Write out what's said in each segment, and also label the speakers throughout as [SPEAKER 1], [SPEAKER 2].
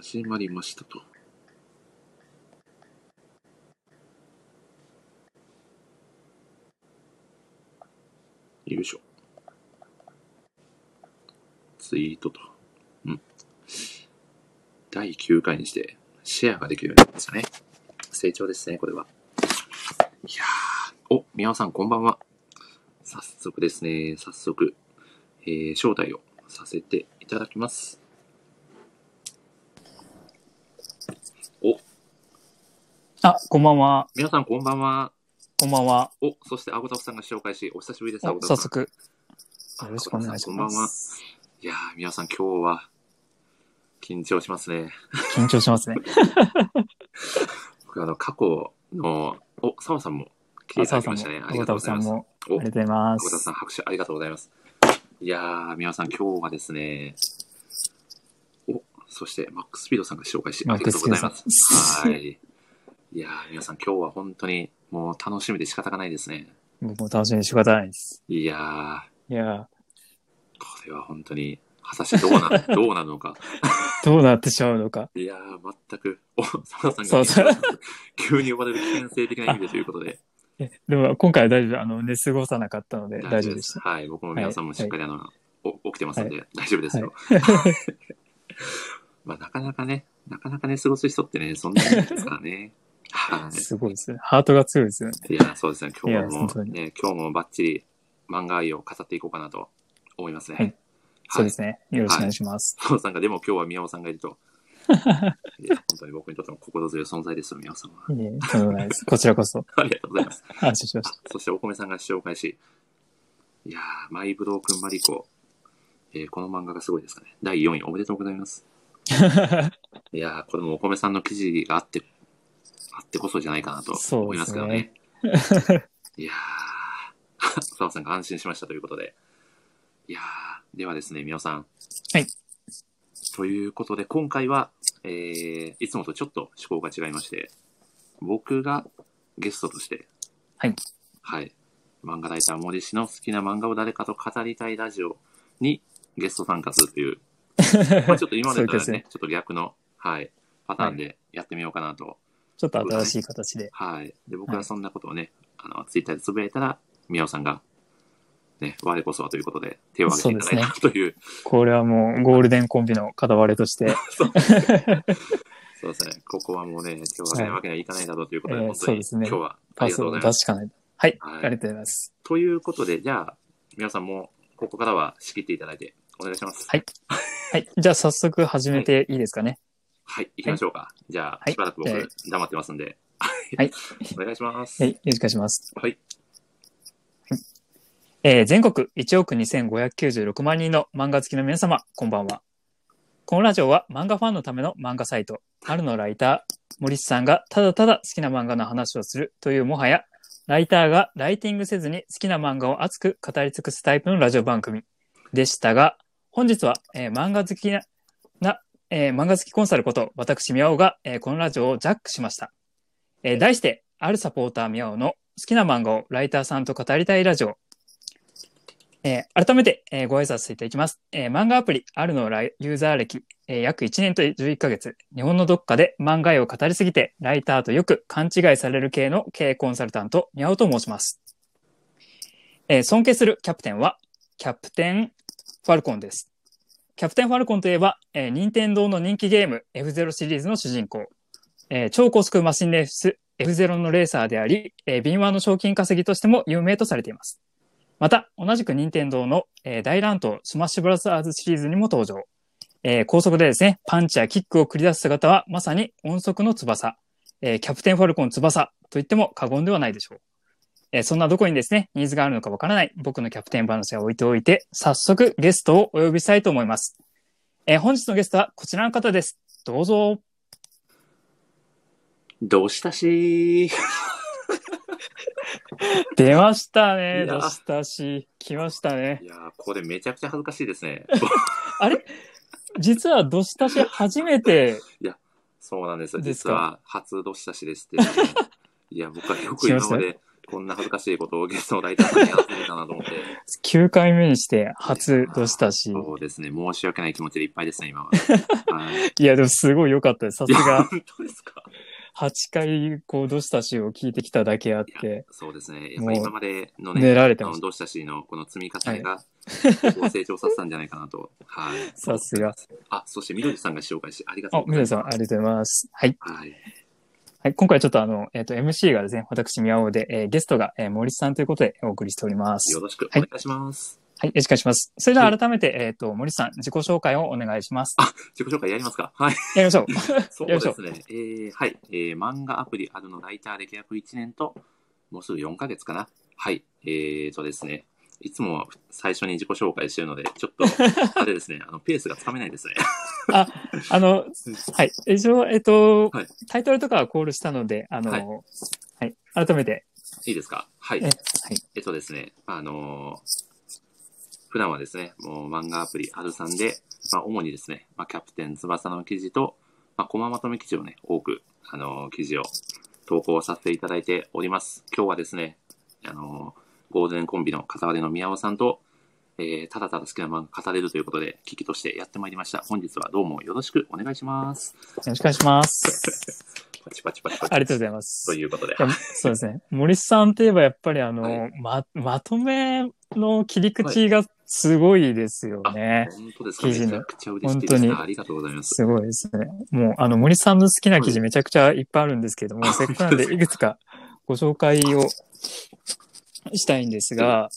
[SPEAKER 1] 始まりましたと。よいしょ。ツイートと。うん。第9回にして、シェアができるようになりましたね。成長ですね、これは。いやー。お、宮尾さん、こんばんは。早速ですね、早速、えー、招待をさせていただきます。お、
[SPEAKER 2] あ、こんばんは。
[SPEAKER 1] 皆さんこんばんは。
[SPEAKER 2] こんばんは。
[SPEAKER 1] お、そして、あごたふさんが紹介し、お久しぶりです、あご
[SPEAKER 2] お
[SPEAKER 1] た
[SPEAKER 2] 早
[SPEAKER 1] ふさん。
[SPEAKER 2] 速。よろしくお願いします。
[SPEAKER 1] いやー、皆さん今日は、緊張しますね。
[SPEAKER 2] 緊張しますね。
[SPEAKER 1] 僕、あの、過去の、お、澤さんも来て
[SPEAKER 2] あ
[SPEAKER 1] いた
[SPEAKER 2] さ
[SPEAKER 1] だき
[SPEAKER 2] おさ
[SPEAKER 1] ま
[SPEAKER 2] ん
[SPEAKER 1] したね。
[SPEAKER 2] も、
[SPEAKER 1] あ
[SPEAKER 2] あ
[SPEAKER 1] り
[SPEAKER 2] ご
[SPEAKER 1] がと
[SPEAKER 2] た
[SPEAKER 1] う
[SPEAKER 2] お
[SPEAKER 1] ござい
[SPEAKER 2] さん
[SPEAKER 1] ます。
[SPEAKER 2] も、あ
[SPEAKER 1] お、
[SPEAKER 2] りがとうございま
[SPEAKER 1] あごた
[SPEAKER 2] す
[SPEAKER 1] さん。拍手ありがとうございます。いやー、皆さん今日はですね、お、そしてマックスピードさんが紹介してありがとうございます。
[SPEAKER 2] マックスピードさん
[SPEAKER 1] はい。いやー、皆さん今日は本当にもう楽しみで仕方がないですね。
[SPEAKER 2] 僕も楽しみにしかたないです。
[SPEAKER 1] いやー、
[SPEAKER 2] いや
[SPEAKER 1] これは本当に、果たしてどうな、 どうなのか。
[SPEAKER 2] ー、どうなってしまうのか。
[SPEAKER 1] いやー、全く、お、澤田さ
[SPEAKER 2] そ
[SPEAKER 1] ん
[SPEAKER 2] うそう
[SPEAKER 1] が、急に呼ばれる危険性的な意味でということ で。
[SPEAKER 2] えでも、今回は大丈夫。あの、寝過ごさなかったので、大丈夫でした。
[SPEAKER 1] はい、僕も皆さんもしっかりあの、お起きてますので、大丈夫ですよ。 まあ、なかなかね、なかなかね、過ごす人ってね、そんなにいないですからね。は
[SPEAKER 2] すごいですね。ハートが強いですね。
[SPEAKER 1] い。いやー、そうですね、今
[SPEAKER 2] いや本
[SPEAKER 1] 日
[SPEAKER 2] 当
[SPEAKER 1] も、
[SPEAKER 2] に
[SPEAKER 1] ね、今日もバッチリ漫画愛を語っていこうかなと思いますね。。
[SPEAKER 2] はいそうですすね。よろしくお願いします。
[SPEAKER 1] 澤田さんが、でも今日は宮尾さんがいる と。いや、本当に僕にとっても心強い存在ですよ、宮尾さんは。
[SPEAKER 2] いえいえ、とんでもな いです。こちらこそ、
[SPEAKER 1] ありがとうございます。
[SPEAKER 2] 安心しまし
[SPEAKER 1] そしてお米さんが紹介し、いやー、マイブロー君マリコ、えーこの漫画がすごいですかね。第4位おめでとうござい ます。
[SPEAKER 2] た。
[SPEAKER 1] いやー、これもお米さんの記事があって、あってこそじゃないかなと
[SPEAKER 2] そう
[SPEAKER 1] 思い
[SPEAKER 2] で
[SPEAKER 1] ます
[SPEAKER 2] す
[SPEAKER 1] け
[SPEAKER 2] ね
[SPEAKER 1] どね。いやー、 澤さんが安心しましたということで。いやー、ではですね、みおさん。
[SPEAKER 2] はい。
[SPEAKER 1] ということで、今回は、えー、いつもとちょっと趣向が違いまして、僕がゲストとして、
[SPEAKER 2] はい。
[SPEAKER 1] はい。漫画ライター森氏の好きな漫画を誰かと語りたいラジオにゲスト参加すると いう、まあちょっと今までとは
[SPEAKER 2] そう
[SPEAKER 1] ね
[SPEAKER 2] いう形で、
[SPEAKER 1] ちょっと逆の、はい、パターンでやってみようかなと
[SPEAKER 2] ちょっと新しい形で。
[SPEAKER 1] はい。で、僕
[SPEAKER 2] は
[SPEAKER 1] はいそんなことをね、あの、ツイッターでつぶやいたら、宮尾さんが、ね、我こそはということで、手を挙げていただいたという、
[SPEAKER 2] これはもう、ゴールデンコンビの片割れとして、
[SPEAKER 1] そうですね、ここはもうね、手を挙げないわけにはいかないだろうということで、
[SPEAKER 2] はい
[SPEAKER 1] 本当に、
[SPEAKER 2] えーそうですね
[SPEAKER 1] 今日はあ
[SPEAKER 2] パ
[SPEAKER 1] りが
[SPEAKER 2] ス
[SPEAKER 1] とう
[SPEAKER 2] を
[SPEAKER 1] ござい
[SPEAKER 2] 出
[SPEAKER 1] ます。
[SPEAKER 2] すしかない。はい、
[SPEAKER 1] はい
[SPEAKER 2] ありがとうございます。
[SPEAKER 1] ということで、じゃあ、宮尾さんも、ここからは仕切っていただいて、お願いします。
[SPEAKER 2] はいはい。じゃあ早速始めていいですかね。
[SPEAKER 1] はい、行きましょうか。じゃあ、
[SPEAKER 2] はい
[SPEAKER 1] しばらく
[SPEAKER 2] じゃ
[SPEAKER 1] 僕、黙ってますんで。
[SPEAKER 2] はい。
[SPEAKER 1] お願いします。
[SPEAKER 2] はい。よろしくお願いします。
[SPEAKER 1] はい。
[SPEAKER 2] えー全国1億2596万人の漫画好きの皆様、こんばんは。このラジオは漫画ファンのための漫画サイト、あるのライター、森氏さんがただただ好きな漫画の話をするというもはや、ライターがライティングせずに好きな漫画を熱く語り尽くすタイプのラジオ番組でしたが、本日は、えー漫画好きな、なえー漫画好きコンサルこと私、宮尾が、えーこのラジオをジャックしました。えー題して、あるサポーター宮尾の好きな漫画をライターさんと語りたいラジオ。えー改めて、えーご挨拶いただきます。えー漫画アプリ、あるのライユーザー歴、えー約1年と11ヶ月、日本のどっかで漫画絵を語りすぎて、ライターとよく勘違いされる系の経営コンサルタント、宮尾と申します。えー尊敬するキャプテンは、キャプテンファルコンです。キャプテンファルコンといえば、えー、任天堂の人気ゲーム F0 シリーズの主人公、えー超高速マシンレース F0 のレーサーであり、えー、敏腕の賞金稼ぎとしても有名とされています。また、同じく任天堂の、えー大乱闘スマッシュブラザーズシリーズにも登場。えー高速でですね、パンチやキックを繰り出す姿はまさに音速の翼、えーキャプテンファルコン翼と言っても過言ではないでしょう。えーそんなどこにですね、ニーズがあるのかわからない僕のキャプテン話は置いておいて、早速ゲストをお呼びしたいと思います。えー本日のゲストはこちらの方です。どうぞ。
[SPEAKER 1] どうしたしー。
[SPEAKER 2] 出ました
[SPEAKER 1] い
[SPEAKER 2] ね。
[SPEAKER 1] や
[SPEAKER 2] 出したし、来ましたね
[SPEAKER 1] い。やー、これめちゃくちゃ恥ずかしいです ね。
[SPEAKER 2] 実は、どしたし初めて、
[SPEAKER 1] そうなんですよ。
[SPEAKER 2] です
[SPEAKER 1] 実
[SPEAKER 2] か
[SPEAKER 1] は、初どしたしですっていうのを。いや、僕はよく今までこんな恥ずかしいことをゲストのライターさんにやらせるかなと思って。
[SPEAKER 2] 9回目にして初出したし。
[SPEAKER 1] そうですね。申し訳ない気持ちでいっぱいですね、今 は。はい
[SPEAKER 2] いや、でもすごい良かったです。さす
[SPEAKER 1] いや、
[SPEAKER 2] が
[SPEAKER 1] 本当ですか
[SPEAKER 2] 8回こう出したしを聞いてきただけあっ
[SPEAKER 1] い
[SPEAKER 2] て。
[SPEAKER 1] そうですね。やっぱり今までのね、
[SPEAKER 2] もう練られて
[SPEAKER 1] あ
[SPEAKER 2] ま
[SPEAKER 1] の
[SPEAKER 2] す
[SPEAKER 1] どうしたしのこの積み重ねが、僕を成長させたんじゃないかなと。はい。
[SPEAKER 2] さすが。
[SPEAKER 1] あ、そしてみどりさんが紹介して、ありがと
[SPEAKER 2] あ
[SPEAKER 1] う、ござい
[SPEAKER 2] 皆
[SPEAKER 1] ます。
[SPEAKER 2] さんありがとうございます。はい。
[SPEAKER 1] はい。
[SPEAKER 2] はい、今回ちょっとあの、えっ、と、MC がですね、私、宮尾で、えーゲストが、えー森さんということでお送りしております
[SPEAKER 1] よ。ろしくお願いします。
[SPEAKER 2] はい、よろしくお願いします。それでは改めて、えっ、と、森さん、自己紹介をお願いします。
[SPEAKER 1] 自己紹介やりますかはい。
[SPEAKER 2] やりましょ う。
[SPEAKER 1] そうで
[SPEAKER 2] やりましょう
[SPEAKER 1] すね。えー、はい。えー、漫画アプリあるのライター歴約1年と、もうすぐ4ヶ月かな。はい。えーとですね。いつもは最初に自己紹介してるので、ちょっ と、あれですね、あの、ペースがつかめないですね。
[SPEAKER 2] あの、はい、一応、えっ、と、
[SPEAKER 1] はい
[SPEAKER 2] タイトルとかはコールしたので、あの、
[SPEAKER 1] は
[SPEAKER 2] はいい、改めて、
[SPEAKER 1] いいですかはい
[SPEAKER 2] え、はい。
[SPEAKER 1] えっとですね、あのー普段はですね、もう漫画アプリアルさんで、まあ、主にですね、まあ、キャプテン翼の記事と、まあ、コマまとめ記事をね、多く、あのー記事を投稿させていただいております。今日はですね、あのーゴールデンコンビの片割れの宮尾さんと、えー、ただただ好きな漫画語れるということで、危機としてやってまいりました。本日はどうもよろしくお願いします。
[SPEAKER 2] よろしくお願いします。
[SPEAKER 1] パチパチパチパチ。
[SPEAKER 2] ありがとうございます。
[SPEAKER 1] ということで
[SPEAKER 2] い、やそうですね。森さんといえばやっぱりあの、
[SPEAKER 1] は
[SPEAKER 2] ま、まとめの切り口がすごいですよね。
[SPEAKER 1] 本当ですか
[SPEAKER 2] 記
[SPEAKER 1] め
[SPEAKER 2] 事の
[SPEAKER 1] ちゃくちゃ嬉しいです
[SPEAKER 2] 本
[SPEAKER 1] ね。
[SPEAKER 2] 当に
[SPEAKER 1] ありがとうございます。
[SPEAKER 2] すごいですね。もうあの森さんの好きな記事めちゃくちゃいっぱいあるんですけども、
[SPEAKER 1] あ
[SPEAKER 2] せっかくなんでいくつかご紹介をしたいんですが、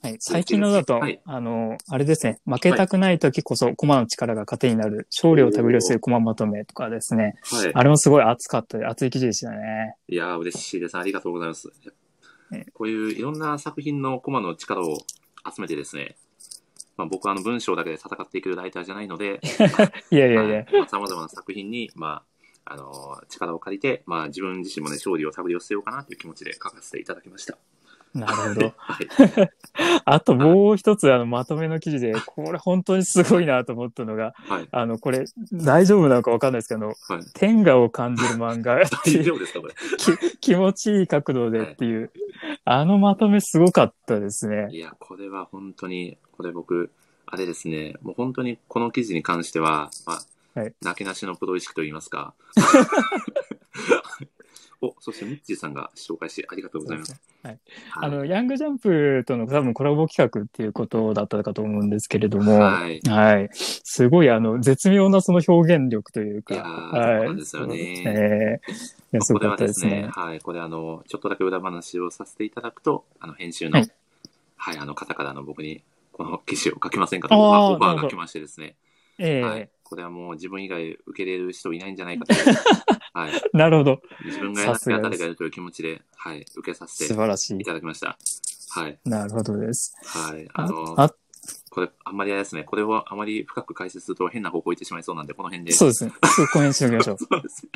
[SPEAKER 2] はい、最近のだと、
[SPEAKER 1] はい
[SPEAKER 2] あの、あれですね、負けたくない時こそ駒の力が糧になる、勝利を手繰り寄せる駒まとめとかですね、
[SPEAKER 1] はい。
[SPEAKER 2] あれもすごい熱かった、熱い記事でしたね。
[SPEAKER 1] いやー、嬉しいです。ありがとうございます。
[SPEAKER 2] ね
[SPEAKER 1] こういういろんな作品のコマの力を集めてですね、まあ、僕はあの文章だけで戦っていけるライターじゃないので、
[SPEAKER 2] いやいやいや、
[SPEAKER 1] さまざまな作品に、まああのー力を借りて、まあ、自分自身もね、勝利を探り寄せようかなという気持ちで書かせていただきました。
[SPEAKER 2] なるほど。
[SPEAKER 1] はい。
[SPEAKER 2] あともう一つ、あの、まとめの記事で、これ本当にすごいなと思ったのが、
[SPEAKER 1] はい。
[SPEAKER 2] あの、これ、大丈夫なのかわかんないですけど、あの
[SPEAKER 1] はい、
[SPEAKER 2] 天下を感じる漫画って
[SPEAKER 1] 大
[SPEAKER 2] いう
[SPEAKER 1] 丈夫ですか、これ。
[SPEAKER 2] き気持ちいい角度でっていう、あのまとめすごかったですね。
[SPEAKER 1] いや、これは本当に、これ僕、あれですね、もう本当にこの記事に関しては、まあ、
[SPEAKER 2] はい
[SPEAKER 1] なけなしのプロ意識といいます か。お、そしてミッチーさんが紹介してありがとうございます。は
[SPEAKER 2] あ
[SPEAKER 1] い
[SPEAKER 2] の、ヤングジャンプとの多分コラボ企画っていうことだったかと思うんですけれども、は
[SPEAKER 1] はい。
[SPEAKER 2] い。すごい、あの、絶妙なその表現力というか、
[SPEAKER 1] いやーそうなんですよね
[SPEAKER 2] ええいや、すご
[SPEAKER 1] これ
[SPEAKER 2] か
[SPEAKER 1] は
[SPEAKER 2] った
[SPEAKER 1] で
[SPEAKER 2] ですすね
[SPEAKER 1] ね、。はい、これあの、ちょっとだけ裏話をさせていただくと、あの、編集の、
[SPEAKER 2] は
[SPEAKER 1] はい
[SPEAKER 2] い、
[SPEAKER 1] あの方からの僕に、この記事を書きませんかと、
[SPEAKER 2] あー
[SPEAKER 1] まあオファ
[SPEAKER 2] な
[SPEAKER 1] ー
[SPEAKER 2] るほ
[SPEAKER 1] が
[SPEAKER 2] ど
[SPEAKER 1] 来ましてですね、
[SPEAKER 2] ええ
[SPEAKER 1] はい、これはもう自分以外受け入れる人いないんじゃないかと いう、はい、
[SPEAKER 2] なるほど。
[SPEAKER 1] 自分がやらなきゃ
[SPEAKER 2] さすが
[SPEAKER 1] 誰
[SPEAKER 2] です
[SPEAKER 1] がやるという気持ちで、はい、受けさせ
[SPEAKER 2] 素
[SPEAKER 1] て
[SPEAKER 2] 晴らしい
[SPEAKER 1] い。ただきました。はい。
[SPEAKER 2] なるほどです。
[SPEAKER 1] はい。あ
[SPEAKER 2] あ
[SPEAKER 1] の、
[SPEAKER 2] あ
[SPEAKER 1] これ、あんまりあれですね。これをあまり深く解説すると変な方向行ってしまいそうなんで、この辺で。
[SPEAKER 2] そうですね。そこにしておきましょう。
[SPEAKER 1] そう です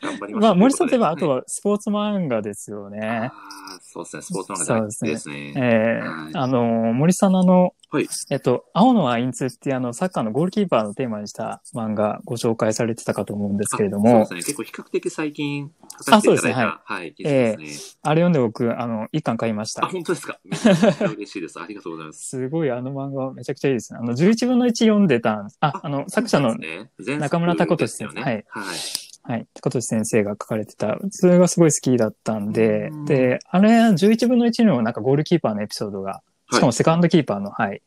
[SPEAKER 1] 頑張りましょう。
[SPEAKER 2] まあ、森さんといえば、あと
[SPEAKER 1] は
[SPEAKER 2] はスポーツ漫画ですよね。
[SPEAKER 1] い、あーそうですね。スポーツ漫画大好きですね。
[SPEAKER 2] ええ
[SPEAKER 1] はい
[SPEAKER 2] あの、森さんのあの、
[SPEAKER 1] はい
[SPEAKER 2] えっと、青のアインツっていうあの、サッカーのゴールキーパーのテーマにした漫画ご紹介されてたかと思うんですけれど
[SPEAKER 1] あ
[SPEAKER 2] も、
[SPEAKER 1] そうですね。結構比較的最近書かせていただいた、
[SPEAKER 2] あ
[SPEAKER 1] はい、記事ですね。
[SPEAKER 2] あれ読んで僕、あの、一巻買いまし
[SPEAKER 1] あ、
[SPEAKER 2] た。
[SPEAKER 1] 本当ですか。めちゃくちゃ嬉しいです。ありがとうございます。
[SPEAKER 2] すごい、あの漫画めちゃくちゃいいですね。あの、11分の1読んでたんです。あ、あの、作者の、中村拓
[SPEAKER 1] で
[SPEAKER 2] 人
[SPEAKER 1] す
[SPEAKER 2] 先
[SPEAKER 1] よ
[SPEAKER 2] 生
[SPEAKER 1] ね。
[SPEAKER 2] はい
[SPEAKER 1] はい。
[SPEAKER 2] はい、高俊先生が書かれてた、それがすごい好きだったんで
[SPEAKER 1] うん、
[SPEAKER 2] で、あれ、11分の1のなんかゴールキーパーのエピソードが、しかもセカンドキーパーの、はい、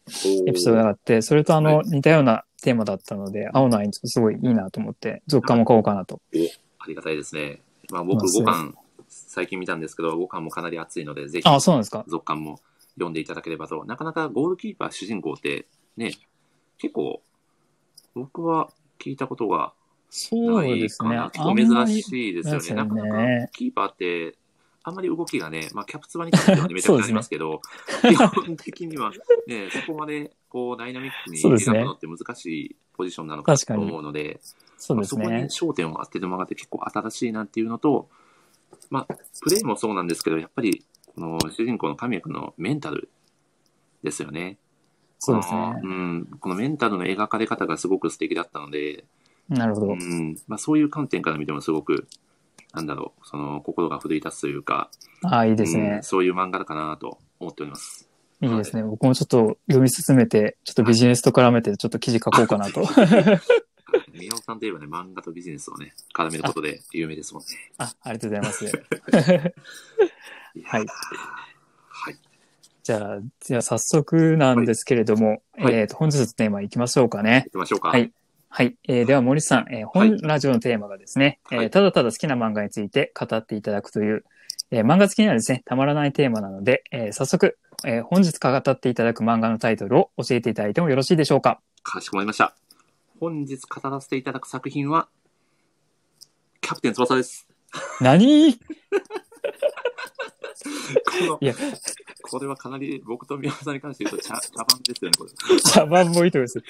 [SPEAKER 2] エピソードがあって、それとあの、
[SPEAKER 1] は
[SPEAKER 2] 似たようなテーマだったので、青のアインツすごいいいなと思って、続巻も買おうかなと。
[SPEAKER 1] ありがたいですね。まあ、僕
[SPEAKER 2] まあ
[SPEAKER 1] 5巻、最近見たんですけど、5巻もかなり熱いので、ぜひ、
[SPEAKER 2] あ、そうなんですか。
[SPEAKER 1] 続巻も読んでいただければと。なかなかゴールキーパー主人公って、ね、結構、僕は聞いゴールキーパー主人公って結構僕は聞いたことが
[SPEAKER 2] そう
[SPEAKER 1] ない
[SPEAKER 2] です
[SPEAKER 1] か
[SPEAKER 2] ね。
[SPEAKER 1] な。結
[SPEAKER 2] あんま
[SPEAKER 1] 構珍
[SPEAKER 2] り
[SPEAKER 1] しいですよ
[SPEAKER 2] で
[SPEAKER 1] ね。
[SPEAKER 2] すよ
[SPEAKER 1] なか
[SPEAKER 2] ね
[SPEAKER 1] なか、キーパーって、あんまり動きがね、まあ、キャプツバに 関してはねめちゃ
[SPEAKER 2] そう
[SPEAKER 1] くち
[SPEAKER 2] で
[SPEAKER 1] ゃあ
[SPEAKER 2] すね
[SPEAKER 1] りますけど、 基本的には、ね、そこまで、こう、ダイナミックに
[SPEAKER 2] そうです
[SPEAKER 1] 描
[SPEAKER 2] ね
[SPEAKER 1] くのって難しいポジションなのかなと思うので、
[SPEAKER 2] そう
[SPEAKER 1] まあ
[SPEAKER 2] です
[SPEAKER 1] そこ
[SPEAKER 2] ね
[SPEAKER 1] に。焦点を当てる漫画って結構新しいなっていうのと、まあ、プレイもそうなんですけど、やっぱり、この主人公の神谷君のメンタルですよね。
[SPEAKER 2] そうですね
[SPEAKER 1] このうん。このメンタルの描かれ方がすごく素敵だったので、
[SPEAKER 2] なるほ
[SPEAKER 1] う
[SPEAKER 2] ど。
[SPEAKER 1] ん。まあ、そういう観点から見てもすごくなんだろう、その、心が奮い立つというか、
[SPEAKER 2] ああ、いいです
[SPEAKER 1] う
[SPEAKER 2] ね
[SPEAKER 1] ん。そういう漫画だかなと思っております。ん
[SPEAKER 2] いいですね。僕もちょっと読み進めて、ちょっとビジネスと絡めて、ちょっと記事書こうかなと。
[SPEAKER 1] 宮尾さんといえばね、漫画とビジネスをね、絡めることで有名ですもんね。
[SPEAKER 2] あ、ありがとうございます。はい。
[SPEAKER 1] はい。
[SPEAKER 2] じゃあ、じゃあ早速なんですけれども、
[SPEAKER 1] はい
[SPEAKER 2] えっ、と、本日のテーマいきましょうかね
[SPEAKER 1] 行。きましょうか。
[SPEAKER 2] はいはい。えーでは、森さん、えー本ラジオのテーマがですね、
[SPEAKER 1] はい
[SPEAKER 2] えーただただ好きな漫画について語っていただくという、えー漫画好きにはですね、たまらないテーマなので、えー早速、えー本日語っていただく漫画のタイトルを教えていただいてもよろしいでしょうか。
[SPEAKER 1] かしこまりました。本日語らせていただく作品は、キャプテン翼です。
[SPEAKER 2] 何い
[SPEAKER 1] この
[SPEAKER 2] や、
[SPEAKER 1] これはかなり僕と宮尾さんに関して言うと茶、茶番ですよね、これ。
[SPEAKER 2] 茶碗もいいと思います。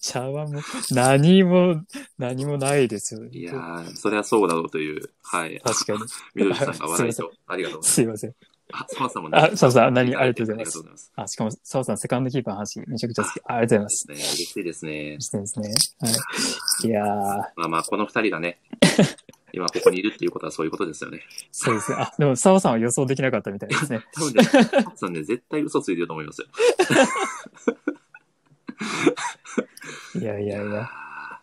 [SPEAKER 2] 茶碗も、何も、何もないですよ。
[SPEAKER 1] いやー、それはそうだろうという、はい。
[SPEAKER 2] 確かに。
[SPEAKER 1] みどりさんが笑いと、ありがとうございます。
[SPEAKER 2] すいません。
[SPEAKER 1] あ、澤さんもね。
[SPEAKER 2] あ、そうそう、何、あ
[SPEAKER 1] あ
[SPEAKER 2] り
[SPEAKER 1] りがと
[SPEAKER 2] がとう
[SPEAKER 1] う
[SPEAKER 2] ご
[SPEAKER 1] ご
[SPEAKER 2] ざ
[SPEAKER 1] ざ
[SPEAKER 2] い
[SPEAKER 1] い
[SPEAKER 2] ま
[SPEAKER 1] ますす。。
[SPEAKER 2] あ、しかも、澤さん、セカンドキーパーの話、めちゃくちゃ好き。あありがとうございます。
[SPEAKER 1] ね嬉しいですね。
[SPEAKER 2] してですね。はい。いやー、
[SPEAKER 1] まあまあ、この二人が ね、今ここにいるっていうことはそういうことですよね。
[SPEAKER 2] そうですね。あ、でも、澤さんは予想できなかったみたいで すね。
[SPEAKER 1] 多分 ね、澤さんね、絶対嘘ついてると思いますよ。
[SPEAKER 2] いやいやいや。
[SPEAKER 1] あ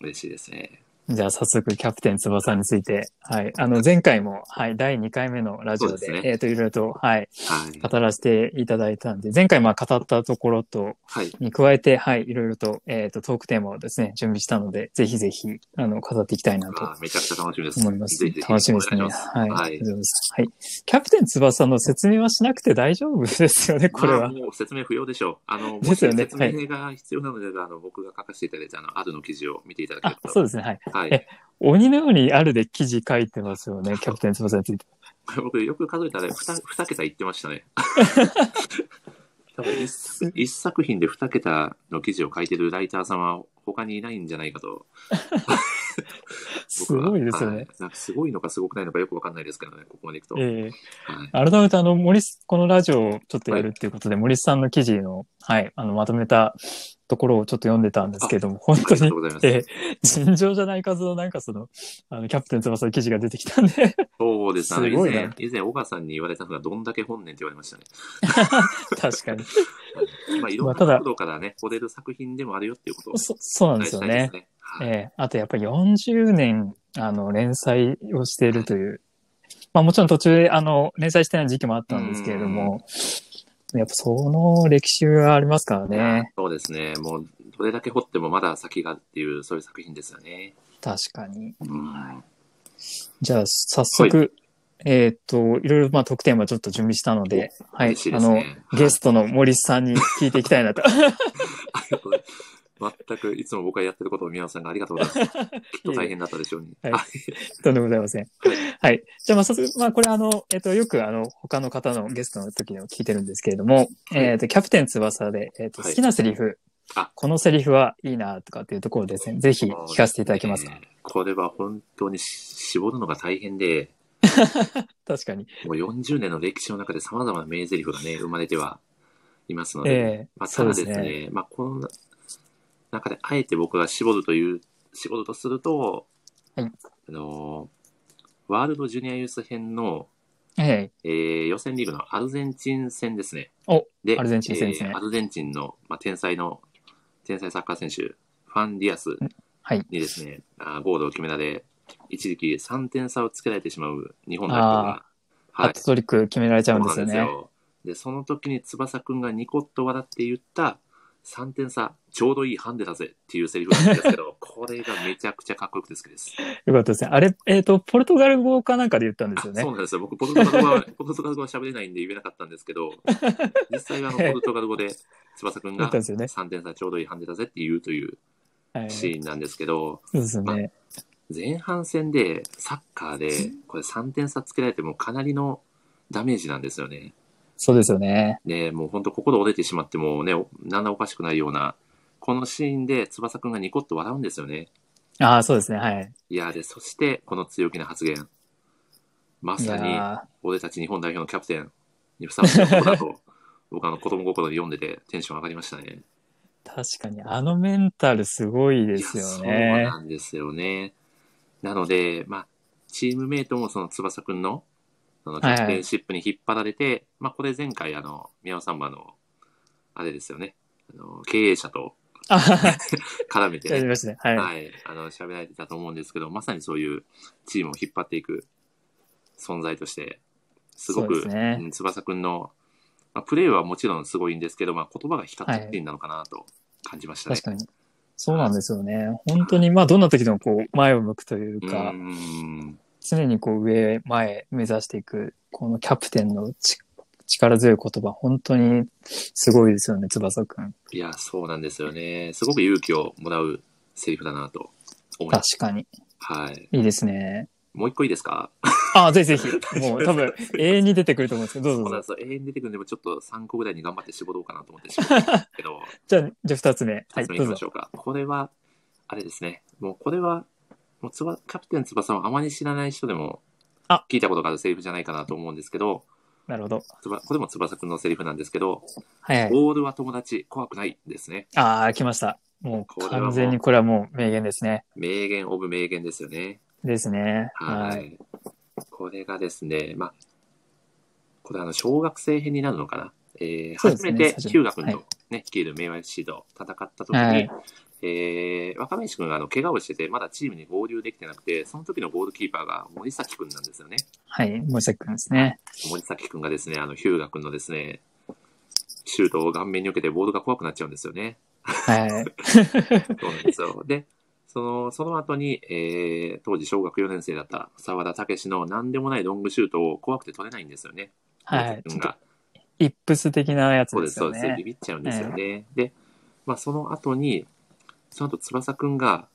[SPEAKER 1] ー嬉しいですね。
[SPEAKER 2] じゃあ、早速、キャプテン翼について、はい。あの、前回も、はい、第2回目のラジオで、
[SPEAKER 1] そうですね
[SPEAKER 2] えっ、と、いろいろと、はい、
[SPEAKER 1] はい。
[SPEAKER 2] 語らせていただいたんで、前回、まあ、語ったところと、
[SPEAKER 1] はい。
[SPEAKER 2] に加えて、はい、いろいろと、えっ、と、トークテーマをですね、準備したので、ぜひぜひ、あの、語っていきたいなと
[SPEAKER 1] あーめちゃくちゃ楽しみです。
[SPEAKER 2] 思います
[SPEAKER 1] ぜひぜ。ひ
[SPEAKER 2] 楽しみですね。
[SPEAKER 1] お願いし
[SPEAKER 2] は
[SPEAKER 1] はい
[SPEAKER 2] い。ありがとうございますはい。キャプテン翼の説明はしなくて大丈夫ですよね、これ
[SPEAKER 1] まあ
[SPEAKER 2] は。
[SPEAKER 1] もう説明不要でしょう。あの、も
[SPEAKER 2] で
[SPEAKER 1] し
[SPEAKER 2] すよね
[SPEAKER 1] 説明が必要なのであれば、あの僕が書かせていただいたあの、アドの記事を見ていただけ
[SPEAKER 2] あ
[SPEAKER 1] る、と。
[SPEAKER 2] そうですね。はい。
[SPEAKER 1] はい。
[SPEAKER 2] 鬼のようにあるで記事書いてますよ ね、キャプテン翼について。
[SPEAKER 1] 僕、よく数えたら2、二桁言ってました ね。多分一作一作品で2桁の記事を書いてるライターさんは他にいないんじゃないかと。
[SPEAKER 2] す
[SPEAKER 1] 僕は
[SPEAKER 2] ごいですよ
[SPEAKER 1] は
[SPEAKER 2] ね。
[SPEAKER 1] なんかすごいのかすごくないのかよくわかんないですけどね、ここまでいくと。
[SPEAKER 2] ええ
[SPEAKER 1] はい
[SPEAKER 2] 改めてあの、森す、このラジオをちょっとやるっていうことで、森さんの記事の、はい、あの、まとめたところをちょっと読んでたんですけれども、本
[SPEAKER 1] あ
[SPEAKER 2] 当
[SPEAKER 1] りが
[SPEAKER 2] に
[SPEAKER 1] とう、ございます。
[SPEAKER 2] ええ尋常じゃない数のなんかその、あの、キャプテン翼の記事が出てきたんで、
[SPEAKER 1] そうですね。あの
[SPEAKER 2] すご
[SPEAKER 1] 以
[SPEAKER 2] いな
[SPEAKER 1] 前、以前、小川さんに言われたのが、どんだけ本年って言われましたね。
[SPEAKER 2] 確かに。
[SPEAKER 1] まあ、いろんな
[SPEAKER 2] ただ
[SPEAKER 1] 角度からね、掘れる作品でもあるよっていうことを
[SPEAKER 2] そ、そうなん
[SPEAKER 1] お
[SPEAKER 2] で
[SPEAKER 1] 伝えし
[SPEAKER 2] すよ
[SPEAKER 1] たいで
[SPEAKER 2] ね
[SPEAKER 1] す。ね。はい
[SPEAKER 2] ええあとやっぱり40年、あの、連載をしているという、まあもちろん途中で、あの、連載してない時期もあったんですけれども、やっぱその歴史がありますからね。
[SPEAKER 1] そうですね。もう、どれだけ掘ってもまだ先がっていう、そういう作品ですよね。
[SPEAKER 2] 確かに。
[SPEAKER 1] うん
[SPEAKER 2] じゃあ、早速、えーっと、いろいろ、まあ、特典はちょっと準備したので、はい
[SPEAKER 1] 嬉しい。
[SPEAKER 2] あ
[SPEAKER 1] です
[SPEAKER 2] の
[SPEAKER 1] ね、
[SPEAKER 2] ゲストの森さんに聞いていきたいなと。
[SPEAKER 1] ありがとうございます全く、いつも僕がやってることを宮尾さんがありがとうござ います。きっと大変だったでしょうに。
[SPEAKER 2] はい
[SPEAKER 1] はい
[SPEAKER 2] とんでもございません。はい。じゃあ、まあ、早速、まあ、これ、あの、えっ、と、よく、あの、他の方のゲストの時でも聞いてるんですけれども、
[SPEAKER 1] はい
[SPEAKER 2] えっ、と、キャプテン翼で、えっ、と、
[SPEAKER 1] は
[SPEAKER 2] 好
[SPEAKER 1] い
[SPEAKER 2] きなセリフ、
[SPEAKER 1] あ
[SPEAKER 2] このセリフはいいな、とかっていうところですね、ぜひ聞かせていただけますか。
[SPEAKER 1] えーこれは本当にし絞るのが大変で、
[SPEAKER 2] 確かに。
[SPEAKER 1] もう40年の歴史の中で様々な名台詞がね、生まれてはいますので、
[SPEAKER 2] ええ
[SPEAKER 1] まあ、た
[SPEAKER 2] そう
[SPEAKER 1] だ
[SPEAKER 2] です
[SPEAKER 1] ですね、
[SPEAKER 2] ね。
[SPEAKER 1] まあ、この中であえて僕が絞るという、絞るとすると、
[SPEAKER 2] はい
[SPEAKER 1] あの、ワールドジュニアユース編の、
[SPEAKER 2] え
[SPEAKER 1] えー予選リーグのアルゼンチン戦ですね。
[SPEAKER 2] お
[SPEAKER 1] で
[SPEAKER 2] アルゼンチン戦ですね
[SPEAKER 1] えーアルゼンチンの、まあ、天才の、天才サッカー選手、ファン・ディアス
[SPEAKER 2] はい
[SPEAKER 1] にですね、あーゴールを決められ、一時期3点差をつけられてしまう日本代表が、
[SPEAKER 2] えハットトリック決められちゃうんですよ
[SPEAKER 1] そう
[SPEAKER 2] ね
[SPEAKER 1] なん。で、その時に翼くんがニコッと笑って言った、3点差、ちょうどいいハンデだぜっていうセリフなんですけ ど、これがめちゃくちゃかっこよくて好きです。
[SPEAKER 2] よかったですね。あれ、えっ、と、ポルトガル語かなんかで言ったんで
[SPEAKER 1] あ
[SPEAKER 2] す
[SPEAKER 1] そ
[SPEAKER 2] よ
[SPEAKER 1] う
[SPEAKER 2] ね。
[SPEAKER 1] なんですよ。僕、ポルトガル語は、 ポルトガル語は喋れないんで言えなかったんですけど、実際はあのポルトガル語で翼くん
[SPEAKER 2] 言っ
[SPEAKER 1] が
[SPEAKER 2] たんですよね。
[SPEAKER 1] 3点差、ちょうどいいハンデだぜって言うという
[SPEAKER 2] はい。そ
[SPEAKER 1] シ
[SPEAKER 2] う
[SPEAKER 1] ーンなんですけど、
[SPEAKER 2] ですよね。
[SPEAKER 1] 前半戦でサッカーで、これ3点差つけられてもかなりのダメージなんですよね。
[SPEAKER 2] そうですよね。
[SPEAKER 1] ね、もう本当心折れてしまってもうね、おなんらおかしくないような、このシーンで翼くんがニコッと笑うんですよね。
[SPEAKER 2] ああ、そうですね。はい。
[SPEAKER 1] いやーで、そしてこの強気な発言。ま
[SPEAKER 2] い
[SPEAKER 1] さに、
[SPEAKER 2] や
[SPEAKER 1] 俺たち日本代表のキャプテンにふさわしい男だと、 僕あの子供心で読んでてテンション上がりましたね。
[SPEAKER 2] ー確かに、あのメンタルすごいですよ
[SPEAKER 1] いや
[SPEAKER 2] ね
[SPEAKER 1] そう。なんですよね。なので、まあ、チームメイトもその翼くんの、そのキャプテンシップに引っ張られて、まあこれ前回あの、宮尾さんもあの、あれですよね、あの、経営者と
[SPEAKER 2] あ はは
[SPEAKER 1] 絡めて
[SPEAKER 2] や
[SPEAKER 1] ね、
[SPEAKER 2] りましたね。はい。
[SPEAKER 1] はい、あの、喋られてたと思うんですけど、まさにそういうチームを引っ張っていく存在として、すご
[SPEAKER 2] そうで
[SPEAKER 1] く、
[SPEAKER 2] すね
[SPEAKER 1] うん翼くんの、まあ、プレーはもちろんすごいんですけど、まあ、言葉が光ったシーンなのかなと感じましたね。
[SPEAKER 2] 確かに。そうなんですよね。本当に、まあ、どんな時でもこう、前を向くというか、
[SPEAKER 1] うーん
[SPEAKER 2] 常にこう、上、前、目指していく、このキャプテンのち力強い言葉、本当にすごいですよね、翼くん。
[SPEAKER 1] いや、そうなんですよね。すごく勇気をもらうセリフだなと思いま
[SPEAKER 2] 確
[SPEAKER 1] す。
[SPEAKER 2] かに。
[SPEAKER 1] はい。
[SPEAKER 2] いいですね。
[SPEAKER 1] もう一個いいですか
[SPEAKER 2] あ、ぜひぜひ。もう 多分、永遠に出てくると思うんですけど、ど
[SPEAKER 1] そ
[SPEAKER 2] うぞ
[SPEAKER 1] うな
[SPEAKER 2] ど
[SPEAKER 1] んで
[SPEAKER 2] う
[SPEAKER 1] す
[SPEAKER 2] ぞ。
[SPEAKER 1] よ永遠に出てくるんで、もうちょっと3個ぐらいに頑張って絞ろうかなと思って絞ったんですけど、
[SPEAKER 2] じゃあ、じゃあ二つ目。は
[SPEAKER 1] はい
[SPEAKER 2] い、
[SPEAKER 1] き
[SPEAKER 2] どう
[SPEAKER 1] ま
[SPEAKER 2] ぞ
[SPEAKER 1] し。ょうか。これは、あれですね。もうこれは、もうつばキャプテン翼をあまり知らない人でも
[SPEAKER 2] あ、
[SPEAKER 1] 聞いたことがあるセリフじゃないかなと思うんですけど、
[SPEAKER 2] なるほど。
[SPEAKER 1] つばこれも翼くんのセリフなんですけど、
[SPEAKER 2] はいはい。
[SPEAKER 1] ボールは友達、怖くないですね。
[SPEAKER 2] ああ、来ました。も
[SPEAKER 1] これ
[SPEAKER 2] う
[SPEAKER 1] はもう
[SPEAKER 2] 完全にこれはもう名言ですね。
[SPEAKER 1] 名言オブ名言ですよね。
[SPEAKER 2] ですね。
[SPEAKER 1] は。い。これがですね、まあ、これあの、小学生編になるのかな。えー
[SPEAKER 2] そう
[SPEAKER 1] 初
[SPEAKER 2] ですね
[SPEAKER 1] めて
[SPEAKER 2] 最初
[SPEAKER 1] ヒューガ君
[SPEAKER 2] は
[SPEAKER 1] とね、率いる名和 FC と戦った時に、
[SPEAKER 2] はい
[SPEAKER 1] えー若林君があの、怪我をしてて、まだチームに合流できてなくて、その時のゴールキーパーが森崎君なんですよね。
[SPEAKER 2] はい。森崎くんですね。
[SPEAKER 1] 森崎君がですね、あの、ヒューガ君のですね、シュートを顔面に受けてボールが怖くなっちゃうんですよね。
[SPEAKER 2] はい。
[SPEAKER 1] そうなんですよ。 で、その、その後に、えー当時小学4年生だった沢田武の何でもないロングシュートを怖くて取れないんですよね。
[SPEAKER 2] はい。
[SPEAKER 1] 自分
[SPEAKER 2] ちょっと
[SPEAKER 1] が。
[SPEAKER 2] イップス的なやつ
[SPEAKER 1] そう
[SPEAKER 2] で
[SPEAKER 1] です、
[SPEAKER 2] す
[SPEAKER 1] そ
[SPEAKER 2] よ
[SPEAKER 1] うです。ビ
[SPEAKER 2] ね。
[SPEAKER 1] ビっちゃうんですよね。で、まあその後に、その後翼くんが、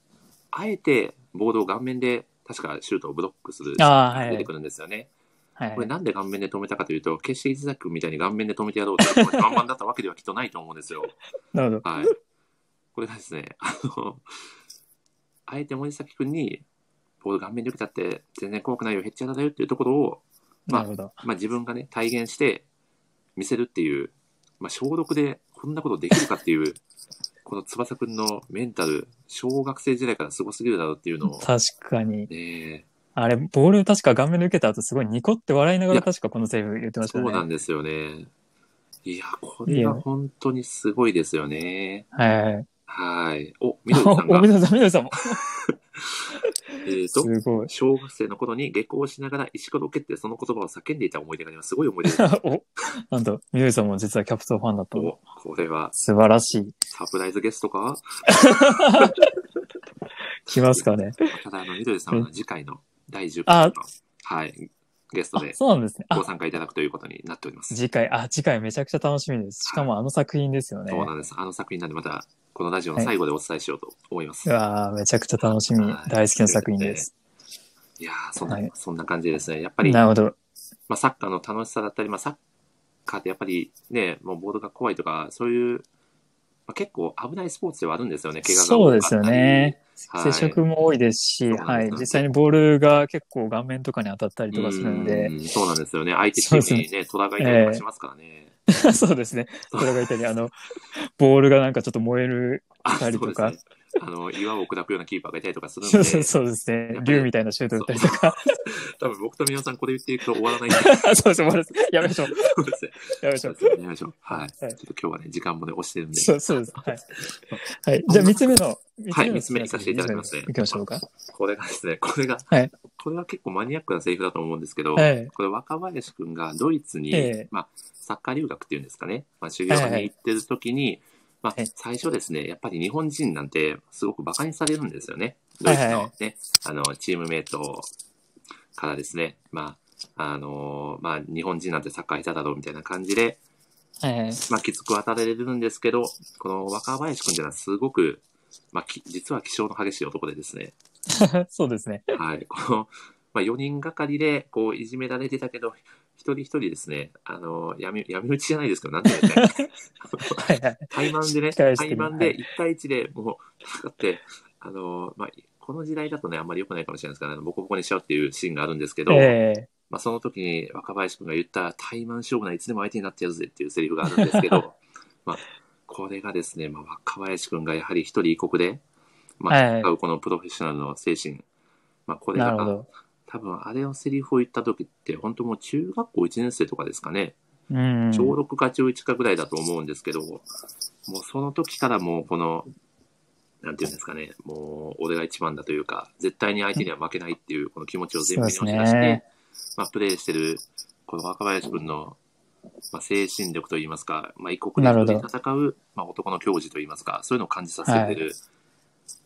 [SPEAKER 1] あえてボールを顔面で、確かシュートをブロックする。
[SPEAKER 2] ああ、は
[SPEAKER 1] 出て
[SPEAKER 2] い
[SPEAKER 1] く。るんですよね。
[SPEAKER 2] はい
[SPEAKER 1] これ。なんで顔面で止めたかというと、決して伊崎君みたいに顔面で止めてやろうというこれ頑張だったわけではきっとないと思うんですよ。
[SPEAKER 2] なるほど。
[SPEAKER 1] はい。これがですね、 あの、あえて森崎君に、ボール顔面で受けたって全然怖くないよ、へっちゃらだよっていうところを、ま
[SPEAKER 2] な
[SPEAKER 1] あ
[SPEAKER 2] るほど。
[SPEAKER 1] まあ自分がね、体現して見せるっていう、まあ小6でこんなことできるかっていう、この翼くんのメンタル、小学生時代からすごすぎるだろうっていうのを、
[SPEAKER 2] 確かに。
[SPEAKER 1] ね
[SPEAKER 2] あれ、ボール確か顔面で受けた後すごいニコって笑いなが
[SPEAKER 1] い
[SPEAKER 2] ら
[SPEAKER 1] や
[SPEAKER 2] 確かこのセリフ言ってました
[SPEAKER 1] そ
[SPEAKER 2] よ
[SPEAKER 1] うなん
[SPEAKER 2] ね。
[SPEAKER 1] ですよね。いや、これは本当にすごいですよね。
[SPEAKER 2] はいはい。
[SPEAKER 1] はい。お、緑さん
[SPEAKER 2] お、
[SPEAKER 1] が
[SPEAKER 2] み、どりさん、みどりさんも。
[SPEAKER 1] えー
[SPEAKER 2] す
[SPEAKER 1] と、
[SPEAKER 2] ごい。
[SPEAKER 1] 小学生の頃に下校しながら石ころを蹴ってその言葉を叫んでいた思い出があります。すごい思い出で す。
[SPEAKER 2] お、なんと、みどりさんも実はキャプトンファンだったの
[SPEAKER 1] おこれは
[SPEAKER 2] 素晴らしい。
[SPEAKER 1] サプライズゲストか
[SPEAKER 2] 来ますかね。
[SPEAKER 1] ただ、あの、みどりさんは次回の第10
[SPEAKER 2] あ
[SPEAKER 1] 回の、はい、ゲスト
[SPEAKER 2] あ
[SPEAKER 1] で、
[SPEAKER 2] そうなんですね。あ
[SPEAKER 1] ご、参加いただくということになっております。
[SPEAKER 2] 次回、あ、次回めちゃくちゃ楽しみです。しかもあの作品ですよね。
[SPEAKER 1] そうなんです。あの作品なんでまた、このラジオの最後でお伝えしようと思います。
[SPEAKER 2] うわーめちゃくちゃ楽しみ
[SPEAKER 1] は。い
[SPEAKER 2] 大好きな作品です。
[SPEAKER 1] いやーそんな、
[SPEAKER 2] はい
[SPEAKER 1] そんな感じですね。やっぱり、
[SPEAKER 2] なるほど。
[SPEAKER 1] まあ、サッカーの楽しさだったり、まあ、サッカーってやっぱりね、もうボールが怖いとか、そういう、まあ、結構危ないスポーツではあるんですよね、怪我が
[SPEAKER 2] そうですよね。
[SPEAKER 1] はい
[SPEAKER 2] 接触も多いですし、
[SPEAKER 1] そうなん
[SPEAKER 2] は
[SPEAKER 1] です
[SPEAKER 2] い。
[SPEAKER 1] よ
[SPEAKER 2] 実際にボールが結構顔面とかに当たったり
[SPEAKER 1] 多か
[SPEAKER 2] とか
[SPEAKER 1] った
[SPEAKER 2] す
[SPEAKER 1] り。
[SPEAKER 2] るんで
[SPEAKER 1] う、んそうなんですよね。相手チームにね、トラがいたりとかしますからね。
[SPEAKER 2] そうですね。それがいたり、あの、ボールがなんかちょっと燃える、
[SPEAKER 1] あ
[SPEAKER 2] したりと
[SPEAKER 1] そ
[SPEAKER 2] か
[SPEAKER 1] うですね、あの、岩を砕くようなキーパーがいたりとかするん
[SPEAKER 2] そ
[SPEAKER 1] で、
[SPEAKER 2] う そうですね。竜みたいなシュート打ったりとか。
[SPEAKER 1] 多分僕と皆さんこれ言っていくと終わらないん
[SPEAKER 2] そうです、終わらせやめましょう。
[SPEAKER 1] そうですね。
[SPEAKER 2] やめまし
[SPEAKER 1] そ
[SPEAKER 2] ょ
[SPEAKER 1] うで
[SPEAKER 2] う
[SPEAKER 1] す。ねやめましょう。はい。ちょ
[SPEAKER 2] は
[SPEAKER 1] っ
[SPEAKER 2] い
[SPEAKER 1] と今日はね、時間もね、押してるんで。
[SPEAKER 2] そうそうです。はい。はい。じゃあ、三つ目の、
[SPEAKER 1] はい
[SPEAKER 2] の
[SPEAKER 1] 三つ目にさせていただきますね
[SPEAKER 2] 行きましょうか。
[SPEAKER 1] これがですね、これが、
[SPEAKER 2] はい
[SPEAKER 1] これは結構マニアックなセリフだと思うんですけど、
[SPEAKER 2] はい。
[SPEAKER 1] これ若林くんがドイツに、
[SPEAKER 2] ええ
[SPEAKER 1] まあ、サッカー留学っていうんですかね、まあ、修行に行ってる時に、まあ
[SPEAKER 2] はい、
[SPEAKER 1] 最初ですね、やっぱり日本人なんてすごく馬鹿にされるんですよね。ド
[SPEAKER 2] は
[SPEAKER 1] イ
[SPEAKER 2] い
[SPEAKER 1] ツ
[SPEAKER 2] はい
[SPEAKER 1] のね、あの、チームメイトからですね、まあ、あのーまあ、日本人なんてサッカー下手だろうみたいな感じで、
[SPEAKER 2] はいはい。
[SPEAKER 1] まあ、きつく当たられるんですけど、この若林くんっていうのはすごく、まあ、き実は気性の激しい男でですね、
[SPEAKER 2] そうですね。
[SPEAKER 1] はい、この、まあ、4人がかりでこういじめられてたけど、一人一人ですね、あの闇闇討ちじゃないですけ ど、なんていうんですかね、
[SPEAKER 2] はいはい。
[SPEAKER 1] 対マンでね、
[SPEAKER 2] しっか
[SPEAKER 1] 対
[SPEAKER 2] りしてる
[SPEAKER 1] マンで1対1でもう戦って、あのまあ、この時代だとね、あんまり良くないかもしれないですから、あのボコボコにしちゃうっていうシーンがあるんですけど、
[SPEAKER 2] ええ
[SPEAKER 1] まあ、その時に若林君が言った、対マン勝負ならいつでも相手になってやるぜっていうセリフがあるんですけ ど、まあ、これがですね、まあ、若林君がやはり一人異国で、まあ、
[SPEAKER 2] はい
[SPEAKER 1] 戦うこのプロフェッショナルの精神、まあ、これが
[SPEAKER 2] なるほど。
[SPEAKER 1] 多分あれのセリフを言った時って、本当もう中学校1年生とかですかね。
[SPEAKER 2] うん。
[SPEAKER 1] 小6か中1かぐらいだと思うんですけど、もうその時からもうこの、なんていうんですかね、もう俺が一番だというか、絶対に相手には負けないっていうこの気持ちを前面に押し
[SPEAKER 2] そう
[SPEAKER 1] 出
[SPEAKER 2] で
[SPEAKER 1] し
[SPEAKER 2] す
[SPEAKER 1] て、
[SPEAKER 2] ね
[SPEAKER 1] まあ、プレイしてるこの若林君の、まあ、精神力といいますか、まあ、一国で
[SPEAKER 2] なるほど
[SPEAKER 1] 一人戦う、まあ、男の矜持といいますか、そういうのを感じさせてくれる、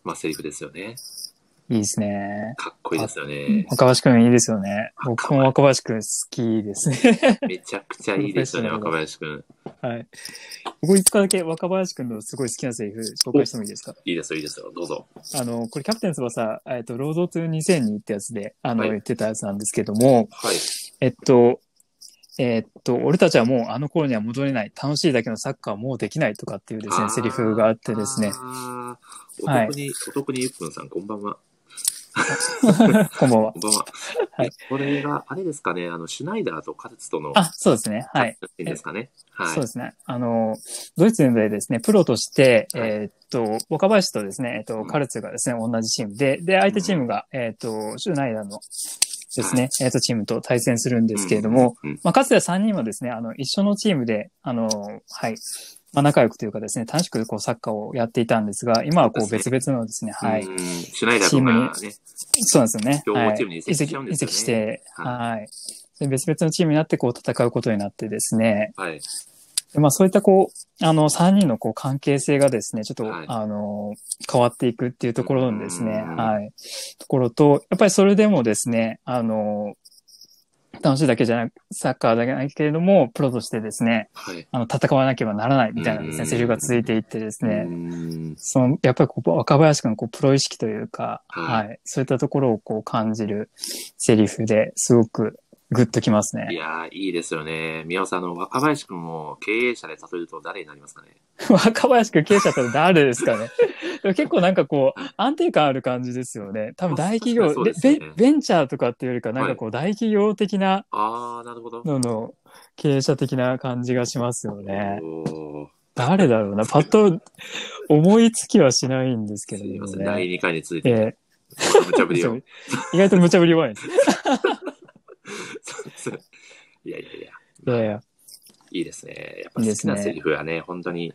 [SPEAKER 1] まあ、セリフですよね。
[SPEAKER 2] いいですね。
[SPEAKER 1] かっこいいですよね。
[SPEAKER 2] 若林くんいいですよね。
[SPEAKER 1] 若林
[SPEAKER 2] 僕も若林くん好きですね。
[SPEAKER 1] めちゃくちゃいいですよね、
[SPEAKER 2] プロフ
[SPEAKER 1] 若
[SPEAKER 2] ェ
[SPEAKER 1] 林君。
[SPEAKER 2] はい。僕いつかだけ若林くんのすごい好きなセリフ紹介してもいいですか
[SPEAKER 1] いいですよ、いいですよ、どうぞ。
[SPEAKER 2] あの、これキャプテン翼、えっと、ロードトゥ2002ってやつで、あの、
[SPEAKER 1] はい
[SPEAKER 2] 言ってたやつなんですけども、
[SPEAKER 1] はい。
[SPEAKER 2] えっと、えっと、俺たちはもうあの頃には戻れない、楽しいだけのサッカーはもうできないとかっていうです
[SPEAKER 1] あ
[SPEAKER 2] ね、
[SPEAKER 1] ー
[SPEAKER 2] セリフがあってですね、
[SPEAKER 1] あー
[SPEAKER 2] はい
[SPEAKER 1] お得に、お得にゆっくんさん、こんばんは。
[SPEAKER 2] こんばんは
[SPEAKER 1] こ。んばんは。
[SPEAKER 2] はい
[SPEAKER 1] これが、あれですかね、あの、シュナイダーとカルツとの、
[SPEAKER 2] あ、そうですね。はい。
[SPEAKER 1] いいですかね。はい。
[SPEAKER 2] そうですね。あの、ドイツでですね、プロとして、
[SPEAKER 1] はい
[SPEAKER 2] えーっと、若林とですね、えーっと、
[SPEAKER 1] うん
[SPEAKER 2] カルツがですね、同じチームで、で、相手チームが、えーっと、シュナイダーのですね、
[SPEAKER 1] はい
[SPEAKER 2] えーっと、チームと対戦するんですけれども、
[SPEAKER 1] うんうん
[SPEAKER 2] まあ、かつては3人はですね、あの、一緒のチームで、あの、はい、まあ、仲良くというかですね、楽しくこう、サッカーをやっていたんですが、今はこう、
[SPEAKER 1] そうで
[SPEAKER 2] 別
[SPEAKER 1] す
[SPEAKER 2] 々のですね、
[SPEAKER 1] うん
[SPEAKER 2] はい、
[SPEAKER 1] シュナイダー君がね、
[SPEAKER 2] そうなんですよね。
[SPEAKER 1] 強
[SPEAKER 2] は
[SPEAKER 1] 豪
[SPEAKER 2] い
[SPEAKER 1] チームに移籍しちゃうんですよね
[SPEAKER 2] 移籍して、
[SPEAKER 1] は
[SPEAKER 2] はい。で別々のチームになってこう戦うことになってですね、
[SPEAKER 1] はい。
[SPEAKER 2] でまあそういったこう、あの、三人のこう関係性がですね、ちょっと、
[SPEAKER 1] はい
[SPEAKER 2] あの、変わっていくっていうところのですね、
[SPEAKER 1] うん
[SPEAKER 2] はい。ところと、やっぱりそれでもですね、あの、楽しいだけじゃなく、サッカーだけじゃないけれども、プロとしてですね、
[SPEAKER 1] はい。
[SPEAKER 2] あの、戦わなければならないみたいなです
[SPEAKER 1] う
[SPEAKER 2] ね、
[SPEAKER 1] ん
[SPEAKER 2] セリフが続いていってですね、
[SPEAKER 1] うん
[SPEAKER 2] その、やっぱりこう、若林くんのこう、プロ意識というか、
[SPEAKER 1] は
[SPEAKER 2] はいい。そういったところをこう、感じるセリフですごくグッときます
[SPEAKER 1] い
[SPEAKER 2] ね。
[SPEAKER 1] やー、いいですよね。宮尾さん、あの、若林君を経営者で例えると誰になりますかね。
[SPEAKER 2] 若林くん経営者って誰ですかねでも結構なんかこう、安定感ある感じですよね。多分大企
[SPEAKER 1] まあ
[SPEAKER 2] 業、
[SPEAKER 1] そうで
[SPEAKER 2] です
[SPEAKER 1] よ
[SPEAKER 2] ベ
[SPEAKER 1] ね
[SPEAKER 2] ンベンチャーとかっていうよりか、なんかこう、大企業的な
[SPEAKER 1] あー、なるほど。
[SPEAKER 2] のの経営者的な感じがしますよね。
[SPEAKER 1] おー
[SPEAKER 2] 誰だろうな。パッと思いつきはしないんですけ
[SPEAKER 1] す
[SPEAKER 2] れ
[SPEAKER 1] いま
[SPEAKER 2] ども
[SPEAKER 1] せん、第
[SPEAKER 2] ね。
[SPEAKER 1] 2回に続い
[SPEAKER 2] え
[SPEAKER 1] て、
[SPEAKER 2] え
[SPEAKER 1] 無茶ぶり を。
[SPEAKER 2] 意外と無茶ぶり弱い んです。
[SPEAKER 1] いやいやいや、
[SPEAKER 2] いやいや。
[SPEAKER 1] いいですね。やっぱ好きなセリフはね、本当に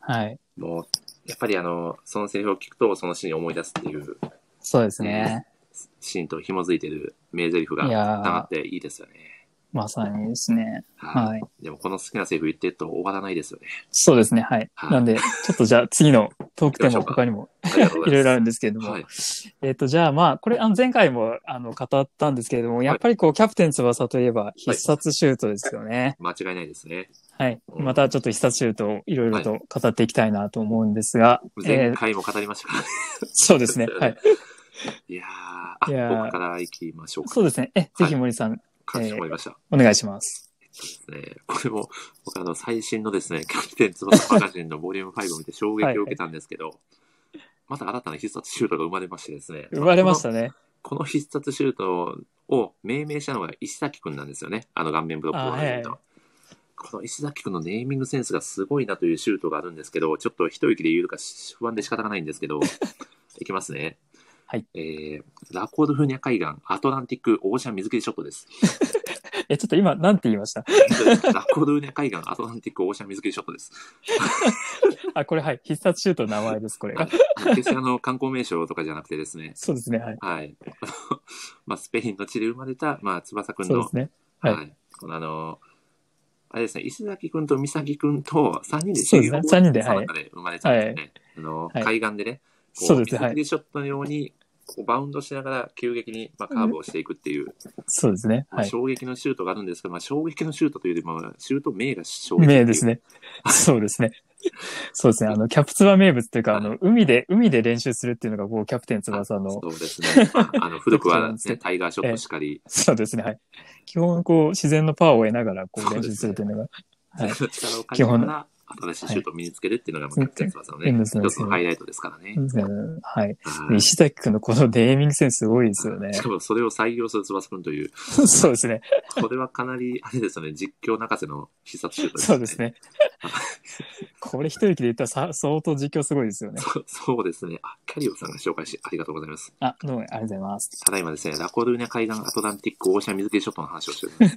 [SPEAKER 2] はい。
[SPEAKER 1] もう、やっぱりあの、そのセリフを聞くと、そのシーンを思い出すっていう
[SPEAKER 2] そうですね。
[SPEAKER 1] シーンと紐づいてる名台詞が
[SPEAKER 2] い
[SPEAKER 1] た
[SPEAKER 2] やー
[SPEAKER 1] まっていいですよね。
[SPEAKER 2] まさにですね。
[SPEAKER 1] は
[SPEAKER 2] はい。
[SPEAKER 1] い。でもこの好きなセリフ言ってると終わらない ですよね。
[SPEAKER 2] そうですね。はい。
[SPEAKER 1] はい
[SPEAKER 2] なんで、ちょっとじゃあ次のトークテ
[SPEAKER 1] 行きま
[SPEAKER 2] ー
[SPEAKER 1] しょ
[SPEAKER 2] マ
[SPEAKER 1] うか
[SPEAKER 2] 他にも
[SPEAKER 1] ありがとうござ
[SPEAKER 2] いろ
[SPEAKER 1] い
[SPEAKER 2] いろあ
[SPEAKER 1] ま
[SPEAKER 2] るんですけれど
[SPEAKER 1] す。
[SPEAKER 2] も。
[SPEAKER 1] はい。
[SPEAKER 2] えっ、と、じゃあまあ、これ、あの、前回も、あの、語ったんですけれども、やっぱりこう、キャプテン翼といえば、必殺シュートですよね。
[SPEAKER 1] 間違いないですね。
[SPEAKER 2] はい。
[SPEAKER 1] うん
[SPEAKER 2] またちょっと必殺シュートをいろいろと語っていきたいなと思うんですが、え
[SPEAKER 1] 前
[SPEAKER 2] ー
[SPEAKER 1] 回も語りましたからね。
[SPEAKER 2] そうですね。 はい。
[SPEAKER 1] いやー、あ
[SPEAKER 2] いやー
[SPEAKER 1] 僕から行きましょうか。
[SPEAKER 2] そうですね。え、ぜひ森さん、
[SPEAKER 1] かしこまりました。
[SPEAKER 2] お願いします。
[SPEAKER 1] ね、これも、僕あの、最新のですね、キ ャプテン翼マガジンのボリューム5を見て衝撃を受けたんですけど、また新たな必殺シュートが生まれましてですね。
[SPEAKER 2] 生まれましたね。
[SPEAKER 1] この必殺シュートを命名したのが石崎くんなんですよね。あの顔面ブロックを始めた
[SPEAKER 2] あは
[SPEAKER 1] この石崎くんのネーミングセンスがすごいなというシュートがあるんですけど、ちょっと一息で言うか不安で仕方がないんですけど、 いきますね。
[SPEAKER 2] はい。
[SPEAKER 1] えー、ラコードフーニャ海岸アトランティックオーシャン水切りショットです。
[SPEAKER 2] え、ちょっと今、なんて言いました
[SPEAKER 1] ラコードフーニャ海岸アトランティックオーシャン水切りショットです。
[SPEAKER 2] あ、これはい。必殺シュートの名前です、これが。
[SPEAKER 1] 決してあの観光名所とかじゃなくてですね、
[SPEAKER 2] そうですね。はい。
[SPEAKER 1] はい。 まあ、スペインの地で生まれた、まあ、翼くん
[SPEAKER 2] そう
[SPEAKER 1] の
[SPEAKER 2] ですね。
[SPEAKER 1] はい。
[SPEAKER 2] はい
[SPEAKER 1] このあの、あれですね、石崎くんと美咲くんと3人で
[SPEAKER 2] そうで
[SPEAKER 1] 中
[SPEAKER 2] すね
[SPEAKER 1] 国
[SPEAKER 2] 三人で
[SPEAKER 1] その中で生まれたんですよね。あの、
[SPEAKER 2] はい
[SPEAKER 1] 海岸でね、こ
[SPEAKER 2] そうで
[SPEAKER 1] 美
[SPEAKER 2] すね。は
[SPEAKER 1] 咲
[SPEAKER 2] い。
[SPEAKER 1] でショットのように、こうバウンドしながら急激に、まあ、カーブをしていくっていう、
[SPEAKER 2] そうですね。
[SPEAKER 1] まあ
[SPEAKER 2] はい。
[SPEAKER 1] 衝撃のシュートがあるんですけど、まあ、衝撃のシュートというよりも、シュート名が衝撃っていう
[SPEAKER 2] 名です。ね。そうですね。そうですね。あの、キャプツバ名物というか、あの、海で、海で練習するっていうのが、こう、キャプテン翼の
[SPEAKER 1] そうですね。まあ、あ の古く
[SPEAKER 2] そう
[SPEAKER 1] は、
[SPEAKER 2] なんですね
[SPEAKER 1] ね、タイガーショットしかり、
[SPEAKER 2] そうですね。はい。基本、こう、自然のパワーを得ながら、こ
[SPEAKER 1] そう
[SPEAKER 2] う、
[SPEAKER 1] ですね
[SPEAKER 2] 練習するというのが、
[SPEAKER 1] そ
[SPEAKER 2] ええ
[SPEAKER 1] の力を借りながら、新しいシュートを身につけるっていうのが、まあキャプテン翼のね、
[SPEAKER 2] はい
[SPEAKER 1] 一つのハイライトですからね。
[SPEAKER 2] うん
[SPEAKER 1] は
[SPEAKER 2] はい。
[SPEAKER 1] い
[SPEAKER 2] 石崎くんのこのネーミングセンスすごいですよね
[SPEAKER 1] し。かもそれを採用する翼くんという、
[SPEAKER 2] そうですね。
[SPEAKER 1] これはかなり、あれですよね、実況泣かせの必殺シュート
[SPEAKER 2] そうですね。ここれ一息で言ったらさ相当実況すごいですよね。
[SPEAKER 1] そう そうですね。あ、キャリオさんが紹介し、ありがとうございます。
[SPEAKER 2] あ、どうもありがとうございます。
[SPEAKER 1] ただいまですね、ラコルーニャ海岸アトランティックオーシャン水切りショットの話をしており ま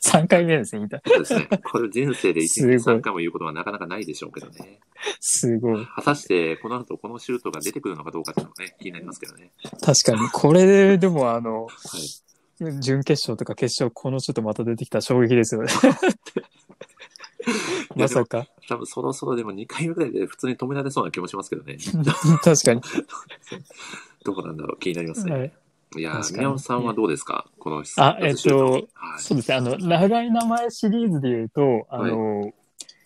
[SPEAKER 1] す。
[SPEAKER 2] 3回目ですね、言いたい
[SPEAKER 1] そうですね。これ人生で一
[SPEAKER 2] すごい
[SPEAKER 1] 日三回も言うことはなかなかないでしょうけどね。
[SPEAKER 2] すごい。
[SPEAKER 1] 果たして、この後このシュートが出てくるのかどうかっていうのもね、気になりますけどね。
[SPEAKER 2] 確かに。これで、でもあの、
[SPEAKER 1] はい。
[SPEAKER 2] 準決勝とか決勝、このちょっとまた出てきた衝撃ですよね。まさか。
[SPEAKER 1] 多分そろそろでも2回目ぐらいで普通に止められそうな気もしますけど ね。
[SPEAKER 2] 確かに。
[SPEAKER 1] どうなんだろう気になりますね。、
[SPEAKER 2] はいい、
[SPEAKER 1] や
[SPEAKER 2] 確
[SPEAKER 1] ー、
[SPEAKER 2] かに
[SPEAKER 1] 宮尾さんはどうですかこの質
[SPEAKER 2] あえっと
[SPEAKER 1] シュートはい。
[SPEAKER 2] そうですね。あの、長い名前シリーズで言うと、あの、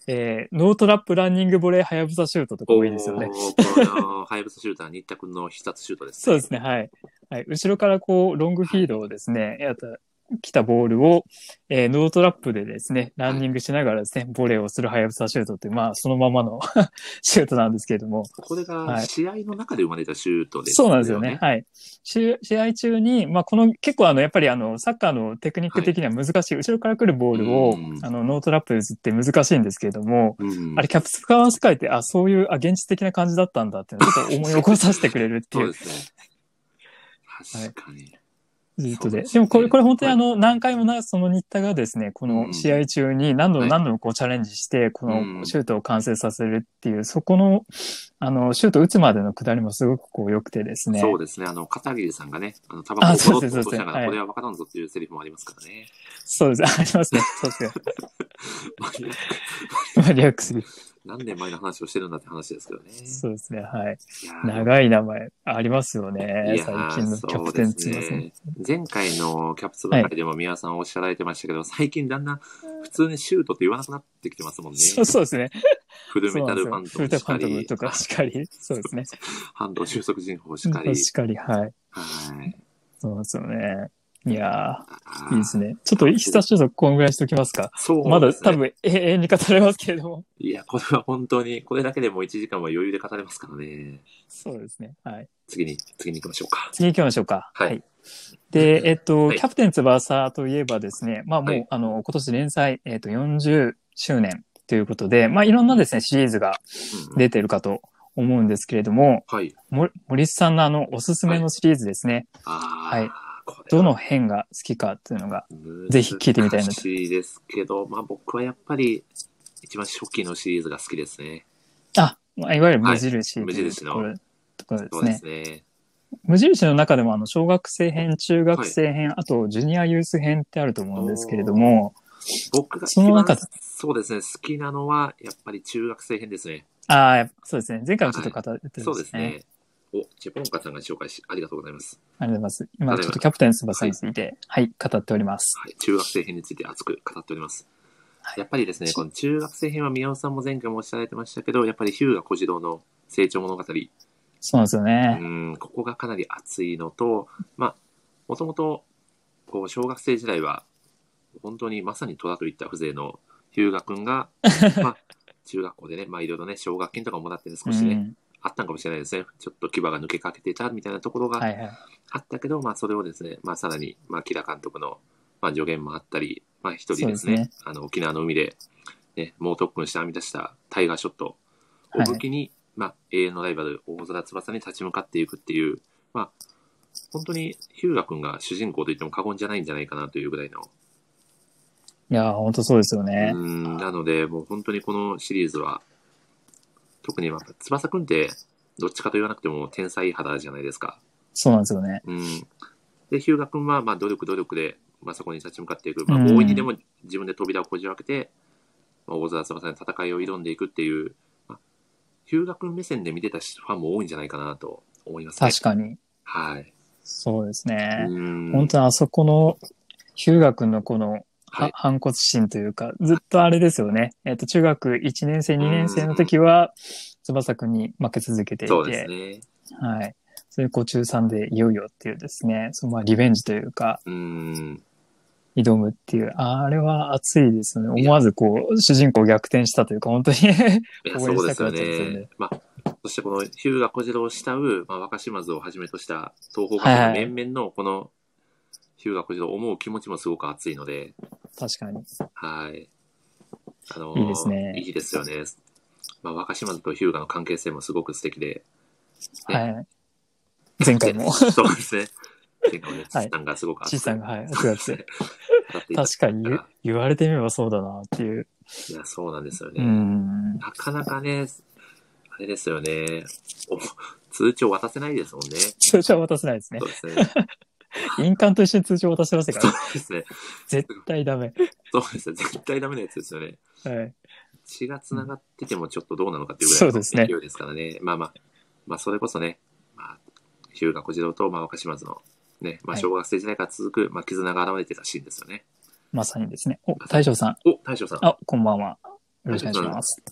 [SPEAKER 2] えーノートラップランニングボレーはやぶさシュートとかもいいですよね。
[SPEAKER 1] おーこの ハイブスシューター、新田君の必殺シュートです、
[SPEAKER 2] そうですね、はい。はい、後ろからこう、ロングフィードをですね、やった、来たボールを、えーノートラップでですね、ランニングしながらですね、ボレーをするハヤブサシュートっていう、まあ、そのままの シュートなんですけれども、
[SPEAKER 1] これが
[SPEAKER 2] はい
[SPEAKER 1] 試合の中で生まれたシュートです、
[SPEAKER 2] そうなんですよね。。はい。試試合中に、まあ、この、結構あの、やっぱりあの、サッカーのテクニック的には難しい、後ろから来るボールを
[SPEAKER 1] うん、
[SPEAKER 2] あの、ノートラップで打つって難しいんですけれども、
[SPEAKER 1] うん、
[SPEAKER 2] あれ、キャプツカーの世界って、あ、そういう、あ、現実的な感じだったんだっていうのをちょっと思い起こさせてくれるって
[SPEAKER 1] そ
[SPEAKER 2] いうう
[SPEAKER 1] ですね。確かに。
[SPEAKER 2] ずっと
[SPEAKER 1] そう
[SPEAKER 2] で。
[SPEAKER 1] です
[SPEAKER 2] で
[SPEAKER 1] ね
[SPEAKER 2] もこれ、これ本当にあ
[SPEAKER 1] は
[SPEAKER 2] の、
[SPEAKER 1] い
[SPEAKER 2] 何回もな、その新田がですね、こ
[SPEAKER 1] う
[SPEAKER 2] の
[SPEAKER 1] ん
[SPEAKER 2] 試合中に何度も
[SPEAKER 1] はい
[SPEAKER 2] 何度もこうチャレンジして、こ
[SPEAKER 1] うん
[SPEAKER 2] のシュートを完成させるっていう、そこの、あの、シュート打つまでの下りもすごくこう良くてですね。
[SPEAKER 1] そうですね。あの、片桐さんがね、あの、タバコをボロッと落としながら、
[SPEAKER 2] あそうですそうです
[SPEAKER 1] これは分からんぞっていうセリフもありますからね。
[SPEAKER 2] そうです。 ありますね。そうですよ。
[SPEAKER 1] マニアッ
[SPEAKER 2] マニアックすぎる。
[SPEAKER 1] ク何年前の話をしてるんだって話ですけどね。
[SPEAKER 2] そうですね。はい。
[SPEAKER 1] いやー
[SPEAKER 2] 長い名前ありますよ
[SPEAKER 1] い
[SPEAKER 2] ね。
[SPEAKER 1] や
[SPEAKER 2] 最
[SPEAKER 1] ー
[SPEAKER 2] 近のキャプテン
[SPEAKER 1] そうで
[SPEAKER 2] 翼
[SPEAKER 1] す
[SPEAKER 2] も。
[SPEAKER 1] ね。前回のキャプツばかりでも宮さんおっしゃられてましたけど、最近だんだん普通にシュートって言わなくなってきてますもんね。
[SPEAKER 2] そうそうですね。
[SPEAKER 1] フル
[SPEAKER 2] そ
[SPEAKER 1] メ
[SPEAKER 2] うな
[SPEAKER 1] タ
[SPEAKER 2] ん
[SPEAKER 1] ル
[SPEAKER 2] です
[SPEAKER 1] ファ
[SPEAKER 2] よ
[SPEAKER 1] ン。トム
[SPEAKER 2] フル
[SPEAKER 1] し
[SPEAKER 2] タファ
[SPEAKER 1] か
[SPEAKER 2] ントム
[SPEAKER 1] り
[SPEAKER 2] と、か、しっかり。そうですね。
[SPEAKER 1] 反動収束人法し
[SPEAKER 2] うん
[SPEAKER 1] か
[SPEAKER 2] 確
[SPEAKER 1] り。
[SPEAKER 2] かに、はい。
[SPEAKER 1] はい。
[SPEAKER 2] そうなんですよね。いやー。
[SPEAKER 1] あー
[SPEAKER 2] いいですね。ちょっと必殺収束こんぐらいにしときますか。
[SPEAKER 1] そう、
[SPEAKER 2] まだ多。分永遠に語れますけれども。
[SPEAKER 1] いや、これは本当に、これだけでもう1時間は余裕で語れますからね。
[SPEAKER 2] そうですね。はい。
[SPEAKER 1] 次に、次に行きましょうか。
[SPEAKER 2] 次行きましょうか。
[SPEAKER 1] はい
[SPEAKER 2] で、えっと、
[SPEAKER 1] はい
[SPEAKER 2] キャプテン翼といえばですね、まあもう、
[SPEAKER 1] はい
[SPEAKER 2] あの、今年連載、えっと、40周年ということで、まあいろんなですね、シリーズが
[SPEAKER 1] うんうん
[SPEAKER 2] 出てるかと思うんですけれども、
[SPEAKER 1] はい。
[SPEAKER 2] も森さんのあの、おすすめのシリーズですね、
[SPEAKER 1] あ
[SPEAKER 2] はい
[SPEAKER 1] あ、これ
[SPEAKER 2] ど
[SPEAKER 1] は
[SPEAKER 2] の編が好きかっていうのが、
[SPEAKER 1] ぜ
[SPEAKER 2] ぜひ聞いてみたいなと
[SPEAKER 1] 難しいですけど、まあ僕はやっぱり、一番初期のシリーズが好きですね。
[SPEAKER 2] あ、まあいわゆる無印
[SPEAKER 1] はい
[SPEAKER 2] というところ、
[SPEAKER 1] 無
[SPEAKER 2] ところで
[SPEAKER 1] そ
[SPEAKER 2] す
[SPEAKER 1] うで
[SPEAKER 2] ね
[SPEAKER 1] す。ね。
[SPEAKER 2] 無印の中でもあの小学生編、中学生編、あとジュニアユース編ってあると思うんですけれども、
[SPEAKER 1] 僕が一
[SPEAKER 2] その中
[SPEAKER 1] 番
[SPEAKER 2] で、
[SPEAKER 1] そうですね、好きなのは、やっぱり中学生編ですね。
[SPEAKER 2] ああ、そうですね。前回もちょっと語ってるんですね。
[SPEAKER 1] そうですね。お、チェポンカさんが紹介し、ありがとうございます。
[SPEAKER 2] ありがとうございます。今ちょっとキャプテン翼について、はい、語っております。
[SPEAKER 1] はい、中学生編について熱く語っております。
[SPEAKER 2] はい
[SPEAKER 1] やっぱりですね、この中学生編は宮尾さんも前回もおっしゃられてましたけど、やっぱりヒューガ小次郎の成長物語、
[SPEAKER 2] そうなんですよ
[SPEAKER 1] う
[SPEAKER 2] ね。
[SPEAKER 1] ん、ここがかなり熱いのと、まあ、もともと、こう、小学生時代は、本当にまさに虎といった風情のヒューガ君 が、まあ、中学校でね、まあ、いろいろね、奨学金とかもらってね、少しね、
[SPEAKER 2] うん、
[SPEAKER 1] あったんかもしれないですね。ちょっと牙が抜けかけてたみたいなところが
[SPEAKER 2] はいはい。
[SPEAKER 1] あったけど、まあそれをですね、まあさらに、まあ、キラ監督の、まあ、助言もあったり、まあ一人ですね、
[SPEAKER 2] そうで
[SPEAKER 1] あの沖縄の海で、ね、猛特訓して編み出したタイガーショットを武器に、まあ永遠のライバル、大空翼に立ち向かっていくっていう、まあ本当にヒューガ君が主人公と言っても過言じゃないんじゃないかなというぐらいの。
[SPEAKER 2] いやー、ほんとそうですよね
[SPEAKER 1] う。ん、なので、もう本当にこのシリーズは、特にまあ翼くんって、どっちかと言わなくても天才肌じゃないですか。
[SPEAKER 2] そうなんですよね。
[SPEAKER 1] うん、で、ヒューガ君は、まあ、努力、努力で、まあ、そこに立ち向かっていく、まあ、
[SPEAKER 2] うん
[SPEAKER 1] 大いにでも自分で扉をこじ開けて、まあ、大沢翼に戦いを挑んでいくっていう、まあ、ヒューガ君目線で見てたファンも多いんじゃないかなと思いますね。
[SPEAKER 2] 確かに。
[SPEAKER 1] はい。
[SPEAKER 2] そうですね。
[SPEAKER 1] うん
[SPEAKER 2] 本当にあそこの、ヒューガ君のこの、
[SPEAKER 1] は
[SPEAKER 2] はい反骨心というか、ずっとあれですよね。えっ、と、中学1年生、2年生の時は、翼くんに負け続けていて、
[SPEAKER 1] そうですね。
[SPEAKER 2] はい。それで、こう、中3でいよいよっていうですね、そのまあ、リベンジというか、
[SPEAKER 1] うん。
[SPEAKER 2] 挑むっていう、あれは熱いですよね。思わずこう、主人公逆転したというか、本当に
[SPEAKER 1] いや、
[SPEAKER 2] 応
[SPEAKER 1] そ
[SPEAKER 2] 援
[SPEAKER 1] う
[SPEAKER 2] し
[SPEAKER 1] で
[SPEAKER 2] た
[SPEAKER 1] す
[SPEAKER 2] くな
[SPEAKER 1] よ
[SPEAKER 2] っちゃうんですよね
[SPEAKER 1] ね。まあ、そしてこのヒューガ小次郎を慕う、まあ、若島津をはじめとした東方からの
[SPEAKER 2] はい
[SPEAKER 1] 面々のこの、ヒューガ小次郎を思う気持ちもすごく熱いので、
[SPEAKER 2] 確かに。
[SPEAKER 1] はい。あの
[SPEAKER 2] いいですね
[SPEAKER 1] いいですよね。まあ、若島津と日向の関係性もすごく素敵で、
[SPEAKER 2] はい。前回も、
[SPEAKER 1] そうですね。前回もね、ち
[SPEAKER 2] はい
[SPEAKER 1] さんがすごく
[SPEAKER 2] ちい
[SPEAKER 1] 熱く
[SPEAKER 2] さんが、はい、熱がって。
[SPEAKER 1] 語っていただい
[SPEAKER 2] 確かに言言われてみればそうだなっていう。
[SPEAKER 1] ていや、そうなんですよ
[SPEAKER 2] う
[SPEAKER 1] ね。
[SPEAKER 2] ん。
[SPEAKER 1] なかなかね、あれですよね。お 通知を渡せないですもんね。
[SPEAKER 2] 通帳は渡せないですね
[SPEAKER 1] そ。うですね。そ
[SPEAKER 2] 印鑑と一緒に通帳渡してましたから、
[SPEAKER 1] うですね。
[SPEAKER 2] 絶対ダメ。
[SPEAKER 1] そうですね。絶対ダメなやつですよね。
[SPEAKER 2] はい。
[SPEAKER 1] 血が繋がっててもちょっとどうなのかっていうぐらい
[SPEAKER 2] そうですね
[SPEAKER 1] の勢いですからね。まあまあ、まあそれこそね、まあ、日向小次郎と、まあ、若島津の、ね、まあ
[SPEAKER 2] はい
[SPEAKER 1] 小学生時代から続く、まあ絆が現れてたシーンですよね。
[SPEAKER 2] まさにですね。お、大将さん。
[SPEAKER 1] お、大将さん。
[SPEAKER 2] あ、こんばんは。よろしくお願いします。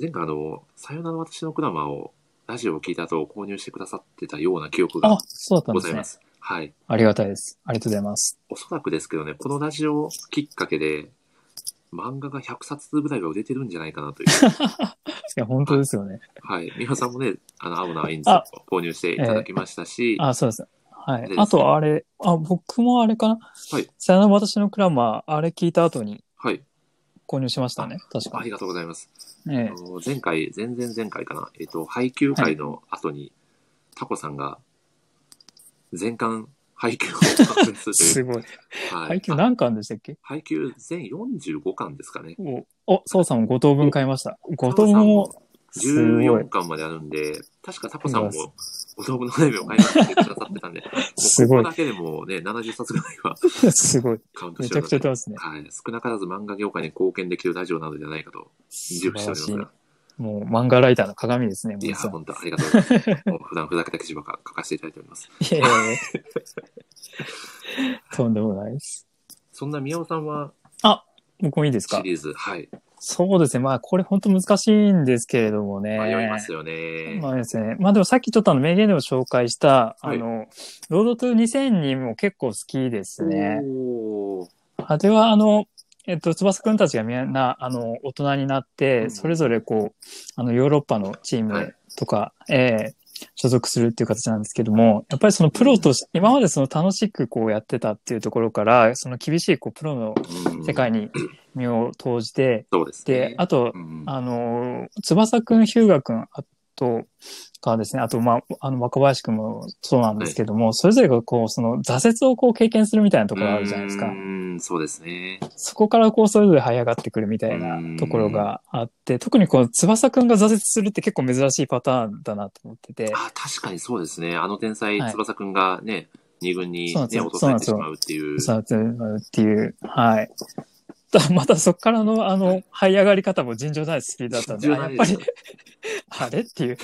[SPEAKER 1] 前回あの、さよなら私のクラマを、ラジオを聞いた後購入してくださってたような記憶が
[SPEAKER 2] あ、そうだったん
[SPEAKER 1] ご
[SPEAKER 2] で
[SPEAKER 1] ざ
[SPEAKER 2] す
[SPEAKER 1] い
[SPEAKER 2] ね
[SPEAKER 1] ま。す。はい。
[SPEAKER 2] ありがたいです。ありがとうございます。
[SPEAKER 1] おそらくですけどね、このラジオきっかけで、漫画が100冊ぐらいは売れてるんじゃないかなという。
[SPEAKER 2] いや、本当ですよね。
[SPEAKER 1] はい。美穂さんもね、あの、アムナインズを購入していただきましたし、
[SPEAKER 2] あ、そうです。はい
[SPEAKER 1] で。
[SPEAKER 2] あと、あれ、あ、僕もあれかな。
[SPEAKER 1] はい。
[SPEAKER 2] さよなら私のクラマー、あれ聞いた後に
[SPEAKER 1] はい。
[SPEAKER 2] 購入しましたね。確
[SPEAKER 1] あ
[SPEAKER 2] か
[SPEAKER 1] り
[SPEAKER 2] に。
[SPEAKER 1] がとうございます。
[SPEAKER 2] ええ
[SPEAKER 1] あの前回、前々前回かな、えっ、と、配給会の後に、タコさんが、全巻配給を完結す
[SPEAKER 2] す
[SPEAKER 1] る
[SPEAKER 2] ごい。
[SPEAKER 1] という。はい
[SPEAKER 2] 配給
[SPEAKER 1] あ
[SPEAKER 2] 何巻でしたっけ
[SPEAKER 1] 配給全45巻ですかね。
[SPEAKER 2] お、お、そうさんも5等分買いました。5等分も、すごい
[SPEAKER 1] 14。巻まであるんで、確かタコさんも、お豆腐の悩みを買いましてくださって たんで、もう
[SPEAKER 2] す
[SPEAKER 1] こ
[SPEAKER 2] ご
[SPEAKER 1] こ
[SPEAKER 2] い
[SPEAKER 1] だ。けでもね、70冊ぐらいは
[SPEAKER 2] すごい。
[SPEAKER 1] カウント
[SPEAKER 2] め
[SPEAKER 1] し
[SPEAKER 2] ち
[SPEAKER 1] て
[SPEAKER 2] ゃ
[SPEAKER 1] お
[SPEAKER 2] く
[SPEAKER 1] り
[SPEAKER 2] ちゃ
[SPEAKER 1] ま
[SPEAKER 2] 言ってますね。
[SPEAKER 1] す。はい。少なからず漫画業界に貢献できるラジオなのではないかと、自
[SPEAKER 2] 素
[SPEAKER 1] 負しており
[SPEAKER 2] 晴ら
[SPEAKER 1] ま
[SPEAKER 2] し
[SPEAKER 1] す
[SPEAKER 2] い
[SPEAKER 1] が。。
[SPEAKER 2] もう漫画ライターの鏡ですね、
[SPEAKER 1] いや、
[SPEAKER 2] 森さん
[SPEAKER 1] 本当ありがとうご ざいます。もう普段ふざけた記事ばっか書かせていただいております。
[SPEAKER 2] いやいやいやとんでもないです。
[SPEAKER 1] そんな宮尾さんは
[SPEAKER 2] 僕もいいです
[SPEAKER 1] シ
[SPEAKER 2] か
[SPEAKER 1] リーズ、はい、
[SPEAKER 2] そうですね。まあ、これ本当難しいんですけれどもね。
[SPEAKER 1] 迷いますよね。
[SPEAKER 2] まあですね。まあでもさっきちょっとあの名言でも紹介した、
[SPEAKER 1] はい
[SPEAKER 2] あの、ロードトゥ2000も結構好きですね。
[SPEAKER 1] おー
[SPEAKER 2] あれはあの、えっと、翼くんたちがみんな、あの、大人になっ
[SPEAKER 1] う
[SPEAKER 2] て、
[SPEAKER 1] ん
[SPEAKER 2] それぞれこう、あの、ヨーロッパのチー
[SPEAKER 1] はい
[SPEAKER 2] ムとか、えー所属するっていう形なんですけども、やっぱりそのプロとし、今までその楽しくこうやってたっていうところから、その厳しいこう、プロの
[SPEAKER 1] うん
[SPEAKER 2] 世界に身を投じて、
[SPEAKER 1] そうですね。
[SPEAKER 2] で、あと、
[SPEAKER 1] うん
[SPEAKER 2] あの、翼くん、ヒューガくん、あと、かですね、あと、まあ、あの、若林くんもそうなんですけども、それぞれがこう、その、挫折をこう経験するみたいなところあるじゃないです
[SPEAKER 1] う
[SPEAKER 2] か。
[SPEAKER 1] ん、そうですね。
[SPEAKER 2] そこからこう、それぞれ這い上がってくるみたいなところがあって、特にこう、翼くんが挫折するって結構珍しいパターンだなと思ってて、
[SPEAKER 1] あ、確かにそうですね。あの天才、
[SPEAKER 2] はい
[SPEAKER 1] 翼くんがね、二軍に、
[SPEAKER 2] そうなんです
[SPEAKER 1] ね、
[SPEAKER 2] よ
[SPEAKER 1] 落とされてしまうっていう。
[SPEAKER 2] 挫折っていう、はい。 だまたそこからの、あの、這い上がり方も尋常ないスピードだったんで、あやっぱり、あれっていう、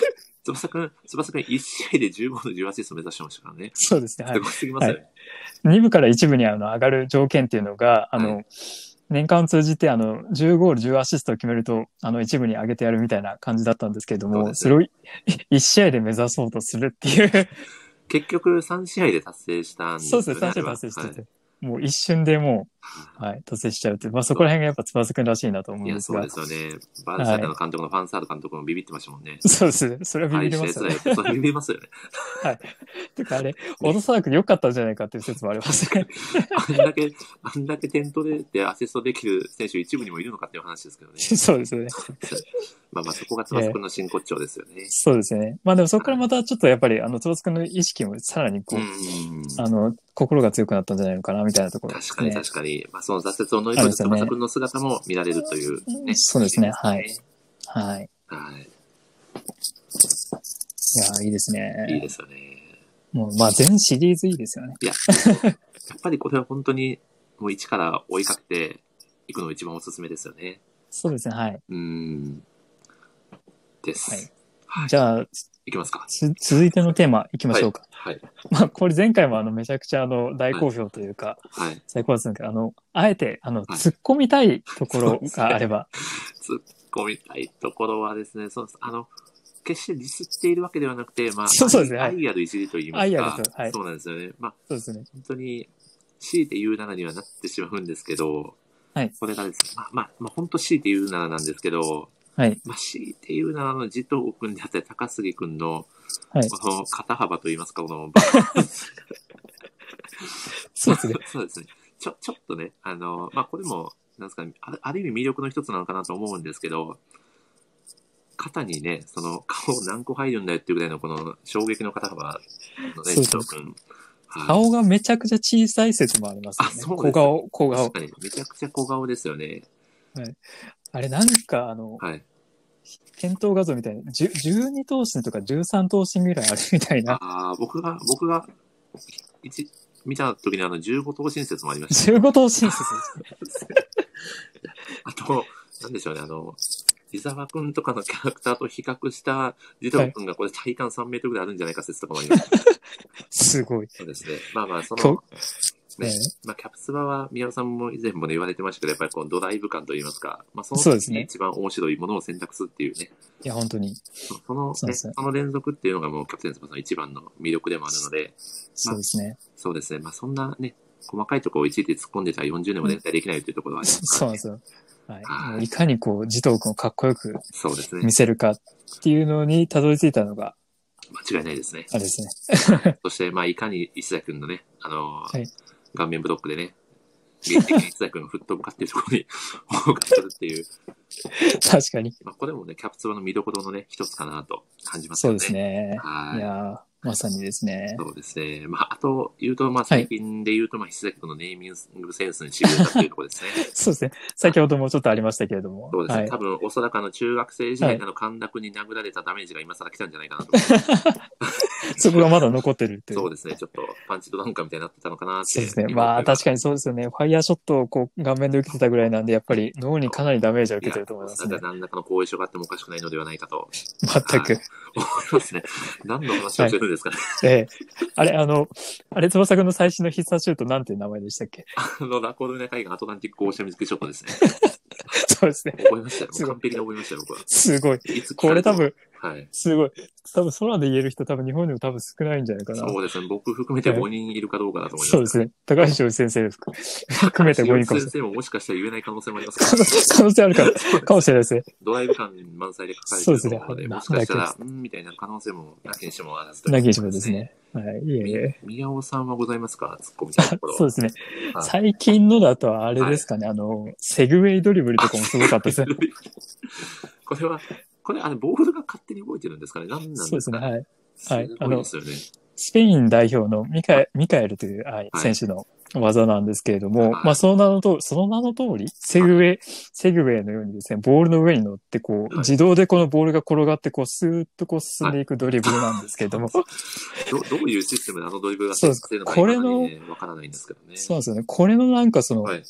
[SPEAKER 1] 翼くん、翼くん1試合で15の18アシスト目指してましたからね。
[SPEAKER 2] そうですね、はい
[SPEAKER 1] すご。すぎますよね。
[SPEAKER 2] 2部から1部にあの上がる条件っていうのが、あの、
[SPEAKER 1] は
[SPEAKER 2] 年間を通じてあの10ゴール10アシストを決めると、あの1部に上げてやるみたいな感じだったんですけれど
[SPEAKER 1] そう
[SPEAKER 2] も、
[SPEAKER 1] です
[SPEAKER 2] それ を1試合で目指そうとするっていう、
[SPEAKER 1] 結局3試合で達成したんです
[SPEAKER 2] そ
[SPEAKER 1] よ
[SPEAKER 2] う
[SPEAKER 1] ね。
[SPEAKER 2] ですね、最初達成
[SPEAKER 1] あ
[SPEAKER 2] して
[SPEAKER 1] れ
[SPEAKER 2] て、
[SPEAKER 1] は
[SPEAKER 2] もう一瞬でも、
[SPEAKER 1] はいう
[SPEAKER 2] はい、達成しちゃうっていう、まあそこら辺がやっぱ翼くんらしいなと思うん
[SPEAKER 1] いや、
[SPEAKER 2] です
[SPEAKER 1] そう
[SPEAKER 2] が
[SPEAKER 1] で、すよね。バルサーカの監督のファンサード監督もビビってましたもんね。
[SPEAKER 2] そうですね、それは
[SPEAKER 1] ああい
[SPEAKER 2] ビ
[SPEAKER 1] う
[SPEAKER 2] ビり
[SPEAKER 1] 試合
[SPEAKER 2] ます
[SPEAKER 1] すらや
[SPEAKER 2] よね。
[SPEAKER 1] っぱそれビビり ますよね。
[SPEAKER 2] てかあれ、落とさなくてよかったんじゃないかっていう説もありますね。
[SPEAKER 1] あんだけ、あんだけ点取れてアシストできる選手一部にもいるのかっていう話ですけどね。
[SPEAKER 2] そうですね。
[SPEAKER 1] まあまあそこが翼くんの真骨頂ですよね。
[SPEAKER 2] そうですね。まあでもそこからまたちょっとやっぱり、あの、翼くんの意識もさらにこ
[SPEAKER 1] う
[SPEAKER 2] う、
[SPEAKER 1] ん。
[SPEAKER 2] あの、心が強くなったんじゃないのかな、みたいなところです
[SPEAKER 1] 確かに
[SPEAKER 2] ね。
[SPEAKER 1] 確かに。まあその挫折を乗り越えた翼くんの姿も見られるというね。
[SPEAKER 2] そうですねはい。はい。
[SPEAKER 1] はい。
[SPEAKER 2] いや、いいですね。
[SPEAKER 1] いいですよね。
[SPEAKER 2] もう、まあ、全シリーズいいですよね。
[SPEAKER 1] いや、やっぱりこれは本当にもう一から追いかけていくのが一番おすすめですよね。
[SPEAKER 2] そうですね、はい。
[SPEAKER 1] うん。です。
[SPEAKER 2] はい
[SPEAKER 1] はい。
[SPEAKER 2] じゃあ、
[SPEAKER 1] いきますか。
[SPEAKER 2] つ続いてのテーマいきましょうか。
[SPEAKER 1] はい。
[SPEAKER 2] まあ、これ前回もあの、めちゃくちゃあの、大好評というか、
[SPEAKER 1] はい。
[SPEAKER 2] 最高だったんですけど、あの、あえて、あの、
[SPEAKER 1] い
[SPEAKER 2] 突っ込みたいとこ
[SPEAKER 1] そ
[SPEAKER 2] ろ
[SPEAKER 1] うですね
[SPEAKER 2] があれば、
[SPEAKER 1] 突っ込みたいところはですね、そうですあの、決してディスっているわけではなくて、まあ、
[SPEAKER 2] そうそうですねは
[SPEAKER 1] 愛
[SPEAKER 2] い
[SPEAKER 1] 愛あるいじりと言いま
[SPEAKER 2] 愛
[SPEAKER 1] す
[SPEAKER 2] あ
[SPEAKER 1] か
[SPEAKER 2] るとはい
[SPEAKER 1] そうなんですよね。まあ、
[SPEAKER 2] そうですね。
[SPEAKER 1] 本当に、強いて言うならにはなってしまうんですけど、
[SPEAKER 2] はい
[SPEAKER 1] これがですね、まあ、まあ、まあ、本当強いて言うならなんですけど、
[SPEAKER 2] はい。
[SPEAKER 1] まあ、強いて言うならの慈瞳君であったり、高杉君の、
[SPEAKER 2] はい
[SPEAKER 1] この肩幅と言いますか、この、
[SPEAKER 2] そうですね。
[SPEAKER 1] そうですね。ちょ、ちょっとね、あの、まあ、これも、なんですかね、あるある意味魅力の一つなのかなと思うんですけど、肩にね、その顔何個入るんだよっていうぐらいのこの衝撃の肩幅のね、
[SPEAKER 2] そう
[SPEAKER 1] 伊
[SPEAKER 2] そう
[SPEAKER 1] 藤君。はい。
[SPEAKER 2] 顔がめちゃくちゃ小さい説もありますよね
[SPEAKER 1] あ。そうです
[SPEAKER 2] 小顔、小顔
[SPEAKER 1] 確。かに、めちゃくちゃ小顔ですよね。
[SPEAKER 2] あれなんか、あの、
[SPEAKER 1] はい。
[SPEAKER 2] 検討画像みたいな、じゅ12頭身とか13頭身ぐらいあるみたいな。
[SPEAKER 1] ああ、僕が、僕が、一、見た時にあの、15等身説もあ りました。
[SPEAKER 2] 15頭身説です。
[SPEAKER 1] あと、なんでしょうね、あの、伊沢くんとかのキャラクターと比較した、児童くんがこれ体感3メートルぐらいあるんじゃないか説とかもありました。
[SPEAKER 2] すごい。
[SPEAKER 1] そうですね。まあまあ、そ
[SPEAKER 2] 今
[SPEAKER 1] の、ね
[SPEAKER 2] え、
[SPEAKER 1] まあ、キャプスバは、宮尾さんも以前もね、言われてましたけど、やっぱりこのドライブ感といいますか、まあ、その
[SPEAKER 2] そうです
[SPEAKER 1] 時
[SPEAKER 2] ね
[SPEAKER 1] に一番面白いものを選択するっていうね、
[SPEAKER 2] いや、本当に。
[SPEAKER 1] そその、ね、
[SPEAKER 2] そう
[SPEAKER 1] そ
[SPEAKER 2] ですね
[SPEAKER 1] の連続っていうのがもうキャプテン翼の一番の魅力でもあるので、
[SPEAKER 2] そうですね。
[SPEAKER 1] そうですね。まあ、そんなね、細かいところをいちいち突っ込んでたら40年も連載できないっていうところはあります
[SPEAKER 2] そう
[SPEAKER 1] か
[SPEAKER 2] なん
[SPEAKER 1] ら
[SPEAKER 2] で
[SPEAKER 1] ね、
[SPEAKER 2] すよ。はい
[SPEAKER 1] はい
[SPEAKER 2] もう。いかにこう、児童君をかっこよく
[SPEAKER 1] そうですね
[SPEAKER 2] 見。せるかっていうのにたどり着いたのが、
[SPEAKER 1] 間違いないですね。
[SPEAKER 2] あれですね。
[SPEAKER 1] そして、まあ、いかに石田君のね、あのー
[SPEAKER 2] はい
[SPEAKER 1] 顔面ブロックでね、劇的に石田君がふっと向かっているところにフォーカスするっていう、
[SPEAKER 2] 確かに。
[SPEAKER 1] まあ、これもね、キャプツバの見どころのね、一つかなと感じます
[SPEAKER 2] そ
[SPEAKER 1] よ
[SPEAKER 2] う
[SPEAKER 1] ね。
[SPEAKER 2] ですね。
[SPEAKER 1] はいい。
[SPEAKER 2] やーまさにですね。
[SPEAKER 1] そうですね。まあ、あと、言うと、まあ、
[SPEAKER 2] はい
[SPEAKER 1] 最近で言うと、まあ、石崎君のネーミングセンスにしびれたっていうところです ね。
[SPEAKER 2] そうですね。先ほどもちょっとありましたけれども。
[SPEAKER 1] そうですね。
[SPEAKER 2] はい
[SPEAKER 1] 多。分、おそらくあの、中学生時代の陥落に殴られたダメージが今更来たんじゃないかなと思って、
[SPEAKER 2] そこがまだ残ってるっていう。
[SPEAKER 1] そうですね。ちょっと、パンチドダンカみたいになってたのかなって。
[SPEAKER 2] そうですね。まあ確かにそうですよね。ファイヤーショットをこう顔面で受けてたぐらいなんで、やっぱり脳にかなりダメージを受けてると思いま
[SPEAKER 1] な
[SPEAKER 2] すね
[SPEAKER 1] ん。か何らかの後遺症があってもおかしくないのではないかと
[SPEAKER 2] 全く。
[SPEAKER 1] 思いますね。何の話をしてるんですかね。
[SPEAKER 2] ええ。 あれ、あの、あれ、翼くんの最新の必殺シュートなんていう名前でしたっけ
[SPEAKER 1] あの、ラコルネ海岸アトランティックオーシャン水着ショットですね。
[SPEAKER 2] そうですね。
[SPEAKER 1] 覚えましたよ。
[SPEAKER 2] す
[SPEAKER 1] もう
[SPEAKER 2] ご
[SPEAKER 1] 完
[SPEAKER 2] い
[SPEAKER 1] 璧に覚えましたよ、僕は。
[SPEAKER 2] すごい。
[SPEAKER 1] いつ聞
[SPEAKER 2] こ
[SPEAKER 1] か
[SPEAKER 2] れ
[SPEAKER 1] て
[SPEAKER 2] 多
[SPEAKER 1] も。
[SPEAKER 2] 分、
[SPEAKER 1] はい。
[SPEAKER 2] すごい。多分空で言える人多分日本でも多分少ないんじゃないかな。
[SPEAKER 1] そうですね。僕含めて5人いるかどうかだと思います。
[SPEAKER 2] そうですね。高橋洋一先生ですか。 含めて5人かもし
[SPEAKER 1] 先生ももしかしたら言えない可能性もあります
[SPEAKER 2] れ
[SPEAKER 1] から
[SPEAKER 2] ない。 可能性あるから、かもしれないですね。
[SPEAKER 1] ドライブ感満載で書かれてると思うので、
[SPEAKER 2] そうですね
[SPEAKER 1] もしかした
[SPEAKER 2] な
[SPEAKER 1] ら、うん、みたいな可能性も、なきにしもあらずという
[SPEAKER 2] なきにしもです。ね。はい。いえいえ。
[SPEAKER 1] 宮尾さんはございますかツッコミたいなところ。
[SPEAKER 2] そうですね。
[SPEAKER 1] はい
[SPEAKER 2] 最近のだとあれですかね、あの、セグウェイドリブルとかもすごかったですね。
[SPEAKER 1] これは、これ、あの、ボールが勝手に動いてるんですかね何なんですか。
[SPEAKER 2] そうですね、はいい。
[SPEAKER 1] す
[SPEAKER 2] はい
[SPEAKER 1] ごいですよね。
[SPEAKER 2] スペイン代表のミカエミカエルという、はい、
[SPEAKER 1] はい
[SPEAKER 2] 選手の技なんですけれども、
[SPEAKER 1] はい
[SPEAKER 2] まあその名の通り、その名の通り、セグウェイ、セグウェイのようにですね、ボールの上に乗って、こ
[SPEAKER 1] は
[SPEAKER 2] う、
[SPEAKER 1] い
[SPEAKER 2] 自動でこのボールが転がって、こう、スーッとこう進んでいくドリブルなんですけれども、
[SPEAKER 1] ど どういうシステムであのドリブルが
[SPEAKER 2] そうです
[SPEAKER 1] てるのか、
[SPEAKER 2] これの
[SPEAKER 1] ねわからないんですけどね。
[SPEAKER 2] そうなんですよね。これのなんかその、
[SPEAKER 1] はい。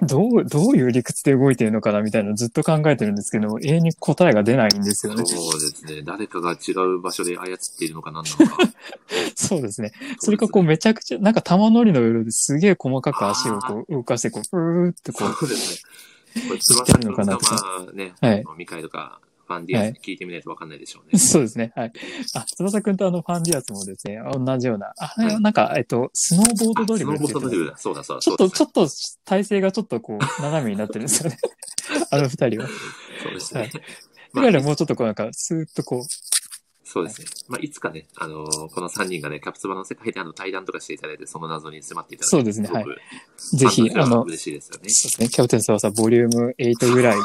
[SPEAKER 2] どう、どういう理屈で動いてるのかなみたいなのをずっと考えてるんですけど、永遠に答えが出ないんで
[SPEAKER 1] そ
[SPEAKER 2] すよ
[SPEAKER 1] う
[SPEAKER 2] ね。
[SPEAKER 1] ですね。誰かが違う場所で操っているのか何なのか。
[SPEAKER 2] そうですね。 それかこうめちゃくちゃ、なんか玉乗りのようですげえ細かく足をこう動かして、こう、ふーってこう、
[SPEAKER 1] そうですね。これ、
[SPEAKER 2] 知っ
[SPEAKER 1] 翼く
[SPEAKER 2] てるの
[SPEAKER 1] ん
[SPEAKER 2] か
[SPEAKER 1] が
[SPEAKER 2] な
[SPEAKER 1] ま
[SPEAKER 2] とか
[SPEAKER 1] あね、
[SPEAKER 2] はい
[SPEAKER 1] ミカエとか、ファンディアスに聞いてみないとわかんないでしょうね。
[SPEAKER 2] そうですね。 はい。あ、翼くんとあのファンディアスもですね、同じような、あれはなんか、えっと、スノーボードドリブル
[SPEAKER 1] あスノーボードドリブル
[SPEAKER 2] ル。
[SPEAKER 1] だ。そうだそうだ。
[SPEAKER 2] ちょっと、ち
[SPEAKER 1] ょ
[SPEAKER 2] ょっと体勢がちょっとこ う、斜めになってるんですよね。あの二人は。
[SPEAKER 1] そうですね。
[SPEAKER 2] だからもうちょっとこうなんか、スーッとこ
[SPEAKER 1] そうですね。まあ、いつかね、あのーこの3人がね、キャプツバの世界であの対談とかしていただいて、その謎に迫っていただいて、
[SPEAKER 2] そうですね
[SPEAKER 1] ごく
[SPEAKER 2] う、ぜひ、
[SPEAKER 1] ファ
[SPEAKER 2] あ
[SPEAKER 1] ンとしては
[SPEAKER 2] の、そうで
[SPEAKER 1] 嬉しいですよね。
[SPEAKER 2] すね、キャプテン翼ボリューム8ぐ らい、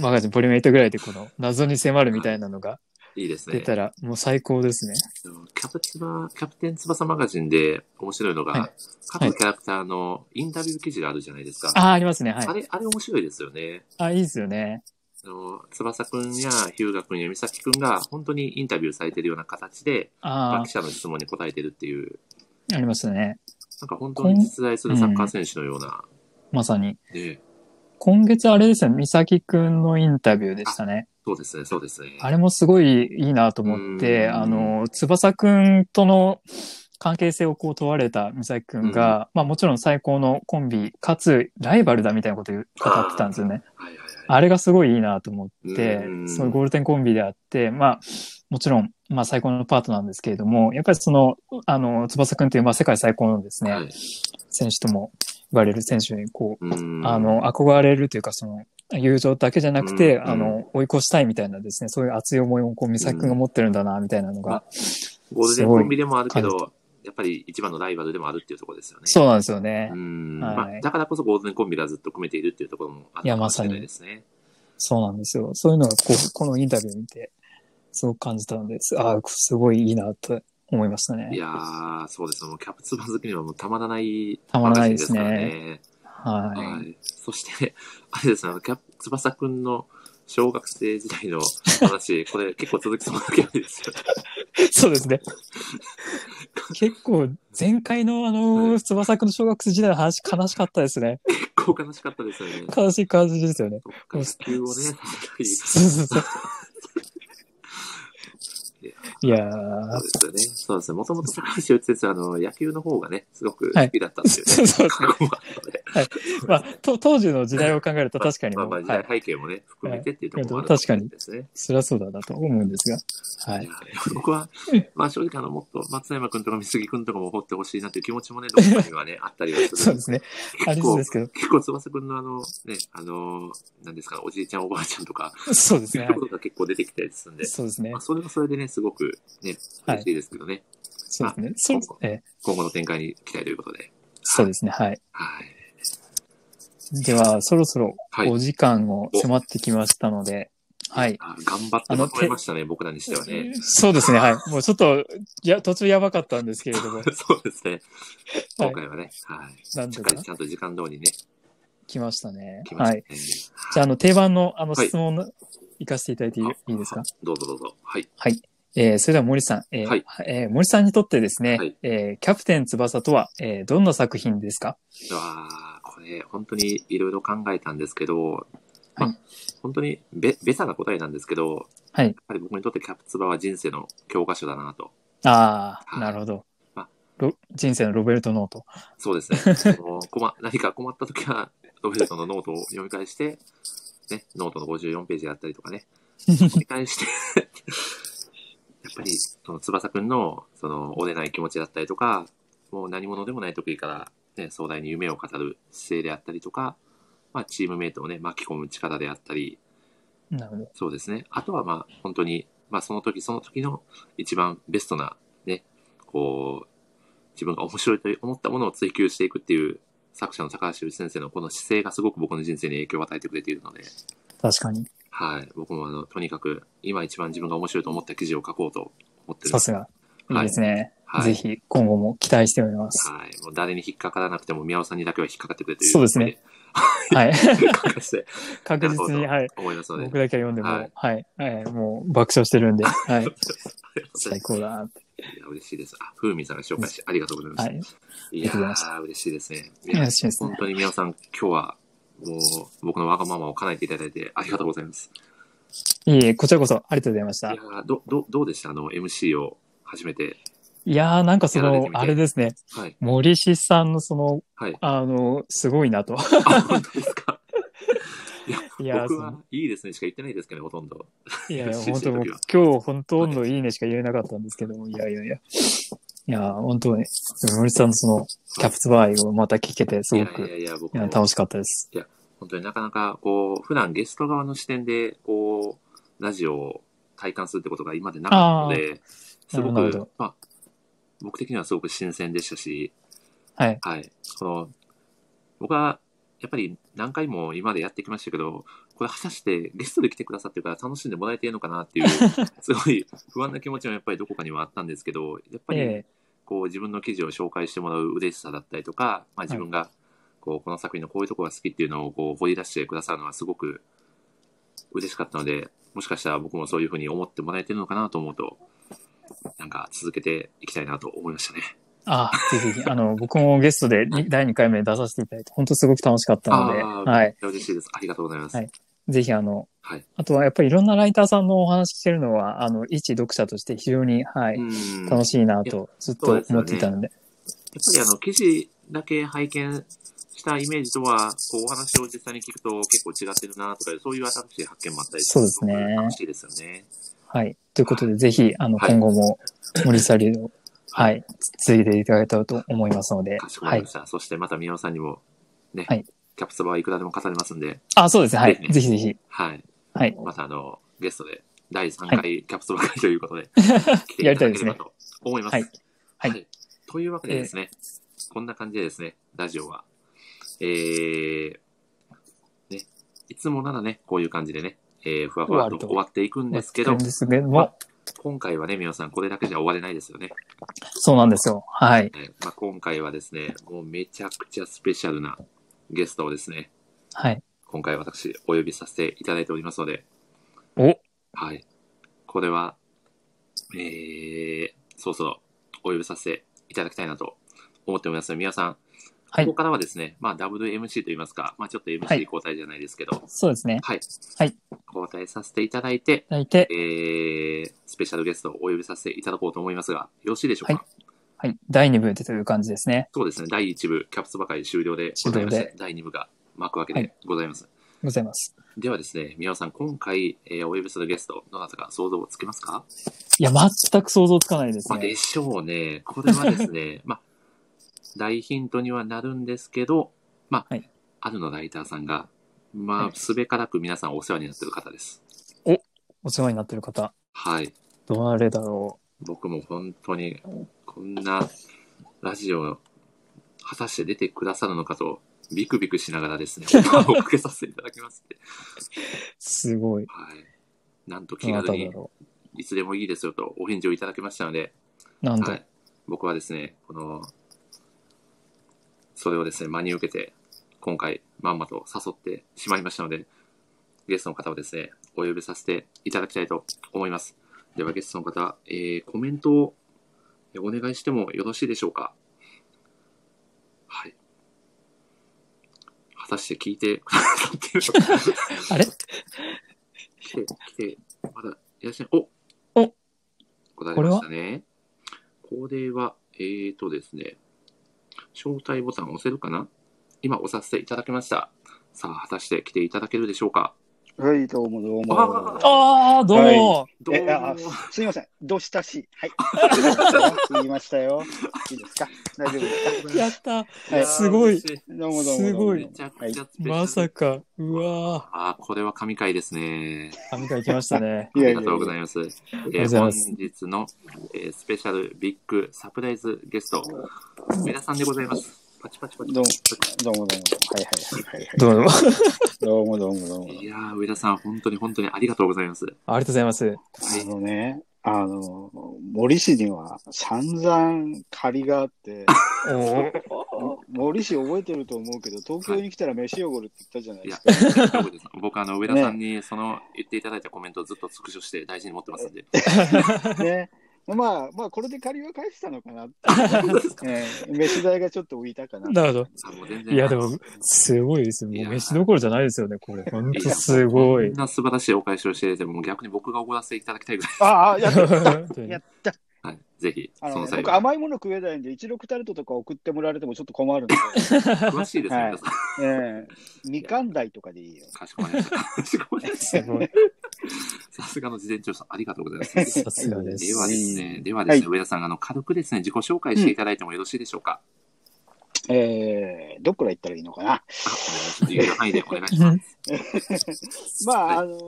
[SPEAKER 2] マガジンボリューム8ぐらいでこの謎に迫るみたいなのが
[SPEAKER 1] いいです
[SPEAKER 2] 出
[SPEAKER 1] ね。
[SPEAKER 2] たら、もう最高ですね。
[SPEAKER 1] あのキャプツバ、キャプテン翼マガジンで面白いのが、
[SPEAKER 2] はい
[SPEAKER 1] 各キャラクターのインタビュー記事があるじゃないですか。
[SPEAKER 2] ああ、ありますね。はい
[SPEAKER 1] あ。れ、あれ面白いですよね。
[SPEAKER 2] あ、いいですよね。
[SPEAKER 1] あの、翼くんやヒューガくんや美咲くんが本当にインタビューされてるような形で、ま
[SPEAKER 2] あ
[SPEAKER 1] あ記者の質問に答えてるっていう、
[SPEAKER 2] あ、ありましたね。
[SPEAKER 1] なんか本当に実在するサッカー選手のような、
[SPEAKER 2] まさに。
[SPEAKER 1] ね、
[SPEAKER 2] 今月あれですね、美咲くんのインタビューでしたね。
[SPEAKER 1] そうですね、そうですね。
[SPEAKER 2] あれもすごいいいなと思って、
[SPEAKER 1] うん
[SPEAKER 2] あの、翼くんとの関係性をこう問われた美咲くんが、まあもちろん最高のコンビ、かつライバルだみたいなことを言う語ってたんですよね。
[SPEAKER 1] はいはいはい。
[SPEAKER 2] あれがすごいいいなと思って
[SPEAKER 1] う、ん
[SPEAKER 2] そのゴールデンコンビであって、まあ、もちろん、まあ最高のパートなんですけれども、やっぱりその、あの、翼くんっていう、まあ世界最高のですね、
[SPEAKER 1] はい
[SPEAKER 2] 選手とも言われる選手に、こう、
[SPEAKER 1] うん
[SPEAKER 2] あ、の、憧れるというか、その、友情だけじゃなくて、
[SPEAKER 1] うん
[SPEAKER 2] あの、追い越したいみたいなですね、そういう熱い思いを、こう、美咲くんが持ってるんだな、みたいなのが、
[SPEAKER 1] ゴールデンコンビでもあるけ
[SPEAKER 2] すご
[SPEAKER 1] ど、やっぱり一番のライバルでもあるっていうところですよね。
[SPEAKER 2] そうなんですよね
[SPEAKER 1] う。ん、
[SPEAKER 2] はい
[SPEAKER 1] まあ。だからこそゴールデンコンビがずっと組めているっていうところもある
[SPEAKER 2] いや
[SPEAKER 1] かもしれないですね。
[SPEAKER 2] そうなんですよ。そういうのがこう、このインタビュー見て、すごく感じたのです。ああ、すごいいいなと思いましたね。
[SPEAKER 1] いやー、そうです。もうキャプツバ好きにはもうたまらない
[SPEAKER 2] たまらない
[SPEAKER 1] 話
[SPEAKER 2] で
[SPEAKER 1] ですす
[SPEAKER 2] ね
[SPEAKER 1] からね。はい
[SPEAKER 2] は
[SPEAKER 1] そして、あれですね、あの キャプ翼くんの小学生時代 の話、これ結構続きそうなわけなんですよ。
[SPEAKER 2] い。 そうですね。結構、前回の
[SPEAKER 1] は
[SPEAKER 2] あの、
[SPEAKER 1] い
[SPEAKER 2] 翼くんの小学生時代の話、悲しかったですね。
[SPEAKER 1] 結構悲しかったですよね。
[SPEAKER 2] 悲しい感じですよね。
[SPEAKER 1] 野球をね、させない
[SPEAKER 2] そうそうそう。 いや
[SPEAKER 1] そう
[SPEAKER 2] ー。
[SPEAKER 1] ですよね。そうですね。もともと高橋由先生、あの、野球の方がね、すごく好きだったんですよね。
[SPEAKER 2] そうですね
[SPEAKER 1] 過。去もあったので
[SPEAKER 2] まあ、と当時の時代を考えると確かに
[SPEAKER 1] まあ
[SPEAKER 2] も
[SPEAKER 1] まあ
[SPEAKER 2] う、
[SPEAKER 1] 時
[SPEAKER 2] は
[SPEAKER 1] 代
[SPEAKER 2] い。
[SPEAKER 1] 背景もね、含めてっていうところもある
[SPEAKER 2] はい確かに
[SPEAKER 1] と思うんですね。
[SPEAKER 2] そりゃそうだなと思うんですが。はいい
[SPEAKER 1] や。僕は、まあ正直あの、もっと松山君とか三杉君とかも掘ってほしいなっていう気持ちもね、どこかにはね、あったりはする。
[SPEAKER 2] そうです ね。あり
[SPEAKER 1] 結
[SPEAKER 2] そう
[SPEAKER 1] 構
[SPEAKER 2] で、すけど。
[SPEAKER 1] 結構翼君のあの、ね、あの、なんですか、おじいちゃんおばあちゃんとか、
[SPEAKER 2] そうです
[SPEAKER 1] そうい
[SPEAKER 2] ね
[SPEAKER 1] う。ことが結構出てきたりするんで、
[SPEAKER 2] そうですね
[SPEAKER 1] まあ、。それはそれでね、すごくね、嬉しいですけどね、
[SPEAKER 2] そうですね。そうですね。
[SPEAKER 1] 今後の展開に期待ということで。
[SPEAKER 2] そうですね。はい。
[SPEAKER 1] はい。
[SPEAKER 2] では、そろそろ
[SPEAKER 1] はい
[SPEAKER 2] お時間を迫ってきましたので、はい。
[SPEAKER 1] あ頑張ってまとめましたね、僕らにしてはね。
[SPEAKER 2] そうですね。はい。もうちょっと、いや、途中やばかったんですけれど も、
[SPEAKER 1] そうですね。今回はね、はい。
[SPEAKER 2] なん
[SPEAKER 1] し
[SPEAKER 2] と
[SPEAKER 1] っか
[SPEAKER 2] か
[SPEAKER 1] りちゃんと時間通りね、
[SPEAKER 2] 来ましたね。
[SPEAKER 1] 来ま
[SPEAKER 2] は
[SPEAKER 1] したね。。
[SPEAKER 2] いじゃあ、あの、定番の、あの、
[SPEAKER 1] はい
[SPEAKER 2] 質問の、行かせていただいていいですか
[SPEAKER 1] どうぞどうぞ。はい。
[SPEAKER 2] えーそれでは森さん、えー
[SPEAKER 1] はい
[SPEAKER 2] えー森さんにとってですね、
[SPEAKER 1] はい
[SPEAKER 2] えーキャプテン翼とは、えーどんな作品ですか
[SPEAKER 1] あーこれ、本当にいろいろ考えたんですけど、まあ
[SPEAKER 2] はい
[SPEAKER 1] 本当にべ、べさな答えなんですけど、
[SPEAKER 2] はい
[SPEAKER 1] やっぱり僕にとってキャプツバは人生の教科書だなと。
[SPEAKER 2] あ
[SPEAKER 1] は
[SPEAKER 2] あ、
[SPEAKER 1] い
[SPEAKER 2] なるほど
[SPEAKER 1] あ。
[SPEAKER 2] ロ人生のロベルト・ノート。
[SPEAKER 1] そうですね。あの困何か困った時は、ロベルトのノートを読み返して、ね、ノートの54ページだったりとかね、読み返して、 やっぱり、その翼くんの、その、折れない気持ちだったりとか、もう何者でもない時から、ね、壮大に夢を語る姿勢であったりとか、まあ、チームメイトをね、巻き込む力であったり、
[SPEAKER 2] なるほど。
[SPEAKER 1] そうですね。あとはまあ本当に、まあその時その時の一番ベストなね、こう、自分が面白いと思ったものを追求していくっていう作者の高橋由紀先生のこの姿勢がすごく僕の人生に影響を与えてくれているので、
[SPEAKER 2] 確かに。
[SPEAKER 1] はい。僕もあの、とにかく今一番自分が面白いと思った記事を書こうと思ってる
[SPEAKER 2] さ。すが。いいですね。
[SPEAKER 1] はい。
[SPEAKER 2] ぜひ、今後も期待しております。
[SPEAKER 1] はい。もう誰に引っかからなくても宮尾さんにだけは引っかかってくれという。
[SPEAKER 2] そうですね。 はい。
[SPEAKER 1] 書かせて
[SPEAKER 2] 確実に、はい。
[SPEAKER 1] 思いますので。
[SPEAKER 2] 僕だけは読んでも、は
[SPEAKER 1] はいい、
[SPEAKER 2] はい、もう爆笑してるん で、はい。最高だなって。
[SPEAKER 1] いや、嬉しいです。あ、ふうみんさんが紹介してありがとうございます。
[SPEAKER 2] はい。
[SPEAKER 1] い
[SPEAKER 2] りが
[SPEAKER 1] や
[SPEAKER 2] とうございました
[SPEAKER 1] ー、嬉しいですね。いや
[SPEAKER 2] 嬉しいですね
[SPEAKER 1] 本。当に皆さん、今日は、もう、僕のわがままを叶えていただいてありがとうございます。
[SPEAKER 2] いえいえ、こちらこそありがとうございまし
[SPEAKER 1] い
[SPEAKER 2] た
[SPEAKER 1] や。ーど、ど、どうでしたあの、MC を初めて。
[SPEAKER 2] いやー、なんかそ
[SPEAKER 1] やられ
[SPEAKER 2] の
[SPEAKER 1] てみ、て
[SPEAKER 2] あれですね、
[SPEAKER 1] はい。
[SPEAKER 2] 森氏さんのその、。
[SPEAKER 1] はい
[SPEAKER 2] あの、すごいなと。
[SPEAKER 1] あ、本当ですか。
[SPEAKER 2] い
[SPEAKER 1] い
[SPEAKER 2] や
[SPEAKER 1] や、
[SPEAKER 2] ー
[SPEAKER 1] 僕
[SPEAKER 2] そ
[SPEAKER 1] は、いいですねしか言ってないですけどね、ほとんど。
[SPEAKER 2] いやいや、
[SPEAKER 1] 森氏
[SPEAKER 2] 本当もう
[SPEAKER 1] の時は
[SPEAKER 2] 今日ほとんどいいねしか言えなかったんですけども、いやいやいや。いやー、本当に、森さんのその、キャプツバーイをまた聞けて、す
[SPEAKER 1] い
[SPEAKER 2] ご
[SPEAKER 1] やい
[SPEAKER 2] く、
[SPEAKER 1] や
[SPEAKER 2] い
[SPEAKER 1] いや、僕
[SPEAKER 2] や
[SPEAKER 1] も、
[SPEAKER 2] 楽しかったです。
[SPEAKER 1] 本当になかなか、こう、普段ゲスト側の視点で、こう、ラジオを体感するってことが今までなかったので、すご
[SPEAKER 2] なるほ
[SPEAKER 1] く
[SPEAKER 2] ど、
[SPEAKER 1] まあ、僕的にはすごく新鮮でしたし、
[SPEAKER 2] はい。
[SPEAKER 1] はい。この、僕は、やっぱり何回も今までやってきましたけど、これ果たしてゲストで来てくださってるから楽しんでもらえてるのかな っていう、すごい不安な気持ちもやっぱりどこかにはあったんですけど、やっぱり
[SPEAKER 2] え
[SPEAKER 1] こう自分の記事を紹介してもらう嬉しさだったりとか、まあ自分がこうこの作品のこういうとこが好きっていうのをこう掘り出してくださるのはすごく嬉しかったので、もしかしたら僕もそういうふうに思ってもらえてるのかなと思うと、なんか続けていきたいなと思いましたね。
[SPEAKER 2] えああ、ぜひぜひ、あの、 僕もゲストでに第2回目出させていただいて、本当すごく楽しかったので、
[SPEAKER 1] あー
[SPEAKER 2] はい。
[SPEAKER 1] 嬉しいです。ありがとうございます。
[SPEAKER 2] はいぜひ、あの、
[SPEAKER 1] はい
[SPEAKER 2] あとはやっぱりいろんなライターさんのお話聞けるのは、あの、一読者として非常に、はい、
[SPEAKER 1] うん
[SPEAKER 2] 楽しいな
[SPEAKER 1] うんい
[SPEAKER 2] とずっ
[SPEAKER 1] そう
[SPEAKER 2] と
[SPEAKER 1] ですよ
[SPEAKER 2] 思
[SPEAKER 1] ね
[SPEAKER 2] っていたので。
[SPEAKER 1] やっぱりあの、記事だけ拝見したイメージとは、こう、お話を実際に聞くと結構違ってるなとか、そういう新しい発見もあったり
[SPEAKER 2] そうですね
[SPEAKER 1] ごく楽しいですよね。
[SPEAKER 2] はい。ということで、ぜひ、あの、
[SPEAKER 1] はい
[SPEAKER 2] 今後も森下流を、はい、続けていただけたらと思いますので
[SPEAKER 1] かし、こま
[SPEAKER 2] は
[SPEAKER 1] り
[SPEAKER 2] い
[SPEAKER 1] ま。した。そしてまた宮尾さんにも、ね、
[SPEAKER 2] はい
[SPEAKER 1] キャプツバはいくらでも語りますんで、
[SPEAKER 2] あ、そうですね。はい
[SPEAKER 1] ぜ。ひ
[SPEAKER 2] ぜひぜひ。
[SPEAKER 1] はい。
[SPEAKER 2] はい。
[SPEAKER 1] またあの、ゲストで第3回キャプツバ会ということ で、来てい
[SPEAKER 2] やりた
[SPEAKER 1] ただ
[SPEAKER 2] いで
[SPEAKER 1] け
[SPEAKER 2] す
[SPEAKER 1] れ
[SPEAKER 2] ね
[SPEAKER 1] ばと思います。
[SPEAKER 2] はいはい
[SPEAKER 1] というわけでですね、こんな感じでですね、ラジオは、えー、ね、いつもならね、こういう感じでね、えーふわふわと終わっていくんですけ
[SPEAKER 2] な
[SPEAKER 1] ど
[SPEAKER 2] ん、ですけど
[SPEAKER 1] まあ
[SPEAKER 2] も、
[SPEAKER 1] 今回はね、皆さん、これだけじゃ終われないですよね。
[SPEAKER 2] そうなんですよ。はい。
[SPEAKER 1] えーまあ、今回はですね、もうめちゃくちゃスペシャルなゲストをですね、
[SPEAKER 2] はい。
[SPEAKER 1] 今回私、お呼びさせていただいておりますので、
[SPEAKER 2] お、
[SPEAKER 1] はい。これは、えー、そろそろお呼びさせていただきたいなと思っておりますので、皆さん、
[SPEAKER 2] はい
[SPEAKER 1] ここからはですね、まあ、WMC といいますか、まあ、ちょっと
[SPEAKER 2] はい
[SPEAKER 1] MC 交代じゃないですけど、
[SPEAKER 2] そうですね。
[SPEAKER 1] はい。
[SPEAKER 2] はい
[SPEAKER 1] 交代させていただいて、
[SPEAKER 2] 大体
[SPEAKER 1] え、ー、スペシャルゲストをお呼びさせていただこうと思いますが、よろしいでしょうか、
[SPEAKER 2] はいはい。第2部でという感じですね。
[SPEAKER 1] そうですね、第1部、キャプツばかり終了でございまし
[SPEAKER 2] 終了
[SPEAKER 1] て、第2部が巻くわけでございます。
[SPEAKER 2] ございます。
[SPEAKER 1] ではですね、皆さん、今回、えーお呼びするゲスト、どなたか想像つきますか
[SPEAKER 2] いや、全く想像つかないです
[SPEAKER 1] まあ、
[SPEAKER 2] ね
[SPEAKER 1] で。しょうね。これはです ね、まあ、大ヒントにはなるんですけど、まあ、
[SPEAKER 2] はい
[SPEAKER 1] あるのライターさんが、ま
[SPEAKER 2] は
[SPEAKER 1] あ
[SPEAKER 2] い、
[SPEAKER 1] すべからく皆さんお世話になってる方です。
[SPEAKER 2] お世話になってる方、
[SPEAKER 1] はい。
[SPEAKER 2] どれだろ
[SPEAKER 1] 僕も本当に、こんなラジオ、果たして出てくださるのかと、ビクビクしながら ですね、お声をかけさせていただきますって。
[SPEAKER 2] う。すごい。
[SPEAKER 1] はい。なんと
[SPEAKER 2] ど
[SPEAKER 1] 気
[SPEAKER 2] な
[SPEAKER 1] 軽
[SPEAKER 2] ただ
[SPEAKER 1] に、
[SPEAKER 2] ろ
[SPEAKER 1] いつでもいいですよとお返事をいただきましたので、
[SPEAKER 2] う。なんと
[SPEAKER 1] は。い、僕はですね、この、それをですね、真に受けて、今回、まんまと誘ってしまいましたので、ゲストの方をですね、お呼びさせていただきたいと思います。では、ゲストの方、えー、コメントをお願いしてもよろしいでしょうか。はい。果たして聞いて くださっているのか。
[SPEAKER 2] あれ
[SPEAKER 1] 来て、来て、まだいらっしゃい。お
[SPEAKER 2] お
[SPEAKER 1] 答えましたね。これは、えーとですね、招待ボタンを押せるかな今押させていただきました。さあ、果たして来ていただけるでしょうか
[SPEAKER 3] はい、どうも どうも。
[SPEAKER 2] ああ、どうも。
[SPEAKER 1] ど
[SPEAKER 3] え
[SPEAKER 1] う
[SPEAKER 3] あ
[SPEAKER 1] も。
[SPEAKER 3] すすいません、どしたし。はい。 言いましたよ。いいですか大丈夫ですか
[SPEAKER 2] やった。
[SPEAKER 3] はい
[SPEAKER 2] すごい
[SPEAKER 1] 嬉し
[SPEAKER 3] どうもどうもどうも。
[SPEAKER 2] すごい
[SPEAKER 1] めちゃくちゃスペシャル
[SPEAKER 2] まさか。うわ
[SPEAKER 1] あーこれは神回ですね。
[SPEAKER 2] ー神回来まし たね。
[SPEAKER 1] ありがとうござ
[SPEAKER 3] ま
[SPEAKER 1] います。
[SPEAKER 2] りがとう
[SPEAKER 1] え
[SPEAKER 2] ご
[SPEAKER 1] ー
[SPEAKER 2] ざい
[SPEAKER 1] 本
[SPEAKER 2] ます
[SPEAKER 1] 日の、えースペシャルビッグサプライズゲスト、上田さんでございます。パチパチパチ
[SPEAKER 3] どうも、どうもどうも。はいはいはいはい。
[SPEAKER 2] どうも。
[SPEAKER 3] どうもどうもどうも。
[SPEAKER 1] いやー、上田さん、本当に本当にありがとうございます。
[SPEAKER 2] ありがとうございます。
[SPEAKER 3] あのね、あの、森氏には散々借りがあ って、
[SPEAKER 2] おー
[SPEAKER 3] 森氏覚えてると思うけど、東京に来たら飯汚るって言ったじゃない
[SPEAKER 1] い
[SPEAKER 3] で
[SPEAKER 1] や
[SPEAKER 3] すか。、
[SPEAKER 1] 大丈夫です僕、あの、上田さんに、その、言っていただいたコメントをずっとスクショして大事に持ってますんで。
[SPEAKER 3] ね。まあ、まあ、これで借りは返したのかなって。
[SPEAKER 1] 本当ですか
[SPEAKER 3] ええ飯代がちょっと浮いたかな。
[SPEAKER 2] なるほ
[SPEAKER 1] あもう全
[SPEAKER 2] ど。
[SPEAKER 1] 然
[SPEAKER 2] いや、でも、すごいですよ。
[SPEAKER 1] い
[SPEAKER 2] も
[SPEAKER 1] や
[SPEAKER 2] う
[SPEAKER 1] ー
[SPEAKER 2] 飯どころじゃないですよね、これ。ほん
[SPEAKER 1] いや
[SPEAKER 2] とすご
[SPEAKER 1] こ
[SPEAKER 2] い
[SPEAKER 1] ん。な素晴らしいお返しをしていただいて、もう逆に僕がおごらせていただきたいぐらい。
[SPEAKER 3] ああ、やった。
[SPEAKER 2] 本当に
[SPEAKER 3] やった。
[SPEAKER 1] はい、ぜひ、そ
[SPEAKER 3] あの
[SPEAKER 1] の
[SPEAKER 3] ね、
[SPEAKER 1] 際
[SPEAKER 3] 僕
[SPEAKER 1] は、
[SPEAKER 3] 甘いもの食えないんで、一六タルトとか送ってもらわれてもちょっと困るんで、
[SPEAKER 1] 詳しいですね、
[SPEAKER 3] はい
[SPEAKER 1] 皆さん。
[SPEAKER 3] ええみかん鯛とかでいいよ。
[SPEAKER 1] かしこまりました。かしこまりまし
[SPEAKER 2] すごい。
[SPEAKER 1] た。さすがの事前調査、ありがとうござい ます。
[SPEAKER 2] さすがです。
[SPEAKER 1] ではですね、ではですね、上田さん、あの、軽くですね、自己紹介していただいてもよろしいでしょうか。
[SPEAKER 3] ええどっから行ったらいいのかな。
[SPEAKER 1] あ、お願いします。言える範囲でお願いします。
[SPEAKER 3] ま
[SPEAKER 1] はい
[SPEAKER 3] あ、あの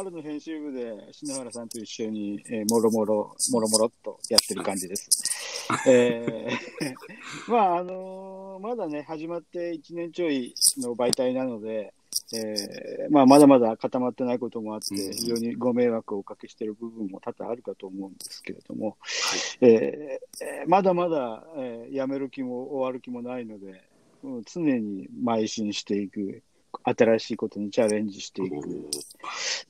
[SPEAKER 3] あるの編集部で篠原さんと一緒に、えーもろもろ、もろもろっとやってる感じです。 ええ まあ、あのまだね、始まって1年ちょいの媒体なので、ええまあ、まだまだ固まってないこともあって、
[SPEAKER 1] うん
[SPEAKER 3] 非常にご迷惑をおかけしている部分も多々あるかと思うんですけれども、えええーまだまだ、えーやめる気も終わる気もないので、うん常に邁進していく、新しいことにチャレンジしていく。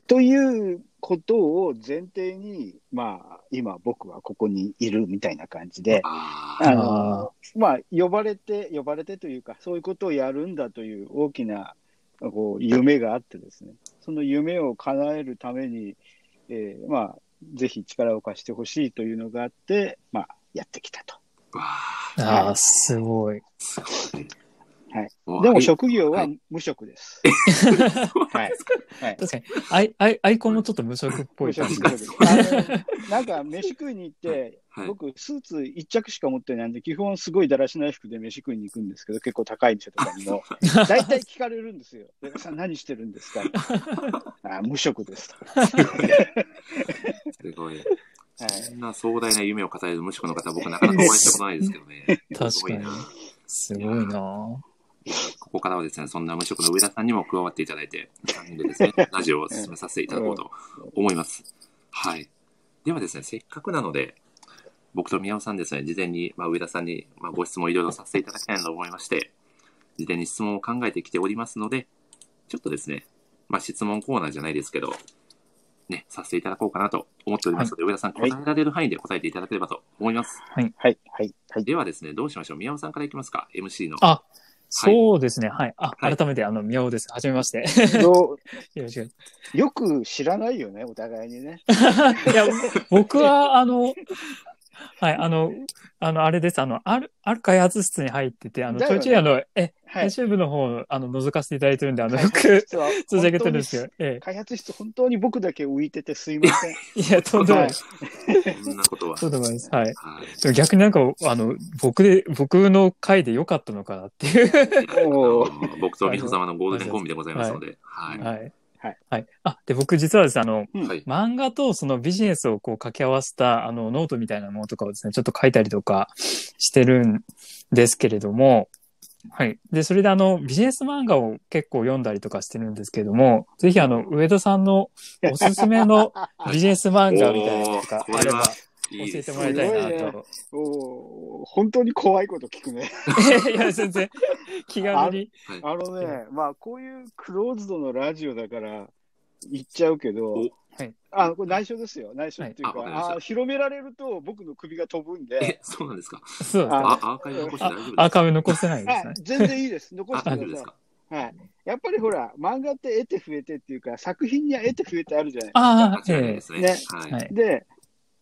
[SPEAKER 3] ということを前提に、まあ、今僕はここにいるみたいな感じで、
[SPEAKER 1] あー
[SPEAKER 3] あ
[SPEAKER 2] あ
[SPEAKER 3] の、まあ、呼ばれて、呼ばれてというか、そういうことをやるんだという大きな、こう、夢があってですね、その夢を叶えるために、えーまあ、ぜひ力を貸してほしいというのがあって、まあ、やってきたと。
[SPEAKER 1] わー
[SPEAKER 2] ああ、すごい。
[SPEAKER 1] すごい。
[SPEAKER 3] はい。
[SPEAKER 1] う
[SPEAKER 3] でも
[SPEAKER 1] え
[SPEAKER 3] 職業
[SPEAKER 1] は
[SPEAKER 3] はい無職です。はい。はい。
[SPEAKER 2] 確かに、アイアイアイコンもちょっと無色っぽ
[SPEAKER 3] 無
[SPEAKER 2] い
[SPEAKER 3] 職
[SPEAKER 2] 感
[SPEAKER 3] で
[SPEAKER 2] じ
[SPEAKER 3] す
[SPEAKER 2] が。
[SPEAKER 3] あのなんか飯食いに行って、
[SPEAKER 1] はい
[SPEAKER 3] 僕、スーツ一着しか持ってないんで、基本すごいだらしない服で飯食いに行くんですけど、結構高い店とかにも、大体聞かれるんですよ。皆さん何してるん ですかあ無職ですと。
[SPEAKER 1] すごい。
[SPEAKER 3] はい
[SPEAKER 1] そんな壮大な夢を語れる無職の方、僕なかなかお会いしたことないですけどね。
[SPEAKER 2] 確かに
[SPEAKER 1] すごいな。
[SPEAKER 2] すごいな
[SPEAKER 1] こここからはですね、そんな無職の上田さんにも加わっていただいて、3人でですね、ラジオを進めさせていただこうと思います。はい。ではですね、せっかくなので、僕と宮尾さんですね、事前に、まあ、上田さんに、まあ、ご質問いろいろさせていただきたいなと思いまして、事前に質問を考えてきておりますので、ちょっとですね、まあ、質問コーナーじゃないですけど、ね、させていただこうかなと思っておりますので、上田さん、答
[SPEAKER 3] はい
[SPEAKER 1] えられる範囲で答えていただければと思います。
[SPEAKER 3] はい、はい、はい。
[SPEAKER 1] ではですね、どうしましょう。宮尾さんからいきますか、MC の。
[SPEAKER 2] あそうですね。はい。あ、
[SPEAKER 1] はい
[SPEAKER 2] 改めて、あの、宮尾です。はじめまして。
[SPEAKER 3] よ
[SPEAKER 2] よろしく。
[SPEAKER 3] よく知らないよね、お互いにね。
[SPEAKER 2] いや、僕は、あの、はい、あの、あの、あれです。あの、ある、ある開発室に入ってて、あの、
[SPEAKER 3] だ
[SPEAKER 2] ち
[SPEAKER 3] よ
[SPEAKER 2] ょ
[SPEAKER 3] ね
[SPEAKER 2] いちょい、あの、え、
[SPEAKER 3] はい
[SPEAKER 2] 編。集部の方、あの、覗かせていただいてるんで、あの、よ
[SPEAKER 3] 開
[SPEAKER 2] く
[SPEAKER 3] 発室は
[SPEAKER 2] 続けてるんですけど、え
[SPEAKER 3] 開発室、本当に僕だけ浮いててすい ません。
[SPEAKER 2] え。いや、とんでもない。
[SPEAKER 1] そんなことは。
[SPEAKER 2] とんでもないです。はい。
[SPEAKER 1] はい。
[SPEAKER 2] でも逆になんか、あの、僕で、僕の回で良かったのかなっていう。
[SPEAKER 3] お
[SPEAKER 1] あ
[SPEAKER 3] ー
[SPEAKER 1] の僕と美穂様のゴールデンコンビでございますので、はい。は
[SPEAKER 2] はい。
[SPEAKER 3] はい。
[SPEAKER 2] はい。あ、で、僕実はですね、あの、
[SPEAKER 1] い。はい
[SPEAKER 2] 漫画とそのビジネスをこう掛け合わせたあのノートみたいなものとかをですね、ちょっと書いたりとかしてるんですけれども、はい。で、それであのビジネス漫画を結構読んだりとかしてるんですけれども、ぜひあの上田さんのおすすめのビジネス漫画みたいなのとか
[SPEAKER 1] おー
[SPEAKER 2] あ
[SPEAKER 1] これ
[SPEAKER 2] れ
[SPEAKER 1] は
[SPEAKER 2] ば教
[SPEAKER 1] いい
[SPEAKER 2] え
[SPEAKER 1] で
[SPEAKER 2] て
[SPEAKER 1] す
[SPEAKER 2] もらいたい
[SPEAKER 3] すご
[SPEAKER 2] ない
[SPEAKER 3] ね
[SPEAKER 2] と。
[SPEAKER 3] おー本当に怖いこと聞くね。
[SPEAKER 2] いや、全然気軽に。
[SPEAKER 3] あのね、まあ、こういうクローズドのラジオだから言っちゃうけど、
[SPEAKER 1] お
[SPEAKER 2] はい
[SPEAKER 3] あこれ内緒ですよ、内緒っていう
[SPEAKER 1] は
[SPEAKER 3] か、
[SPEAKER 1] いあわかりました
[SPEAKER 3] あ広められると僕の首が飛ぶんで、
[SPEAKER 1] え、そうなんですか。
[SPEAKER 2] そうですね。
[SPEAKER 1] あ、アーカイブ残して大丈夫ですか
[SPEAKER 2] アーカイブ残せないで
[SPEAKER 3] あ
[SPEAKER 2] すね。
[SPEAKER 3] 全然いいです、残
[SPEAKER 1] あ、
[SPEAKER 3] して
[SPEAKER 1] 大丈夫
[SPEAKER 3] く
[SPEAKER 1] で
[SPEAKER 3] だ
[SPEAKER 1] す
[SPEAKER 3] さ
[SPEAKER 1] か。
[SPEAKER 3] い。はい、やっぱりほら、漫画って得て増えてっていうか、作品には得て増えてあるじゃない
[SPEAKER 2] ああ、
[SPEAKER 1] 間違いない
[SPEAKER 2] え
[SPEAKER 1] ですね。
[SPEAKER 3] ね
[SPEAKER 1] はい。
[SPEAKER 2] は
[SPEAKER 1] はいい。
[SPEAKER 3] で、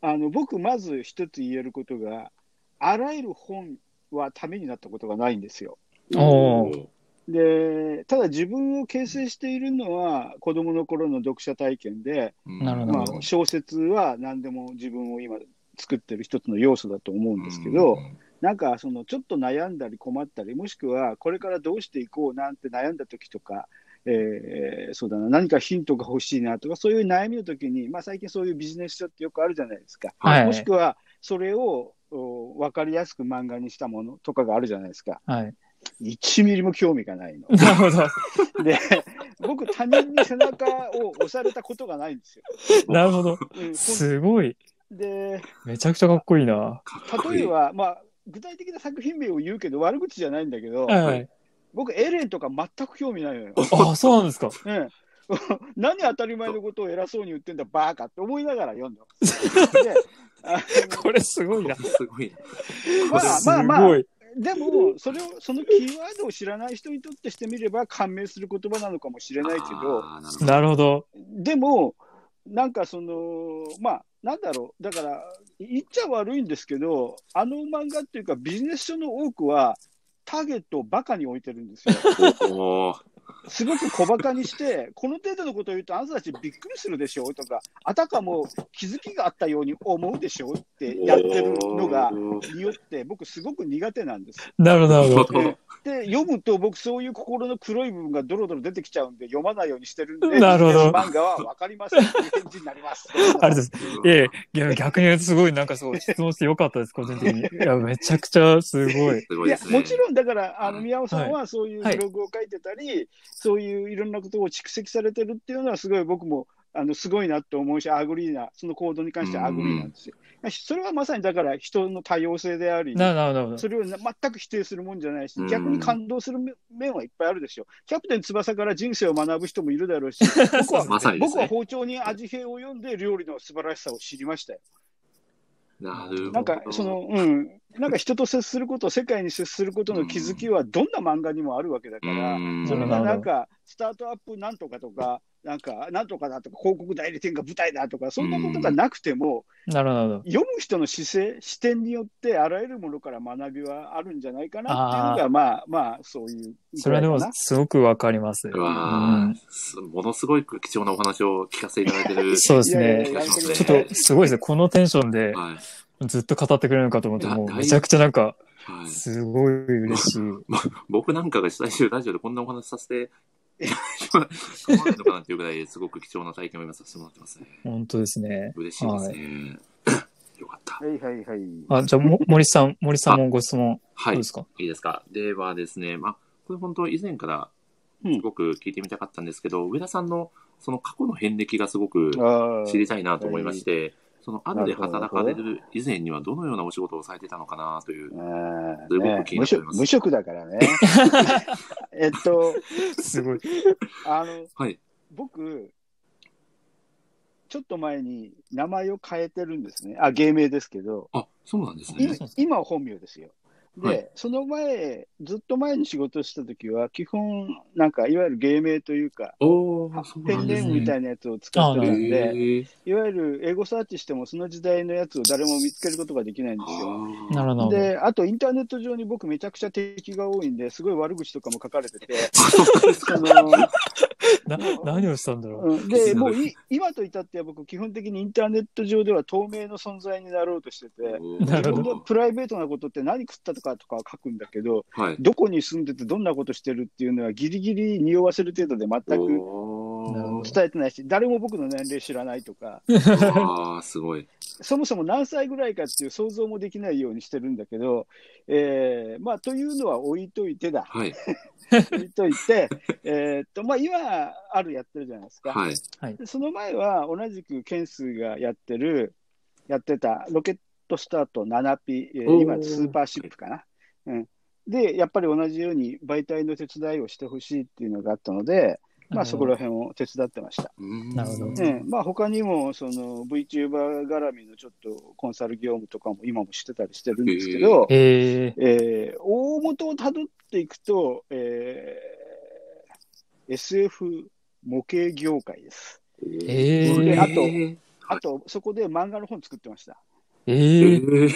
[SPEAKER 3] あの僕、まず一つ言えることが、あらゆる本はためになったことがないんですよ。
[SPEAKER 2] お
[SPEAKER 1] ー。
[SPEAKER 3] で、ただ自分を形成しているのは、子供の頃の読者体験で、
[SPEAKER 1] うん
[SPEAKER 2] なるほど
[SPEAKER 3] まあ、小説は何でも自分を今作ってる一つの要素だと思うんですけ
[SPEAKER 1] う
[SPEAKER 3] ど、
[SPEAKER 1] ん
[SPEAKER 3] なんかそのちょっと悩んだり困ったり、もしくはこれからどうしていこうなんて悩んだ時とか、えーそうだな、何かヒントが欲しいなとか、そういう悩みの時に、まあ最近そういうビジネス書ってよくあるじゃないですか。
[SPEAKER 2] え。は
[SPEAKER 3] もし
[SPEAKER 2] い。
[SPEAKER 3] くは、それをお分かりやすく漫画にしたものとかがあるじゃないですか。
[SPEAKER 2] はい。
[SPEAKER 3] 1ミリも興味がない の。
[SPEAKER 2] なるほど。
[SPEAKER 3] で、僕、他人に背中を押されたことがないんですよ。
[SPEAKER 2] なるほど。
[SPEAKER 3] うんほ
[SPEAKER 2] すごい。
[SPEAKER 3] んで、
[SPEAKER 2] めちゃくちゃかっこいいな。
[SPEAKER 1] かっこいい
[SPEAKER 3] 例え、ば、まあ、具体的な作品名を言うけど、悪口じゃないんだけど、
[SPEAKER 2] はい。
[SPEAKER 3] 僕、エレンとか全く興味ないのよ。
[SPEAKER 2] ああ、そうなんですか。
[SPEAKER 3] うん、 何当たり前のことを偉そうに言ってんだ、バーカって思いながら読んだの。であ
[SPEAKER 2] これすごいな。
[SPEAKER 1] すごいな。
[SPEAKER 3] の
[SPEAKER 1] こ
[SPEAKER 3] ま
[SPEAKER 1] れ
[SPEAKER 3] あ
[SPEAKER 2] す
[SPEAKER 3] まあまあ
[SPEAKER 2] ごい。
[SPEAKER 3] でも、それを、そのキーワードを知らない人にとってしてみれば、感銘する言葉なのかもしれないけど、
[SPEAKER 1] あーなるほど
[SPEAKER 2] なるほど。
[SPEAKER 3] でも、なんかその、まあ、なんだろう、だから、言っちゃ悪いんですけど、あの漫画っていうか、ビジネス書の多くは、ターゲットをバカに置いてるんですよ。
[SPEAKER 1] おー
[SPEAKER 3] すごく小バカにして、 この程度のことを言うと、あなたたちびっくりするでしょとか、あたかも気づきがあったように思うでしょって やってるのが、
[SPEAKER 1] おー
[SPEAKER 3] によって、僕、すごく苦手なんです。
[SPEAKER 2] なるほど、なるほど。
[SPEAKER 1] うん
[SPEAKER 3] ねで、読むと、僕、そういう心の黒い部分がドロドロ出てきちゃうんで、読まないようにしてるんで、
[SPEAKER 2] なるほど
[SPEAKER 3] ビジネス漫画は分かりませんっていう返事になります。
[SPEAKER 2] あれです。いやいや、逆にすごい、なんかそう、質問してよかったです、個人 的に。いや、めちゃくちゃすごい。
[SPEAKER 1] すご
[SPEAKER 3] い
[SPEAKER 1] い
[SPEAKER 3] や
[SPEAKER 1] ですね。
[SPEAKER 3] もち
[SPEAKER 1] ん。
[SPEAKER 3] ろんだから、あの
[SPEAKER 1] うん
[SPEAKER 3] 宮尾さんはそういうブログを書いてたり、そういういろんなことを蓄積されてるっていうのは、すごい僕もあのすごいなと思うし、アグリーな、その行動に関してはアグリーなんですよ。それはまさにだから、人の多様性であり、
[SPEAKER 2] なるほど、なるほど。
[SPEAKER 3] それをな全く否定するもんじゃないし
[SPEAKER 1] う、ん
[SPEAKER 3] 逆に感動する面面はいっぱいあるでしょ。キャプテン翼から人生を学ぶ人もいる だろうし、僕は
[SPEAKER 1] まさにです
[SPEAKER 3] 僕は
[SPEAKER 1] ね。
[SPEAKER 3] 包丁に味変を読んで、料理の素晴らしさを知りましたよ。
[SPEAKER 1] なるほど。
[SPEAKER 3] なんか、その、うん、なんか人と接すること、世界に接することの気づきは、どんな漫画にもあるわけだか
[SPEAKER 1] う
[SPEAKER 3] ら、
[SPEAKER 1] ん、
[SPEAKER 3] それ
[SPEAKER 2] なるほど
[SPEAKER 3] がなんか、スタートアップなんとかとか、なんか、なんとかだとか、広告代理店が舞台だとか、そんなことがなくても、
[SPEAKER 2] なるほど、なるほど。
[SPEAKER 3] 読む人の姿勢、視点によって、あらゆるものから学びはあるんじゃないかなっていうの
[SPEAKER 2] あ
[SPEAKER 3] が、まあまあ、そういう
[SPEAKER 2] そ
[SPEAKER 3] ぐ
[SPEAKER 2] れ
[SPEAKER 3] ら
[SPEAKER 2] はいで
[SPEAKER 3] かな。
[SPEAKER 2] も、すごくわかります。
[SPEAKER 1] うわ
[SPEAKER 2] うん
[SPEAKER 1] ーすものすごい貴重なお話を聞かせていただいてる。
[SPEAKER 2] そうです
[SPEAKER 3] いやいや
[SPEAKER 2] ね
[SPEAKER 3] い。ややめてくだ
[SPEAKER 2] ち
[SPEAKER 3] さ
[SPEAKER 2] ょ
[SPEAKER 3] い
[SPEAKER 2] っと、すごいですね。このテンションで
[SPEAKER 1] はい。
[SPEAKER 2] ずっと語ってくれるのかと思って、
[SPEAKER 1] いや
[SPEAKER 2] もう
[SPEAKER 1] 大
[SPEAKER 2] めちゃくちゃなんか、
[SPEAKER 1] はい、
[SPEAKER 2] すごい嬉しい。
[SPEAKER 1] 僕なんかが最終ラジオでこんなお話させて、構わないのかなっていうぐらい、すごく貴重な体験を今させてもらってますね。
[SPEAKER 2] 本当ですね。
[SPEAKER 1] 嬉しいですね。よかった。
[SPEAKER 3] はいはいはい。
[SPEAKER 2] あ、じゃあ、も森さん、森さんもご質問、
[SPEAKER 1] は
[SPEAKER 2] どう
[SPEAKER 1] い
[SPEAKER 2] で。すか
[SPEAKER 1] いいですか。ではですね、まあ、これ本当以前から
[SPEAKER 3] うん
[SPEAKER 1] すごく聞いてみたかったんですけど、上田さんのその過去の遍歴がすごく
[SPEAKER 3] あ
[SPEAKER 1] 知りたいなと思いまして、そのアドで働か
[SPEAKER 3] な
[SPEAKER 1] れ
[SPEAKER 3] るほ
[SPEAKER 1] る以前にはどのようなお仕事をされてたのかなという。
[SPEAKER 3] あ
[SPEAKER 1] すごく
[SPEAKER 3] ね
[SPEAKER 1] 気にな
[SPEAKER 3] 無
[SPEAKER 1] っており
[SPEAKER 3] 職
[SPEAKER 1] ます
[SPEAKER 3] 無職だから ね。えっと、
[SPEAKER 2] すごい。
[SPEAKER 3] あの、
[SPEAKER 1] はい。
[SPEAKER 3] 僕、ちょっと前に名前を変えてるんですね。あ、芸名ですけど、
[SPEAKER 1] あ、そうなんです
[SPEAKER 3] い
[SPEAKER 1] ね。
[SPEAKER 3] 今は本名ですよ。で、
[SPEAKER 1] はい
[SPEAKER 3] その前、ずっと前に仕事した時は、基本、なんか、いわゆる芸名というか、
[SPEAKER 1] おー、そうな
[SPEAKER 3] ペ
[SPEAKER 1] ん
[SPEAKER 3] ン
[SPEAKER 1] で
[SPEAKER 3] ネ
[SPEAKER 1] す
[SPEAKER 3] ー
[SPEAKER 1] ね。
[SPEAKER 3] ムみたいなやつを使ってたん
[SPEAKER 1] へ
[SPEAKER 3] で、
[SPEAKER 1] ー
[SPEAKER 3] いわゆる英語サーチしても、その時代のやつを誰も見つけることができないんですよ。
[SPEAKER 1] あー
[SPEAKER 2] なるほど。
[SPEAKER 3] で、あとインターネット上に僕めちゃくちゃ敵が多いんで、すごい悪口とかも書かれてて、 その、
[SPEAKER 2] な何をしたんだろう。
[SPEAKER 3] うん
[SPEAKER 1] 気にな
[SPEAKER 3] で、
[SPEAKER 1] る
[SPEAKER 3] もうい今と至っては僕、基本的にインターネット上では透明の存在になろうとしてて、
[SPEAKER 1] お
[SPEAKER 2] な
[SPEAKER 3] 自
[SPEAKER 2] るほ
[SPEAKER 3] 分の
[SPEAKER 1] ー
[SPEAKER 3] プライベートなことって何食ったとかとかは書くんだけど、
[SPEAKER 1] はい。
[SPEAKER 3] どこに住んでてどんなことしてるっていうのは、ギリギリ匂わせる程度で全く
[SPEAKER 2] なるほ
[SPEAKER 1] おー
[SPEAKER 2] ど
[SPEAKER 3] 伝えてないし、誰も僕の年齢知らないとか、
[SPEAKER 1] あー、すごい。
[SPEAKER 3] そもそも何歳ぐらいかっていう想像もできないようにしてるんだけど、えーまあ、というのは置いといてだ、
[SPEAKER 1] はい。
[SPEAKER 3] 置いといて、 えーっとまあ、今、あるやってるじゃないですか。
[SPEAKER 1] はい。
[SPEAKER 3] でその前は同じくケンスーがやってる、やってたロケットスタート 7P、えー
[SPEAKER 1] おー
[SPEAKER 3] 今スーパーシップかな。うん、で、やっぱり同じように媒体の手伝いをしてほしいっていうのがあったので、まあそこら辺を手伝ってました。
[SPEAKER 1] な
[SPEAKER 2] なるほど
[SPEAKER 3] ええまあ他にもその VTuber 絡みのちょっとコンサル業務とかも今もしてたりしてるんですけど、
[SPEAKER 2] へえ
[SPEAKER 3] えー大元をたどっていくと、えー SF 模型業界です。
[SPEAKER 2] へー
[SPEAKER 3] であと
[SPEAKER 1] え
[SPEAKER 3] あと、そこで漫画の本作ってました。
[SPEAKER 2] ええ
[SPEAKER 3] で
[SPEAKER 1] ー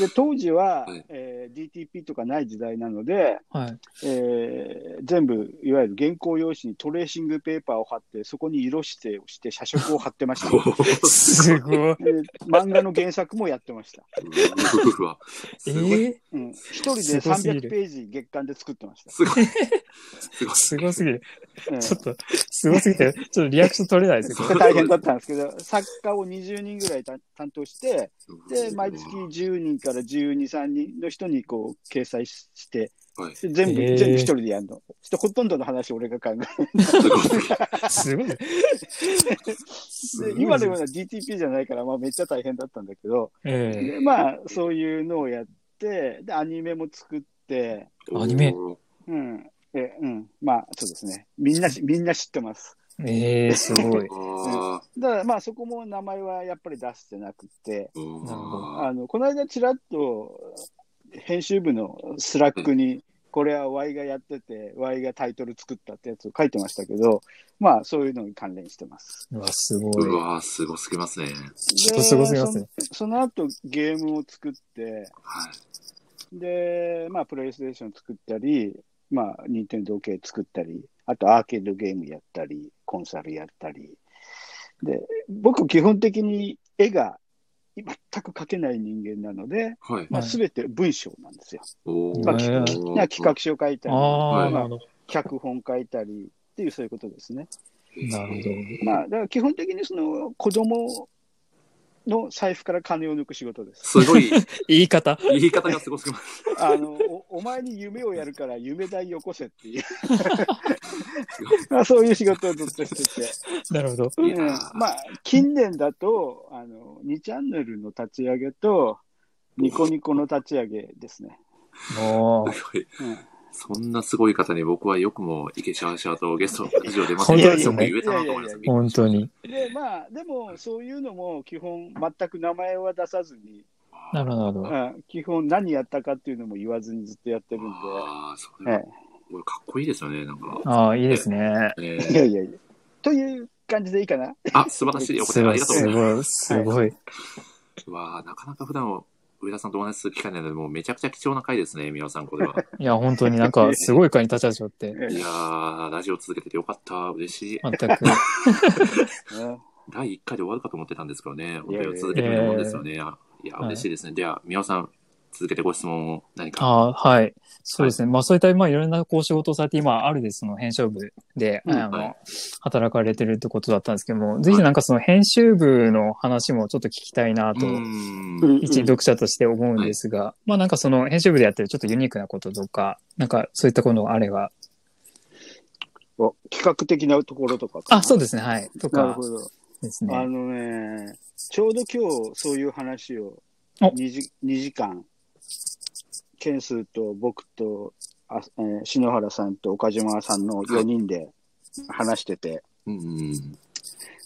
[SPEAKER 3] で当時は、
[SPEAKER 1] はい
[SPEAKER 3] えー DTP とかない時代なので、
[SPEAKER 2] はい。
[SPEAKER 3] えー全部いわゆる原稿用紙にトレーシングペーパーを貼って、そこに色指定をして、社食を貼って ました。
[SPEAKER 2] すごい。
[SPEAKER 3] で漫画の原作もやってました。
[SPEAKER 1] うわ
[SPEAKER 2] え
[SPEAKER 1] すごい。
[SPEAKER 2] え
[SPEAKER 3] うん、一人です
[SPEAKER 2] ごすぎ
[SPEAKER 3] 300
[SPEAKER 2] る
[SPEAKER 3] ページ月間で作ってました。
[SPEAKER 1] すごい。すごい。
[SPEAKER 2] すごすぎる。
[SPEAKER 3] え
[SPEAKER 2] ちょ
[SPEAKER 3] ー
[SPEAKER 2] っと、すごすぎて、ちょっとリアクション取れないですよ。
[SPEAKER 3] 大変だったんですけど、作家を20人ぐらいた担当して、で、毎月10人から12、3人の人にこう、掲載しして、
[SPEAKER 1] はい
[SPEAKER 3] で全部、
[SPEAKER 2] へー
[SPEAKER 3] 全部一人でやるの。してほとんどの話を俺が考え
[SPEAKER 1] すごい。
[SPEAKER 2] すごい。
[SPEAKER 3] で今のような DTP じゃないから、まあ、めっちゃ大変だったんだけど、
[SPEAKER 2] え
[SPEAKER 3] でまあ、そういうのをやって、でアニメも作って、
[SPEAKER 2] アニメ
[SPEAKER 1] お
[SPEAKER 3] うんえうん、まあそうですね、みんなしみんな知ってます。
[SPEAKER 2] えええすごい
[SPEAKER 1] ー。あ
[SPEAKER 3] だからまあそこも名前はやっぱり出してなくて、
[SPEAKER 1] ー
[SPEAKER 2] なるほ
[SPEAKER 3] あのこの間、ちらっと編集部のスラックに、これは Y がやってて、Y がタイトル作ったってやつを書いてましたけど、まあそういうのに関連してます。
[SPEAKER 2] うわ、すご
[SPEAKER 1] う
[SPEAKER 2] い。
[SPEAKER 1] わーすごすぎますね。
[SPEAKER 2] ちょっとすごすぎます
[SPEAKER 3] で
[SPEAKER 2] ね。
[SPEAKER 3] そその後ゲームを作って、
[SPEAKER 1] はい。
[SPEAKER 3] で、まあ、プレイステーション作ったり、まあ、任天堂系作ったり、あとアーケードゲームやったり、コンサルやったり。で、僕、基本的に絵が全く描けない人間なので、
[SPEAKER 1] はい。
[SPEAKER 3] まあ、
[SPEAKER 2] はい
[SPEAKER 3] 全て文章なんですよ。
[SPEAKER 1] おー
[SPEAKER 2] まあ
[SPEAKER 3] き
[SPEAKER 2] へー
[SPEAKER 3] きな企画書書いたり、
[SPEAKER 2] あ
[SPEAKER 1] は
[SPEAKER 2] あ、
[SPEAKER 1] い
[SPEAKER 2] なるほど。
[SPEAKER 3] 脚本書いたりっていう、そういうことですね。
[SPEAKER 2] なるほど。
[SPEAKER 3] まあ、だから基本的にその子供の財布から金を抜く仕 事です。
[SPEAKER 1] すごい。
[SPEAKER 2] 言い方。
[SPEAKER 1] 言い方がすごすぎます。
[SPEAKER 3] あのおお前に夢をやるから夢代よこせっ ていうまあそういう仕事をずっとしてて、
[SPEAKER 2] なるほど。
[SPEAKER 1] い
[SPEAKER 3] うん
[SPEAKER 1] やー
[SPEAKER 3] まあ近年だとあの2チャンネルの立ち上げとニコニコの立ち上げですね、
[SPEAKER 2] も
[SPEAKER 1] すごい。
[SPEAKER 3] うん
[SPEAKER 1] そんなすごい方に僕はよくもイケシャワシャワとゲストの以上出ます
[SPEAKER 2] 本
[SPEAKER 1] け
[SPEAKER 2] 当
[SPEAKER 1] ど、
[SPEAKER 2] です
[SPEAKER 1] よ
[SPEAKER 2] よ
[SPEAKER 1] く
[SPEAKER 2] ね
[SPEAKER 1] 言えたなと思います
[SPEAKER 2] う、。本当に。
[SPEAKER 3] でまあでもそういうのも基本全く名前は出さずに、
[SPEAKER 2] なるほど、なるほど。
[SPEAKER 3] うん基本何やったかっていうのも言わずにずっとやってるん
[SPEAKER 1] ああ、そ
[SPEAKER 3] で、
[SPEAKER 1] れ
[SPEAKER 3] え
[SPEAKER 1] はこれかっこいいですよね、なんか。
[SPEAKER 2] ああ、いいですね。
[SPEAKER 1] え
[SPEAKER 3] えい
[SPEAKER 1] ー
[SPEAKER 3] やいやいやという感じでいいかな
[SPEAKER 1] あ、素晴らしいお答
[SPEAKER 2] す
[SPEAKER 1] えあ
[SPEAKER 2] ご
[SPEAKER 1] り
[SPEAKER 2] い、
[SPEAKER 1] がとうござい
[SPEAKER 2] す
[SPEAKER 1] ます。
[SPEAKER 2] ごい、すごい。
[SPEAKER 1] わあ、なかなか普段上田さんとお話しする機会ないので、もうめちゃくちゃ貴重な回ですね、皆さん、これは。
[SPEAKER 2] いや、本当になんか、すごい会に立ち会っちゃって。
[SPEAKER 1] いやー、ラジオ続けててよかった、嬉しい。
[SPEAKER 2] 全く。
[SPEAKER 3] うん
[SPEAKER 1] 第1回で終わるかと思ってたんですけどね、
[SPEAKER 3] い
[SPEAKER 1] 本当
[SPEAKER 3] やいや
[SPEAKER 1] に続けてるもんですよね。いや、嬉しいですね。では、宮尾さん、続けてご質問を何か。
[SPEAKER 2] あーはい。そうですね。まあそういった、まあいろんなこう仕事をされて、今あるでその編集部で、
[SPEAKER 3] うん
[SPEAKER 2] あの、
[SPEAKER 1] はい
[SPEAKER 2] 働かれてるってことだったんですけども、ぜひなんかその編集部の話もちょっと聞きたいな
[SPEAKER 1] う
[SPEAKER 2] と、
[SPEAKER 1] ん。
[SPEAKER 3] うん
[SPEAKER 2] 一読者として思うんですが、まあなんかその編集部でやってるちょっとユニークなこととか、なんかそういったことがあれば、
[SPEAKER 3] お企画的なところとかかな
[SPEAKER 2] あ、そうですね。はい。と
[SPEAKER 3] なる
[SPEAKER 2] か
[SPEAKER 3] ほど。
[SPEAKER 2] です
[SPEAKER 3] あ
[SPEAKER 2] ね。
[SPEAKER 3] のね、ちょうど今日そういう話を
[SPEAKER 2] お
[SPEAKER 3] 2, 時2時間、ケンスと僕とあ、えー篠原さんと岡島さんの4人で話してて、
[SPEAKER 1] うん。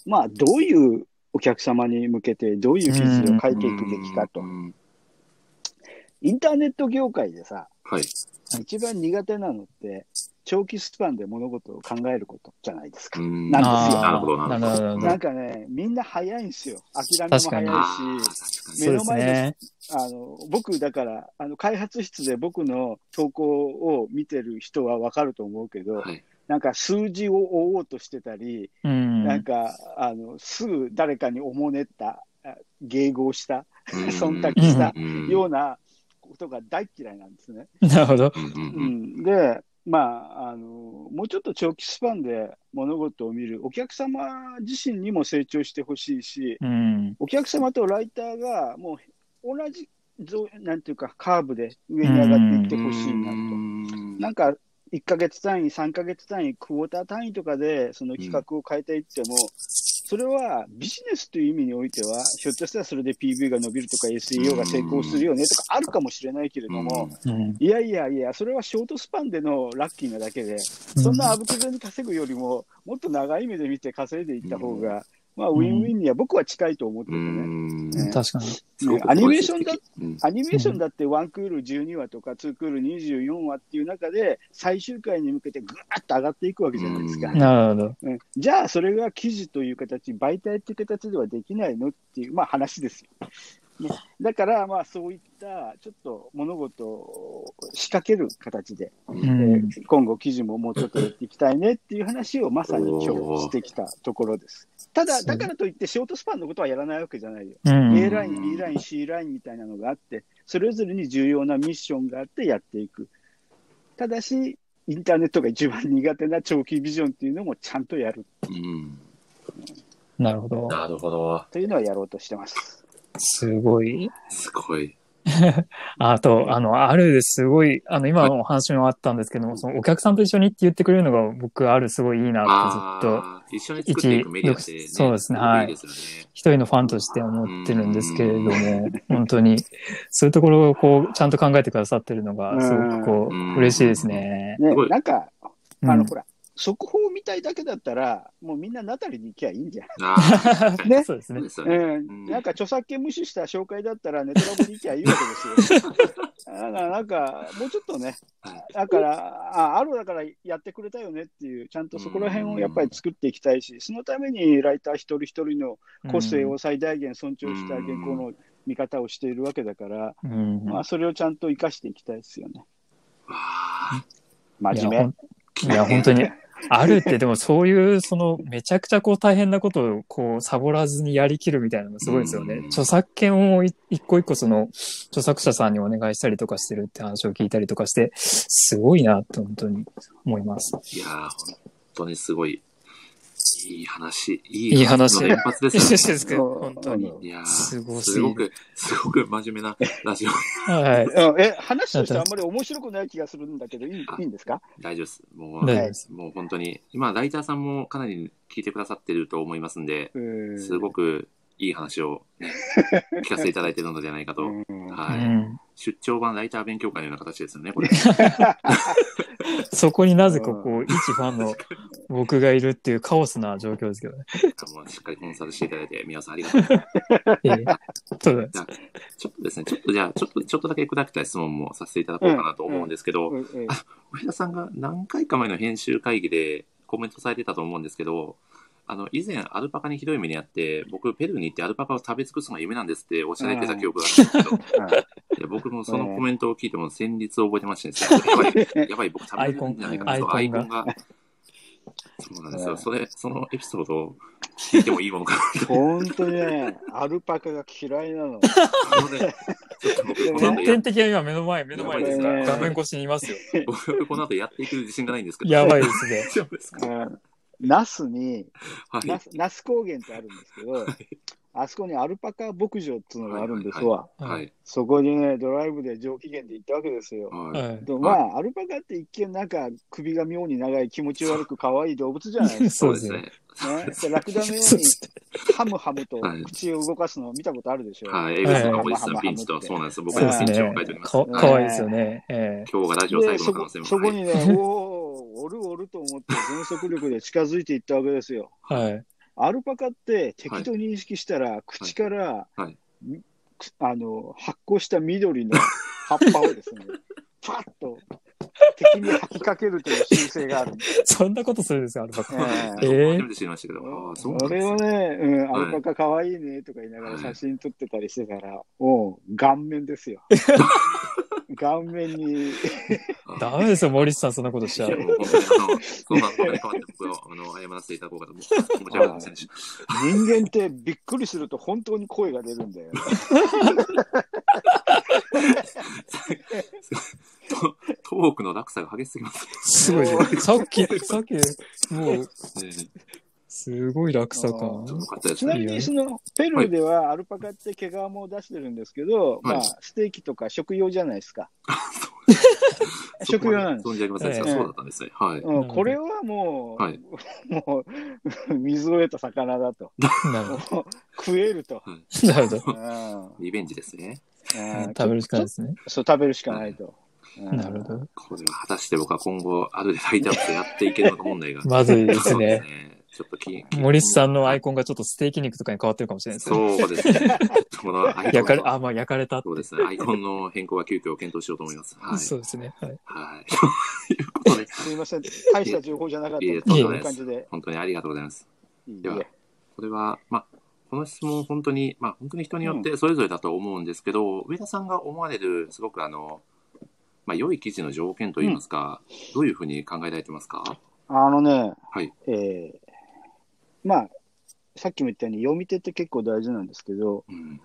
[SPEAKER 3] まあ、どういうお客様に向けて、どういう記事を書いていくべきかと
[SPEAKER 1] う。ん
[SPEAKER 3] インターネット業界でさ、
[SPEAKER 1] はい。
[SPEAKER 3] 一番苦手なのって、長期スパンで物事を考えることじゃないですか。
[SPEAKER 1] うん
[SPEAKER 3] なんですよ
[SPEAKER 2] あ
[SPEAKER 1] な
[SPEAKER 2] あ
[SPEAKER 1] るほど、
[SPEAKER 2] ー、
[SPEAKER 1] な
[SPEAKER 2] な
[SPEAKER 1] る
[SPEAKER 2] る
[SPEAKER 1] ほ
[SPEAKER 2] ほ
[SPEAKER 1] ど。
[SPEAKER 2] ど、な
[SPEAKER 3] な
[SPEAKER 2] る
[SPEAKER 3] んかね、みんな早いんですよ。諦めも
[SPEAKER 2] 確かに
[SPEAKER 3] 早いし。
[SPEAKER 1] 確
[SPEAKER 2] ほど。そうですね。
[SPEAKER 3] あの僕、だからあの、開発室で僕の投稿を見てる人は分かると思うけど、
[SPEAKER 1] はい
[SPEAKER 3] なんか数字を追おうとしてたり、
[SPEAKER 2] うん。
[SPEAKER 3] なんかあのすぐ誰かにおもねった、あ迎合した、
[SPEAKER 1] かに。
[SPEAKER 3] 忖度した
[SPEAKER 1] うん
[SPEAKER 3] ようなことが大嫌いなんですね。
[SPEAKER 2] なるほど。
[SPEAKER 1] うんうん
[SPEAKER 3] う
[SPEAKER 1] うん
[SPEAKER 3] ん、で、まああの、もうちょっと長期スパンで物事を見る、お客様自身にも成長してほしいし、
[SPEAKER 2] うん。
[SPEAKER 3] お客様とライターがもう同じぞなんていうかカーブで上に上がっていってほしいなと。
[SPEAKER 1] うん
[SPEAKER 3] なんか1ヶ月単位、3ヶ月単位、クォーター単位とかでその企画を変えていっても、それはビジネスという意味においては、ひょっとしたらそれで PV が伸びるとか SEO が成功するよねとかあるかもしれないけれども、
[SPEAKER 2] うん。
[SPEAKER 3] いやいやいや、それはショートスパンでのラッキーなだけで、そんなあぶくぜに稼ぐよりも、もっと長い目で見て稼いでいった方が、まあ、ウィンウィンには僕は近いと思って
[SPEAKER 1] う
[SPEAKER 3] てね。
[SPEAKER 1] ん
[SPEAKER 2] うん確かに。
[SPEAKER 1] すごく
[SPEAKER 3] アニメーションだ
[SPEAKER 1] うん
[SPEAKER 3] アニメーションだって1クール12話とか2クール24話っていう中で最終回に向けてぐわっと上がっていくわけじゃないですか、
[SPEAKER 1] う
[SPEAKER 2] なるほど。
[SPEAKER 3] うんじゃあそれが記事という形媒体っていう形ではできないのっていう、まあ、話ですよ、ね、だからまあそういったちょっと物事を仕掛ける形で、
[SPEAKER 2] う
[SPEAKER 3] え
[SPEAKER 2] ん。
[SPEAKER 3] ー今後記事ももうちょっとやっていきたいねっていう話をまさに今日してきたところですただだからといってショートスパンのことはやらないわけじゃないよ
[SPEAKER 2] うん
[SPEAKER 3] A ライン、B ライン、C ラインみたいなのがあって、それぞれに重要なミッションがあってやっていく。ただし、インターネットが一番苦手な長期ビジョンっていうのもちゃんとやる
[SPEAKER 1] うん
[SPEAKER 2] なるほど。
[SPEAKER 1] なるほど。
[SPEAKER 3] というのはやろうとしてます。
[SPEAKER 2] すごい。
[SPEAKER 1] すごい。
[SPEAKER 2] あと、あの、あるですごい、あの、今のお話もあったんですけども、そのお客さんと一緒にって言ってくれるのが僕、あるすごいいいなってずっと、
[SPEAKER 1] あー一緒に作っていくメディアってね、
[SPEAKER 2] 一そうですねは
[SPEAKER 1] い
[SPEAKER 2] い
[SPEAKER 1] いですよね。
[SPEAKER 2] 一人のファンとして思ってるんですけれども、本当に、そういうところをこう、ちゃんと考えてくださってるのが、すごくこ
[SPEAKER 1] う
[SPEAKER 2] う、
[SPEAKER 1] ん
[SPEAKER 2] 嬉しいですね。
[SPEAKER 3] ね
[SPEAKER 1] すご、い
[SPEAKER 3] なんか、
[SPEAKER 2] うん
[SPEAKER 3] あの、ほら、速報みたいだけだったら、もうみんなナタリに行きゃいいんじゃん。
[SPEAKER 1] あー
[SPEAKER 3] ね
[SPEAKER 2] そうです
[SPEAKER 1] そう
[SPEAKER 2] ね
[SPEAKER 1] で。すよね。
[SPEAKER 3] うん、なんか著作権無視した紹介だったらネトラボに行きゃいいわけですよ。あななんか、もうちょっとね
[SPEAKER 1] はい、
[SPEAKER 3] だから、ああるだからやってくれたよねっていう、ちゃんとそこら辺をやっぱり作っていきたいし、そのためにライター一人一人の個性を最大限尊重した
[SPEAKER 1] うん
[SPEAKER 3] 原稿の見方をしているわけだから、
[SPEAKER 2] うん、
[SPEAKER 3] まあ、それをちゃんと生かしていきたいですよね。
[SPEAKER 1] わあ
[SPEAKER 3] 真
[SPEAKER 2] いやほ
[SPEAKER 3] 面
[SPEAKER 2] んい や、本当に。あるって、でもそういう、その、めちゃくちゃこう大変なことを、こう、サボらずにやりきるみたいなのがすごいですよね。
[SPEAKER 1] うん
[SPEAKER 2] 著作権をい一個一個その、著作者さんにお願いしたりとかしてるって話を聞いたりとかして、すごいなって本当に思い ます。
[SPEAKER 1] いやー、本当にすごい。いい話。い
[SPEAKER 2] いい話
[SPEAKER 1] の連発で
[SPEAKER 2] いい
[SPEAKER 1] すよね。
[SPEAKER 2] ですけ
[SPEAKER 3] 目。
[SPEAKER 2] ど、本当に。
[SPEAKER 1] いやー
[SPEAKER 2] すごすぎる
[SPEAKER 1] すごく、すごく真面目なラジオ。
[SPEAKER 2] はい。
[SPEAKER 3] うんえ、話としてあんまり面白くない気がするんだけど、いいいいんですか
[SPEAKER 1] 大丈夫です。もう、
[SPEAKER 2] 大丈夫です。
[SPEAKER 1] もう本当に、今、ライターさんもかなり聞いてくださってると思いますんで、すご
[SPEAKER 3] く
[SPEAKER 1] くいい話を ね聞かせていただいてるのではないかと。
[SPEAKER 2] う
[SPEAKER 1] はい。
[SPEAKER 2] ん、
[SPEAKER 1] 出張版ライター勉強会のような形ですよね、 これ。
[SPEAKER 2] そこになぜここ、一ファンの僕がいるっていうカオスな状況ですけど ね。
[SPEAKER 1] もうしっかりコンサルしていただいて、皆さんありがとうございます。
[SPEAKER 2] ええそうなんです。
[SPEAKER 1] ちょっとですね、ちょっとじゃあ、ちょっと、ちょっとだけ砕きたい質問もさせていただこうかなと思うんですけど、
[SPEAKER 3] うんうん
[SPEAKER 1] 上田さんが何回か前の編集会議でコメントされてたと思うんですけど、あの、以前アルパカにひどい目にあって、僕、ペルーに行ってアルパカを食べ尽くすのが夢なんですっておっしゃられてた記憶があるんですけど、いや僕もそのコメントを聞いても戦慄を覚えてましたね。やば い、やばい、僕食べられるんじゃないかな、
[SPEAKER 2] アイ
[SPEAKER 1] そう
[SPEAKER 2] コン
[SPEAKER 1] アイコ
[SPEAKER 2] アイコ
[SPEAKER 1] ン
[SPEAKER 2] ン
[SPEAKER 1] が。そうなんですよ。それ、そのエピソードを聞いてもいいものか。
[SPEAKER 3] 本当にね、アルパカが嫌い なの。
[SPEAKER 1] あのね、ちょっと僕
[SPEAKER 3] でも
[SPEAKER 1] こ
[SPEAKER 3] ね
[SPEAKER 1] の
[SPEAKER 2] 点
[SPEAKER 1] 後や
[SPEAKER 2] 点的は今目の前、目の前ですから、
[SPEAKER 3] ね
[SPEAKER 2] 画面越しにいますよ。
[SPEAKER 1] 僕この後やっていく自信がないんですけど。
[SPEAKER 2] やば
[SPEAKER 1] い。
[SPEAKER 2] いですね。
[SPEAKER 1] 大丈夫ですか
[SPEAKER 3] うんナスに、
[SPEAKER 1] はい。
[SPEAKER 3] 那須那須高原ってあるんですけど、あそこにアルパカ牧場っていうのがあるんですわ。
[SPEAKER 1] はい。
[SPEAKER 3] そこにね、ドライブで上機嫌で行ったわけですよ。
[SPEAKER 1] はい。
[SPEAKER 2] は
[SPEAKER 3] でもまあ、アルパカって一見なんか首が妙に長い気持ち悪く可愛い動物じゃないで
[SPEAKER 2] い。
[SPEAKER 3] す
[SPEAKER 2] そうですね。。
[SPEAKER 3] か、ね。でラクダのよう
[SPEAKER 2] そう
[SPEAKER 3] に
[SPEAKER 2] ですね
[SPEAKER 3] ハムハムと
[SPEAKER 1] はい
[SPEAKER 3] 口を動かすの見たことあるでしょ。
[SPEAKER 1] はい。エグスの
[SPEAKER 3] はい
[SPEAKER 1] ポジションピンチと、そうなんです。僕
[SPEAKER 2] そうで
[SPEAKER 1] の
[SPEAKER 2] す
[SPEAKER 1] ピンチを
[SPEAKER 2] ね
[SPEAKER 1] 書いており。ます。
[SPEAKER 2] か
[SPEAKER 1] は
[SPEAKER 2] か
[SPEAKER 1] い
[SPEAKER 2] わいいですよね。ええ
[SPEAKER 1] 今日がラジオ最
[SPEAKER 3] で
[SPEAKER 1] 後の
[SPEAKER 3] そ
[SPEAKER 1] 可能
[SPEAKER 3] こ
[SPEAKER 1] 性も。
[SPEAKER 3] そこ
[SPEAKER 1] はい
[SPEAKER 3] にね、おーおるおると思って全速力で近づいていったわけですよ。
[SPEAKER 2] はい。
[SPEAKER 3] アルパカって敵と認識したら、口から、
[SPEAKER 1] はい
[SPEAKER 3] みくあの発酵した緑の葉っぱをです ね、パッと敵に吐きかけるという習性があるんです。
[SPEAKER 2] そんなことするんですよ、アルパカ。
[SPEAKER 3] え
[SPEAKER 2] え
[SPEAKER 3] え
[SPEAKER 2] ー
[SPEAKER 1] 初めて知りましたけど。ああ、そうなん
[SPEAKER 3] そ
[SPEAKER 1] で
[SPEAKER 3] れ
[SPEAKER 1] す
[SPEAKER 3] を
[SPEAKER 1] ね。
[SPEAKER 3] ね、うん、
[SPEAKER 1] はい
[SPEAKER 3] アルパカ可愛いねとか言いながら写真撮ってたりしてたら、もう顔面で すよ。顔面に、
[SPEAKER 2] ダメですよ、森下さん、そんなことしちゃ
[SPEAKER 1] いや
[SPEAKER 2] う。
[SPEAKER 1] もう本当にあの、ご飯ご飯に代わって僕はあの謝らせていただこうかと思って、申し訳ございませんでした。
[SPEAKER 3] 人間ってびっくりすると本当に声が出るんだよね。
[SPEAKER 1] トトークの落差が激しすぎます
[SPEAKER 2] すごいですね。さっき、さっき、もう、
[SPEAKER 1] ね。ち
[SPEAKER 2] すごい落差感。
[SPEAKER 1] ょっとかったです
[SPEAKER 3] ちな
[SPEAKER 1] ね。
[SPEAKER 3] みにそのペルーではアルパカって毛皮も出してるんですけど、
[SPEAKER 1] はい
[SPEAKER 3] まあ、ステーキとか食用じゃないですか。
[SPEAKER 1] そ
[SPEAKER 3] 食
[SPEAKER 1] こま
[SPEAKER 3] 用
[SPEAKER 1] で
[SPEAKER 3] なんです。
[SPEAKER 1] 存じ上げませんでした。
[SPEAKER 2] ええ
[SPEAKER 1] そうだったんですね。はい。
[SPEAKER 3] うん、これはもう、
[SPEAKER 1] はい
[SPEAKER 3] もう 水を得た魚だと、
[SPEAKER 2] なるほ
[SPEAKER 3] もう食えると、
[SPEAKER 2] ど。なるほど。
[SPEAKER 3] うん
[SPEAKER 1] リベンジですね。
[SPEAKER 3] うん
[SPEAKER 2] 食べるしかないですね。
[SPEAKER 3] そう食べるしかないと。うん
[SPEAKER 2] なるほど。
[SPEAKER 1] これは果たして僕は今後、あるでライトアップでやっていけるのか問題が。
[SPEAKER 2] まずいで
[SPEAKER 1] そ
[SPEAKER 2] す
[SPEAKER 1] うで
[SPEAKER 2] ね
[SPEAKER 1] す。ね。ちょっとき、
[SPEAKER 2] 森下さんのアイコンがちょっとステーキ肉とかに変わってるかもしれないですね。
[SPEAKER 1] そう ですね。このアイコ
[SPEAKER 2] 焼か
[SPEAKER 1] ン
[SPEAKER 2] れ、
[SPEAKER 1] の
[SPEAKER 2] あ、まあ焼かれたって
[SPEAKER 1] そうですね。アイコンの変更は急遽検討しようと思います。はい。
[SPEAKER 2] そうですね。はい。
[SPEAKER 1] はい。 ということで、
[SPEAKER 3] すいません、大した情報じゃなかった
[SPEAKER 1] いえいえ
[SPEAKER 3] と
[SPEAKER 2] とんでもな
[SPEAKER 3] いう
[SPEAKER 1] いです
[SPEAKER 3] 感じで。
[SPEAKER 1] 本当にありがとうございます。
[SPEAKER 3] いい
[SPEAKER 1] では
[SPEAKER 3] え
[SPEAKER 1] これは、まあ、この質問本当に、まあ、本当に人によってそれぞれだと思うんですけど、上田さんが思われる、すごくあの、まあ、良い記事の条件といいますか、どういうふうに考えられてますか
[SPEAKER 3] あのね、
[SPEAKER 1] はい。
[SPEAKER 3] えーまあ、さっきも言ったように読み手って結構大事なんですけど、
[SPEAKER 1] うん。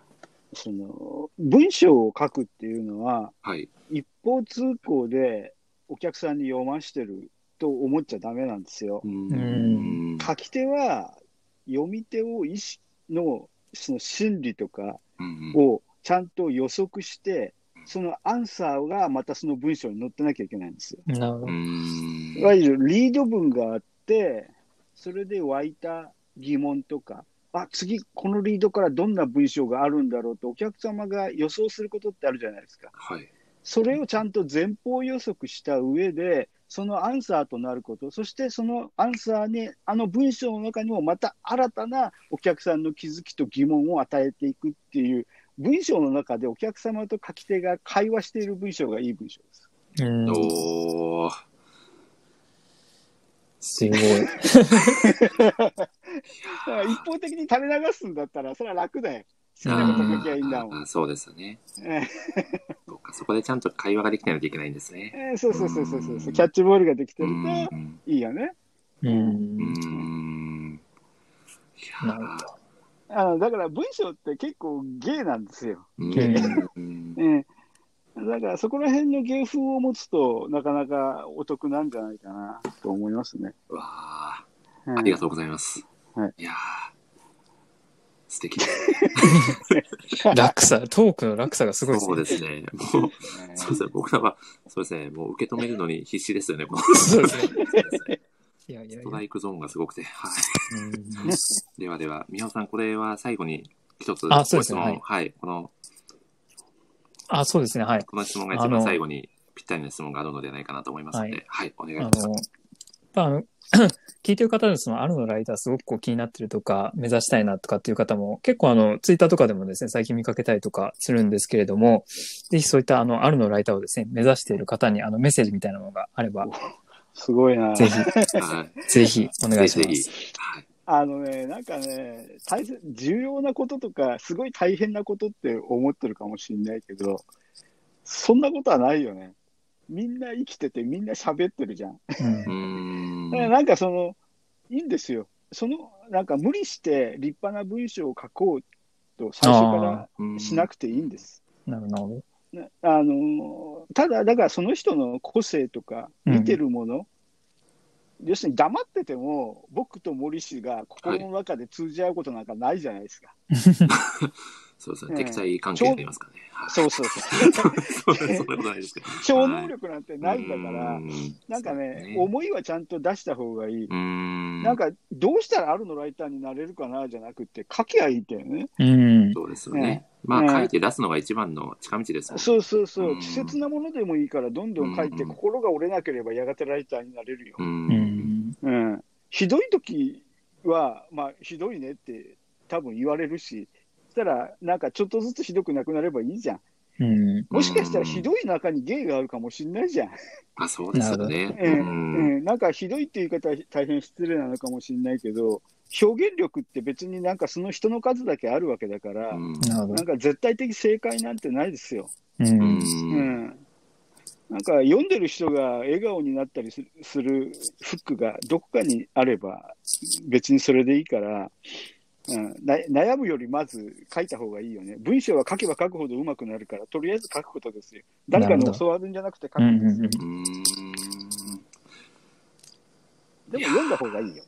[SPEAKER 3] その文章を書くっていうのは、
[SPEAKER 1] はい。
[SPEAKER 3] 一方通行でお客さんに読ましてると思っちゃダメなんですよ
[SPEAKER 1] う。ん
[SPEAKER 2] ん
[SPEAKER 3] 書き手は読み手を意識のその心理とか
[SPEAKER 1] うんうん
[SPEAKER 3] をちゃんと予測して、そのアンサーがまたその文章に載ってなきゃいけないんですよ。
[SPEAKER 2] なるほ
[SPEAKER 1] う
[SPEAKER 2] ど。
[SPEAKER 1] ん
[SPEAKER 3] いわゆるリード文があって、それで湧いた疑問とか、あ次、このリードからどんな文章があるんだろうと、お客様が予想することってあるじゃないですか。
[SPEAKER 1] はい。
[SPEAKER 3] それをちゃんと前方予測した上で、そのアンサーとなること、そしてそのアンサーに、あの文章の中にもまた新たなお客さんの気づきと疑問を与えていくっていう、文章の中でお客様と書き手が会話している文章がいい文章です。
[SPEAKER 2] うん。
[SPEAKER 1] おー
[SPEAKER 2] すごい。
[SPEAKER 3] だから一方的に垂れ流すんだったら、それは楽だよ。好きなこと書きゃいいんだもん。
[SPEAKER 1] あーそうですね。
[SPEAKER 3] え
[SPEAKER 1] そうかそこでちゃんと会話ができないといけないんですね。
[SPEAKER 3] ーそうそうそうそうそう
[SPEAKER 1] う
[SPEAKER 3] そ
[SPEAKER 1] ん
[SPEAKER 3] う、キャッチボールができて
[SPEAKER 1] う
[SPEAKER 3] る
[SPEAKER 1] ん
[SPEAKER 3] といいよね。
[SPEAKER 2] う。
[SPEAKER 1] うんん。いや
[SPEAKER 2] なる
[SPEAKER 1] ー
[SPEAKER 3] あのだから文章って結構芸なんですよ。
[SPEAKER 1] うん
[SPEAKER 3] ええ、だからそこら辺の芸風を持つとなかなかお得なんじゃないかなと思いますね。
[SPEAKER 1] わあ、
[SPEAKER 3] ええ
[SPEAKER 1] ありがとうございます。、
[SPEAKER 3] はい
[SPEAKER 1] やー素敵です。
[SPEAKER 2] 落差、トークの落差がすごいです
[SPEAKER 1] そう
[SPEAKER 2] ね。
[SPEAKER 1] ですね。もう、
[SPEAKER 3] え え
[SPEAKER 1] そうですね。僕らは、そうですね。もう受け止めるのに必死 ですよね。この
[SPEAKER 2] そうですね。
[SPEAKER 1] そうですね
[SPEAKER 2] いやいやい
[SPEAKER 1] スト
[SPEAKER 2] や
[SPEAKER 1] ラ。イクゾーンがすごくて。はい。
[SPEAKER 2] うん
[SPEAKER 1] ではでは、みほさん、これは最後に一つ
[SPEAKER 2] あそう
[SPEAKER 1] ご
[SPEAKER 2] で
[SPEAKER 1] 質
[SPEAKER 2] す
[SPEAKER 1] 問、
[SPEAKER 2] ね
[SPEAKER 1] はい、この、
[SPEAKER 2] あ、そうですね。はい。
[SPEAKER 1] この質問が一番最後にぴったりの質問があるのではないかなと思いますので、はい、お願いし
[SPEAKER 2] あ
[SPEAKER 1] ます。
[SPEAKER 2] の、あの聞いてる方でそのあるのライターすごくこう気になってるとか、目指したいなとかっていう方も結構あの、ツイッターとかでもですね、最近見かけたりとかするんですけれども、ぜひそういったあの、あるのライターをですね、目指している方にあの、メッセージみたいなものがあれば、
[SPEAKER 3] すごいな。
[SPEAKER 2] ぜひ、
[SPEAKER 1] はい
[SPEAKER 2] ぜひお願いし
[SPEAKER 1] ぜ
[SPEAKER 2] ま
[SPEAKER 1] ひぜ
[SPEAKER 2] す。
[SPEAKER 1] ひ。はい。
[SPEAKER 3] あのね、なんかね、大切、重要なこととか、すごい大変なことって思ってるかもしれないけど、そんなことはないよね。みんな生きてて、みんな喋ってるじゃん。
[SPEAKER 2] うん
[SPEAKER 1] うーん。
[SPEAKER 3] だからなんかその、いいんですよ。その、なんか無理して立派な文章を書こうと最初か
[SPEAKER 1] うん
[SPEAKER 3] らしなくていいんです。
[SPEAKER 2] なるほど。
[SPEAKER 3] ねあのただ、だからその人の個性とか、
[SPEAKER 2] うん
[SPEAKER 3] 見てるもの、要するに黙ってても、僕と森氏が心の中で通じ合うことなんかないじゃないですか。
[SPEAKER 1] そうです
[SPEAKER 3] え
[SPEAKER 1] ね。
[SPEAKER 3] え
[SPEAKER 1] 敵対関係になりますからね。はい
[SPEAKER 3] そうそ うそう。
[SPEAKER 1] そんなことないですけど。
[SPEAKER 3] 超能力なんてないんだから、
[SPEAKER 1] うーん
[SPEAKER 3] なんかね、
[SPEAKER 1] そう
[SPEAKER 3] 思いはちゃんと出した方がいい。
[SPEAKER 1] うーん。
[SPEAKER 3] なんか、どうしたらあるのライターになれるかなじゃなくて、書きゃいいんだよね。
[SPEAKER 2] うん。
[SPEAKER 1] そうですよね。
[SPEAKER 3] え
[SPEAKER 1] ま
[SPEAKER 3] え
[SPEAKER 1] あ、書いて出すのが一番の近道ですもんね。
[SPEAKER 3] そうそうそう、
[SPEAKER 1] うん
[SPEAKER 3] 稚拙なものでもいいから、どんどん書いて、
[SPEAKER 1] うん
[SPEAKER 3] 心が折れなければやがてライターになれるよ。
[SPEAKER 1] うー。
[SPEAKER 2] うんん。
[SPEAKER 3] うん、ひどい時は、まあ、ひどいねって多分言われるし、そしたら、なんかちょっとずつひどくなくなればいいじゃん。
[SPEAKER 2] うん。
[SPEAKER 3] もしかしたらひ
[SPEAKER 1] い。
[SPEAKER 3] どい中に芸があるかもしれないじゃん。
[SPEAKER 1] あ、そうですよね。
[SPEAKER 3] ええ
[SPEAKER 1] うん
[SPEAKER 3] うん、なんかひどいっていう言い方は大変失礼なのかもしれないけど、表現力って別になんかその人の数だけあるわけだから、
[SPEAKER 1] うん
[SPEAKER 2] なるほ
[SPEAKER 3] な
[SPEAKER 2] ど
[SPEAKER 3] ん。か絶対的正解なんてないですよ。
[SPEAKER 2] う。
[SPEAKER 1] うん。
[SPEAKER 3] うんんなんか読んでる人が笑顔になったりするするフックがどこかにあれば別にそれでいいから、うん、な悩むよりまず書いた方がいいよね文章は書けば書くほど上手くなるからとりあえず書くことですよ誰か
[SPEAKER 2] な
[SPEAKER 3] に
[SPEAKER 2] るほど
[SPEAKER 3] 教わるんじゃなくて書
[SPEAKER 2] う
[SPEAKER 3] くん
[SPEAKER 2] ん。
[SPEAKER 3] で
[SPEAKER 2] う
[SPEAKER 3] すよ
[SPEAKER 2] ん。
[SPEAKER 1] うーん
[SPEAKER 3] でも読んだ方がい いよ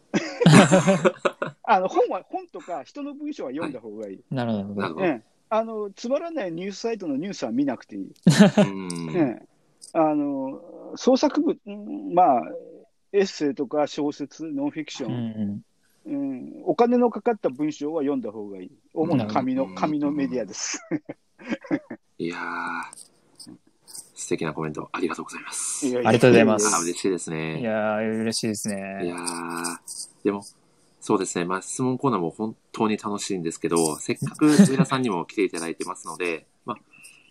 [SPEAKER 3] あの本は本とか人の文章は読んだ方がいい、
[SPEAKER 2] なるほ
[SPEAKER 1] なる
[SPEAKER 2] ど。
[SPEAKER 1] ほど。
[SPEAKER 3] うん、あのつまらないニュースサイトのニュースは見なくていい
[SPEAKER 1] うん
[SPEAKER 3] ね、あの創作物、うんまあ、エッセイとか小説、ノンフィクショ
[SPEAKER 2] う
[SPEAKER 3] ン、
[SPEAKER 2] ん。
[SPEAKER 3] うんお金のかかった文章は読んだ方がいい、主に紙の
[SPEAKER 1] うん
[SPEAKER 3] 紙のメディアです。
[SPEAKER 1] いやー素敵なコメントありがとうございます。
[SPEAKER 3] やや
[SPEAKER 2] ありがとうございま
[SPEAKER 1] あ
[SPEAKER 2] す
[SPEAKER 1] ー嬉しいですね。
[SPEAKER 2] いやー、嬉しいです
[SPEAKER 1] い
[SPEAKER 2] ね
[SPEAKER 1] や。ーでも、そうですね、まあ、質問コーナーも本当に楽しいんですけど、せっかく上田さんにも来ていただいてますので、 まあ、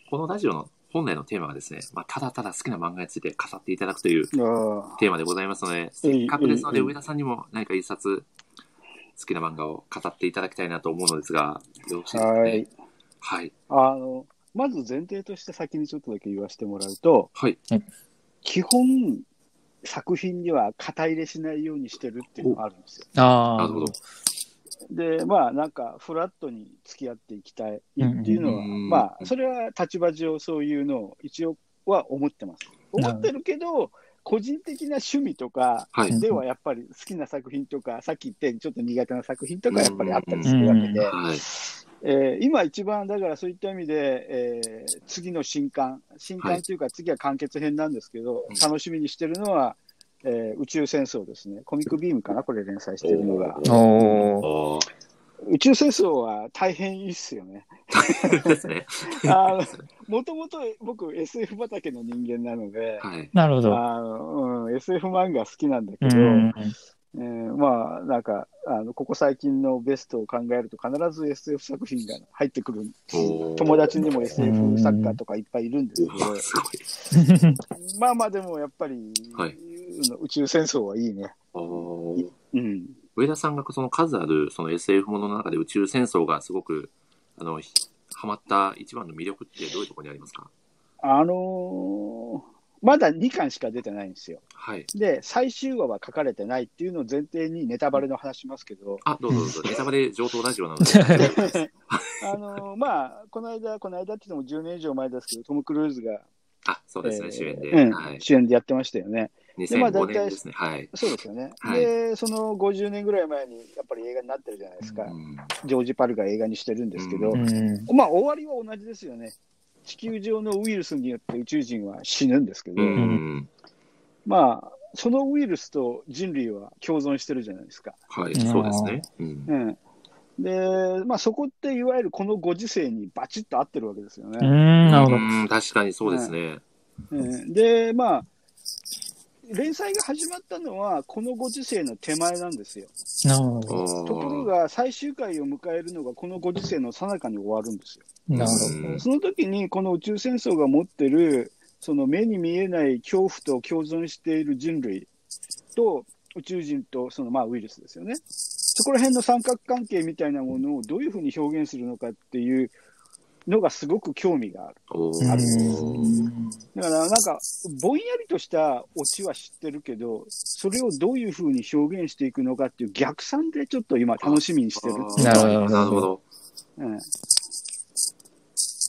[SPEAKER 1] このラジオの本来のテーマはですね、まあ、ただただ好きな漫画について語っていただくという
[SPEAKER 3] あー
[SPEAKER 1] テーマでございますので、
[SPEAKER 3] え
[SPEAKER 1] せ
[SPEAKER 3] い
[SPEAKER 1] っかくですの
[SPEAKER 3] え
[SPEAKER 1] で、
[SPEAKER 3] いえい
[SPEAKER 1] 上田さんにも何か一冊、好きな漫画を語っていただきたいなと思うのですが、よろしいですか
[SPEAKER 3] は
[SPEAKER 1] ね
[SPEAKER 3] い。
[SPEAKER 1] はい。
[SPEAKER 3] あのまず前提として先にちょっとだけ言わせてもらうと、
[SPEAKER 1] はい。
[SPEAKER 3] 基本、作品には肩入れしないようにしてるっていうのがあるんですよ。
[SPEAKER 2] ああ。
[SPEAKER 1] なるほど。
[SPEAKER 3] で、まあ、なんか、フラットに付き合っていきたいっていうの
[SPEAKER 1] う
[SPEAKER 3] は、
[SPEAKER 1] んうんうん
[SPEAKER 3] まあ、それは立場上そういうのを一応は思ってます。思ってるけど、個人的な趣味とか
[SPEAKER 1] はい。
[SPEAKER 3] ではやっぱり好きな作品とか、さっき言ったようにちょっと苦手な作品とかやっぱりあったりするわけで、
[SPEAKER 1] はい。
[SPEAKER 3] えー今一番だからそういった意味で、えー次の新刊、新刊というか次は完結編なんですけど、
[SPEAKER 1] うん
[SPEAKER 3] 楽しみにしてるのは、えー宇宙戦争ですね。コミックビームかな、これ連載してるのが。
[SPEAKER 2] おー。
[SPEAKER 1] おー
[SPEAKER 3] 宇宙戦争は大変いいっすよ ね。
[SPEAKER 1] ですね。
[SPEAKER 3] あのもともと僕 SF 畑の人間なので、
[SPEAKER 1] はい。
[SPEAKER 2] なるほど。
[SPEAKER 3] あのうん、SF 漫画好きなんだ
[SPEAKER 2] う
[SPEAKER 3] けど、
[SPEAKER 2] ん。
[SPEAKER 3] えーまあなんかあのここ最近のベストを考えると必ず SF 作品が入ってくる
[SPEAKER 1] おー
[SPEAKER 3] 友達にも SF 作家とかいっぱいいるんです
[SPEAKER 1] お
[SPEAKER 3] けど
[SPEAKER 1] ー、すごい。
[SPEAKER 3] まあまあでもやっぱり、
[SPEAKER 1] はい
[SPEAKER 3] 宇宙戦争はいいね。
[SPEAKER 1] おー
[SPEAKER 3] うん、
[SPEAKER 1] 上田さんがその数あるその SF ものの中で宇宙戦争がすごくあのひハマった一番の魅力ってどういうところにありますか
[SPEAKER 3] あのーまだ2巻しか出てないんですよ。
[SPEAKER 1] はい。
[SPEAKER 3] で、最終話は書かれてないっていうのを前提にネタバレの話しますけど、
[SPEAKER 1] あ、どうぞどうぞ。ネタバレ上等ラジオなの で。
[SPEAKER 3] あのまあ、この間、この間っていうのも10年以上前ですけど、トム・クルーズが、
[SPEAKER 1] あ、そうですね、主演で。
[SPEAKER 3] えーうん
[SPEAKER 1] はい。
[SPEAKER 3] 主演でやってましたよね。まあ
[SPEAKER 1] 2005
[SPEAKER 3] 大体
[SPEAKER 1] 年ですね。はい。
[SPEAKER 3] そうですよね。
[SPEAKER 1] はい
[SPEAKER 3] で、その50年ぐらい前に、やっぱり映画になってるじゃないですか。
[SPEAKER 1] うん
[SPEAKER 3] ジョージ・パルが映画にしてるんですけど、
[SPEAKER 1] う
[SPEAKER 2] うん。
[SPEAKER 3] まあ、終わりは同じですよね。地球上のウイルスによって宇宙人は死ぬんですけど、
[SPEAKER 1] うん。
[SPEAKER 3] まあ、そのウイルスと人類は共存してるじゃないですか。
[SPEAKER 1] はい、
[SPEAKER 2] うん
[SPEAKER 1] そうですね。うん。
[SPEAKER 3] うん、で、まあ、そこっていわゆるこのご時世にバチッと合ってるわけですよね。
[SPEAKER 2] うん。なるほど。
[SPEAKER 1] うん確かにそうですね。
[SPEAKER 3] うんで、まあ、連載が始まったのは、このご時世の手前なんですよ。
[SPEAKER 2] なるほど。
[SPEAKER 1] と
[SPEAKER 3] ところ、が、最終回を迎えるのが、このご時世の最中に終わるんですよ。
[SPEAKER 2] なる
[SPEAKER 1] うん
[SPEAKER 3] その時に、この宇宙戦争が持ってる、その目に見えない恐怖と共存している人類と、宇宙人とそのまあウイルスですよね。そこら辺の三角関係みたいなものをどういうふうに表現するのかっていうのがすごく興味がある。
[SPEAKER 1] お
[SPEAKER 2] う
[SPEAKER 1] ー
[SPEAKER 3] ある
[SPEAKER 2] ん
[SPEAKER 3] だからなんか、ぼんやりとしたオチは知ってるけど、それをどういうふうに表現していくのかっていう逆算でちょっと今楽しみにしてる。
[SPEAKER 1] あー
[SPEAKER 2] なるほど
[SPEAKER 1] なるほど。
[SPEAKER 3] うん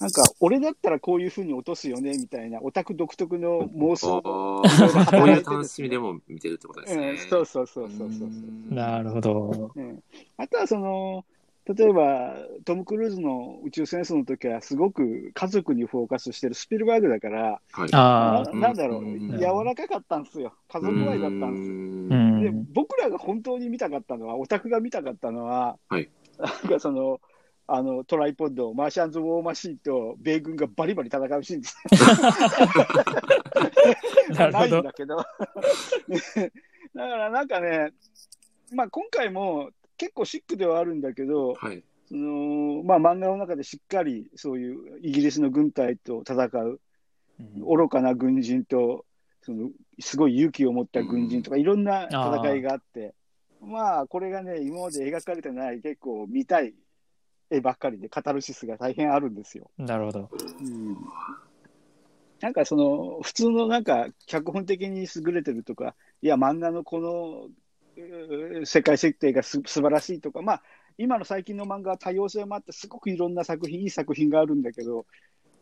[SPEAKER 3] なんか、俺だったらこういうふうに落とすよね、みたいな、オタク独特の妄想。
[SPEAKER 1] あーこういう楽しみでも見てるってことです
[SPEAKER 3] う
[SPEAKER 1] ね
[SPEAKER 3] ん、。そうそうそうそうそう。
[SPEAKER 2] なるほど。
[SPEAKER 3] うんあとはその、例えばトム・クルーズの宇宙戦争の時はすごく家族にフォーカスしてるスピルバーグだから、
[SPEAKER 1] はい。
[SPEAKER 2] あ
[SPEAKER 3] な
[SPEAKER 2] あ、
[SPEAKER 3] なんだろう、
[SPEAKER 1] うん
[SPEAKER 3] 柔らかかったんですよ。家族愛だったんですよ。
[SPEAKER 2] う
[SPEAKER 1] うん
[SPEAKER 3] で
[SPEAKER 2] ん。
[SPEAKER 3] 僕らが本当に見たかったのは、オタクが見たかったのは、
[SPEAKER 1] はい
[SPEAKER 3] なんかその、あのトライポッド、マーシャンズ・ウォーマシーンと米軍がバリバリ戦うシーンです。
[SPEAKER 2] なる
[SPEAKER 3] な
[SPEAKER 2] ほ
[SPEAKER 3] いん
[SPEAKER 2] ど。
[SPEAKER 3] だけど。 だからなんかね、まあ、今回も結構シックではあるんだけど、
[SPEAKER 1] はい。
[SPEAKER 3] そのまあ、漫画の中でしっかりそういうイギリスの軍隊と戦う愚かな軍人とそのすごい勇気を持った軍人とかいろんな戦いがあってまあこれがね今まで描かれてない結構見たい絵ばっかりでカタルシスが大変あるんですよ。
[SPEAKER 2] なるほど。
[SPEAKER 3] うんなんかその普通のなんか脚本的に優れてるとかいや漫画のこのうー世界設定がす素晴らしいとかまあ今の最近の漫画は多様性もあってすごくいろんな作品いい作品があるんだけど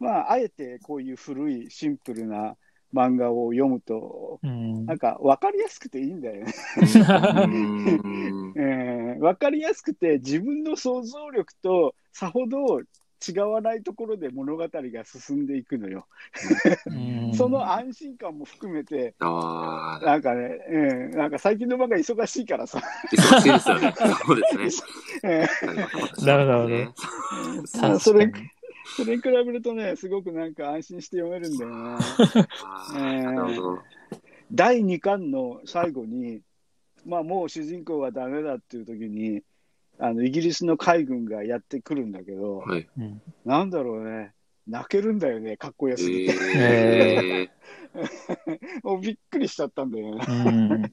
[SPEAKER 3] まああえてこういう古いシンプルな漫画を読むと
[SPEAKER 2] うん
[SPEAKER 3] なんか分かりやすくていいんだよね。
[SPEAKER 1] うん
[SPEAKER 3] えー、分かりやすくて自分の想像力とさほど違わないところで物語が進んでいくのよ。その安心感も含めて、
[SPEAKER 1] ああ、
[SPEAKER 3] なんかね、うん、なんか最近の漫画忙しいからさ、
[SPEAKER 1] 忙しいですよね。そうです
[SPEAKER 3] え
[SPEAKER 1] ね。
[SPEAKER 2] なるほど
[SPEAKER 1] ね。
[SPEAKER 3] ーそれそれに比べるとね、すごくなんか安心して読めるんだよね。
[SPEAKER 1] あーなるほど。
[SPEAKER 3] 第2巻の最後に、まあもう主人公がダメだっていう時に、あのイギリスの海軍がやってくるんだけど、
[SPEAKER 1] はい。
[SPEAKER 2] うん
[SPEAKER 3] なんだろうね、泣けるんだよね、かっこよすぎて。
[SPEAKER 1] え
[SPEAKER 3] もうびっくりしちゃったんだよね。
[SPEAKER 2] うん
[SPEAKER 3] え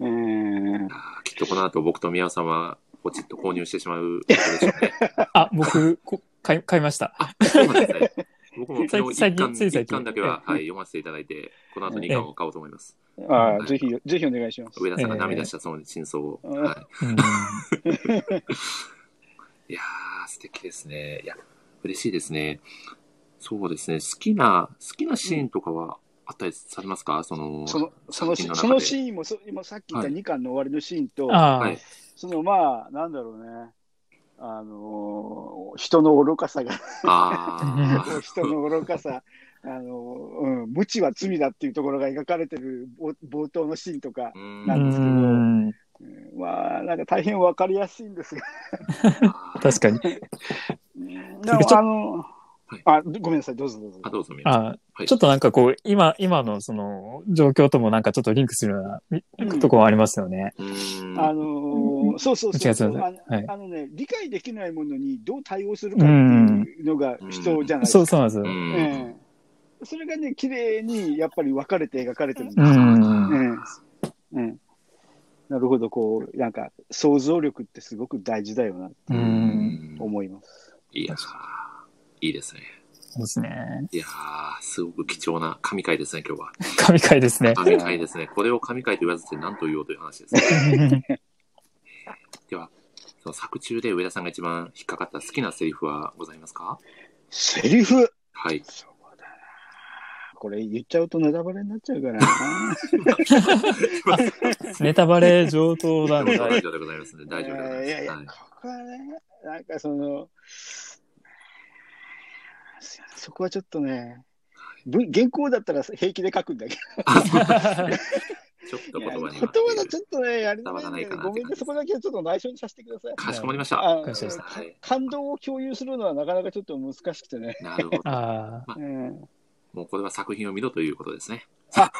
[SPEAKER 3] ー
[SPEAKER 1] ー、あーきっとこの後僕と宮尾さんはポチッと購入してしまうことでしょうね。
[SPEAKER 2] あ、僕、こ買い買いました。
[SPEAKER 1] あ、そうなんですね。僕も昨日
[SPEAKER 2] 最
[SPEAKER 1] 一
[SPEAKER 2] 近
[SPEAKER 1] 巻
[SPEAKER 2] つい最
[SPEAKER 1] 一
[SPEAKER 2] 近
[SPEAKER 1] 巻だけは、はい、読ませていただいて、この後二巻を買おうと思います。
[SPEAKER 3] あーぜひ、ぜひお願いします。
[SPEAKER 1] 上田さんが涙したその真相を。
[SPEAKER 3] ええ
[SPEAKER 1] は
[SPEAKER 2] うん
[SPEAKER 1] い、いやー、素敵ですね。いや、嬉しいですね。そうですね。好きな、好きなシーンとかはあったりされますか、その、
[SPEAKER 3] そのそのシ
[SPEAKER 1] 作品の中
[SPEAKER 3] その
[SPEAKER 1] で
[SPEAKER 3] シーンもそ、今さっき言った
[SPEAKER 1] はい
[SPEAKER 3] 2巻の終わりのシーンと、
[SPEAKER 2] あ
[SPEAKER 1] は
[SPEAKER 2] あ
[SPEAKER 1] い、。
[SPEAKER 3] そのまあ、なんだろうね、あのー人の愚かさが、
[SPEAKER 1] あ
[SPEAKER 3] 人の愚かさ、あのーうん、無知は罪だっていうところが描かれてる冒冒頭のシーンとか
[SPEAKER 1] ー。う、ん
[SPEAKER 3] な
[SPEAKER 2] うん
[SPEAKER 3] ですけど
[SPEAKER 2] ん
[SPEAKER 3] うんまあ、なんか大変わかりやすいんですが、
[SPEAKER 2] 確かに。
[SPEAKER 3] うん
[SPEAKER 2] ちょ
[SPEAKER 3] でもあの
[SPEAKER 1] はい
[SPEAKER 3] あ、ごめんなさい、どうぞどうぞ。
[SPEAKER 1] あ、どうぞ、宮尾さん。
[SPEAKER 2] あ
[SPEAKER 1] はい
[SPEAKER 2] ちょっとなんかこう、今、今のその状況ともなんかちょっとリンクするような
[SPEAKER 3] うん
[SPEAKER 2] とこはありますよね。
[SPEAKER 1] うーん。
[SPEAKER 3] あのーそうそうそうそう
[SPEAKER 2] 違う違う
[SPEAKER 3] あの
[SPEAKER 2] はい
[SPEAKER 3] あのね、理解できないものにどう対応するかっていうのが人じゃないですか。
[SPEAKER 2] そう、そうなんですよ。
[SPEAKER 1] うん
[SPEAKER 3] ええそれがね、綺麗にやっぱり分かれて描かれてるんで
[SPEAKER 2] う
[SPEAKER 3] すよ。
[SPEAKER 2] ん
[SPEAKER 3] ええええなるほど、こう、なんか想像力ってすごく大事だよな、
[SPEAKER 2] う。
[SPEAKER 1] うんん
[SPEAKER 3] 思います。
[SPEAKER 1] いやーいいですね。
[SPEAKER 2] そうですね。
[SPEAKER 1] いやーすごく貴重な神回ですね、今日は。
[SPEAKER 2] 神回で すね。
[SPEAKER 1] 神回ですね。これを神回と言わずて何と言おうという話ですね。では、その作中で上田さんが一番引っかかった好きなセリフはございますか
[SPEAKER 3] セリフ
[SPEAKER 1] はい。
[SPEAKER 3] そうだな。これ言っちゃうとネタバレになっちゃうからな。
[SPEAKER 2] ネタバレ上等
[SPEAKER 1] 大
[SPEAKER 2] なので。
[SPEAKER 1] 丈夫でございますね。 大丈夫でございます。
[SPEAKER 3] ええいやいや、
[SPEAKER 1] はい
[SPEAKER 3] ここはね、なんかその、すいませんそこはちょっとね、文原稿だったら平気で書くんだけど
[SPEAKER 1] あそう ちょっと
[SPEAKER 3] 言
[SPEAKER 1] 言葉
[SPEAKER 3] 葉
[SPEAKER 1] には
[SPEAKER 3] がちょっとね、やりづらいんだ
[SPEAKER 1] 伝わら
[SPEAKER 3] よね
[SPEAKER 1] ないかなって
[SPEAKER 3] ごめんね、そこだけはちょっと内緒にさせてください。
[SPEAKER 1] かしこまりました。
[SPEAKER 3] あ
[SPEAKER 2] かりました
[SPEAKER 1] はい
[SPEAKER 3] 感動を共有するのはなかなかちょっと難しくてね。
[SPEAKER 1] なるほど。
[SPEAKER 2] あ
[SPEAKER 3] うん
[SPEAKER 1] もうこれは作品を見ろということですね。
[SPEAKER 3] あ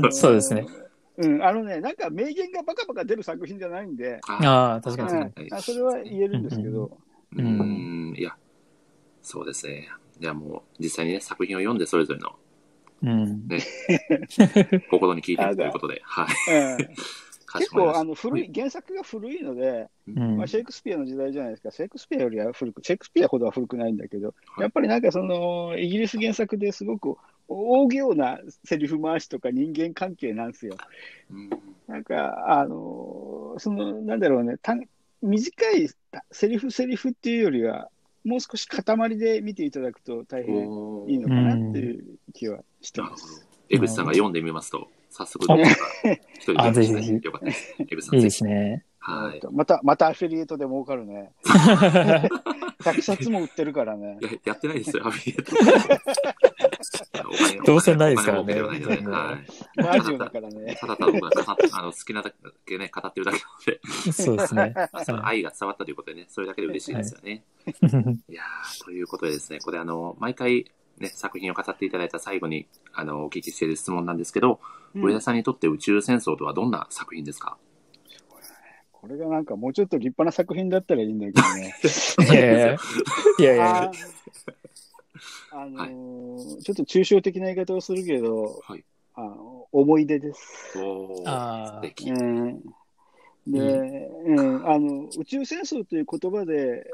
[SPEAKER 3] の
[SPEAKER 2] あ、そうですね。。
[SPEAKER 3] うん、あのね、なんか名言がバカバカ出る作品じゃないんで、
[SPEAKER 1] あ
[SPEAKER 2] ああ、確か
[SPEAKER 3] う
[SPEAKER 2] に確かに。
[SPEAKER 3] んあそれは言えるんですけど、
[SPEAKER 1] うーん、いや、そうですね。じゃあもう実際にね、作品を読んでそれぞれの
[SPEAKER 2] うん。
[SPEAKER 1] 心に聞いてるということで、はい。
[SPEAKER 3] うん
[SPEAKER 1] かし
[SPEAKER 3] 結
[SPEAKER 1] こまり
[SPEAKER 3] 構
[SPEAKER 1] ま
[SPEAKER 3] あ
[SPEAKER 1] し
[SPEAKER 3] の古い、原作が古いので、
[SPEAKER 2] うん
[SPEAKER 3] まあ、シェイクスピアの時代じゃないですか、シェイクスピアよりは古く、シェイクスピアほどは古くないんだけど、
[SPEAKER 1] はい
[SPEAKER 3] やっぱりなんかその、イギリス原作ですごく大行なセリフ回しとか人間関係なんですよ。
[SPEAKER 1] た。うん
[SPEAKER 3] なんか、あのーその、なんだろうね、短短いセリフセリフっていうよりは、もう少し塊で見ていただくと大変
[SPEAKER 1] おー
[SPEAKER 3] いいのかなっていう気はして
[SPEAKER 1] なる
[SPEAKER 3] ま
[SPEAKER 1] ほど
[SPEAKER 3] す。。
[SPEAKER 1] 江口さんが読んでみますと、早速、
[SPEAKER 2] あ
[SPEAKER 1] 一人で
[SPEAKER 2] あぜひぜひ
[SPEAKER 1] よかったです。江口さん、
[SPEAKER 2] いい
[SPEAKER 1] ぜ
[SPEAKER 2] で
[SPEAKER 1] ひ。
[SPEAKER 2] すね。
[SPEAKER 1] はい。
[SPEAKER 3] また、またアフィリエイトで儲かるね。100冊も売ってるからね
[SPEAKER 1] い。ややってないですよ、アフィリエイト
[SPEAKER 2] どうせないですからね
[SPEAKER 1] お金の儲けではないのではい
[SPEAKER 3] ラジオだからね。
[SPEAKER 1] ただただ僕は語っ あの好きなだけね、語ってるだけなので、
[SPEAKER 2] そう です ね。
[SPEAKER 1] あその愛が伝わったということでね、それだけで嬉しいですよね。い、やーということでですね、これあの、毎回ね、作品を語っていただいた最後に、あの、お聞きしている質問なんですけど、上田さんにとって宇宙戦争とはどんな作品ですか
[SPEAKER 3] これがなんかもうちょっと立派な作品だったらいいんだけど ね。
[SPEAKER 2] いやいやいやい
[SPEAKER 3] あ
[SPEAKER 2] や
[SPEAKER 3] ーあのーちょっと抽象的な言い方をするけど、
[SPEAKER 1] はい。
[SPEAKER 3] あの思い出です。
[SPEAKER 1] おー、
[SPEAKER 2] あー
[SPEAKER 1] 素敵。
[SPEAKER 3] え
[SPEAKER 1] はい。
[SPEAKER 3] ーで、
[SPEAKER 2] いい
[SPEAKER 3] うん、あの宇宙戦争という言葉で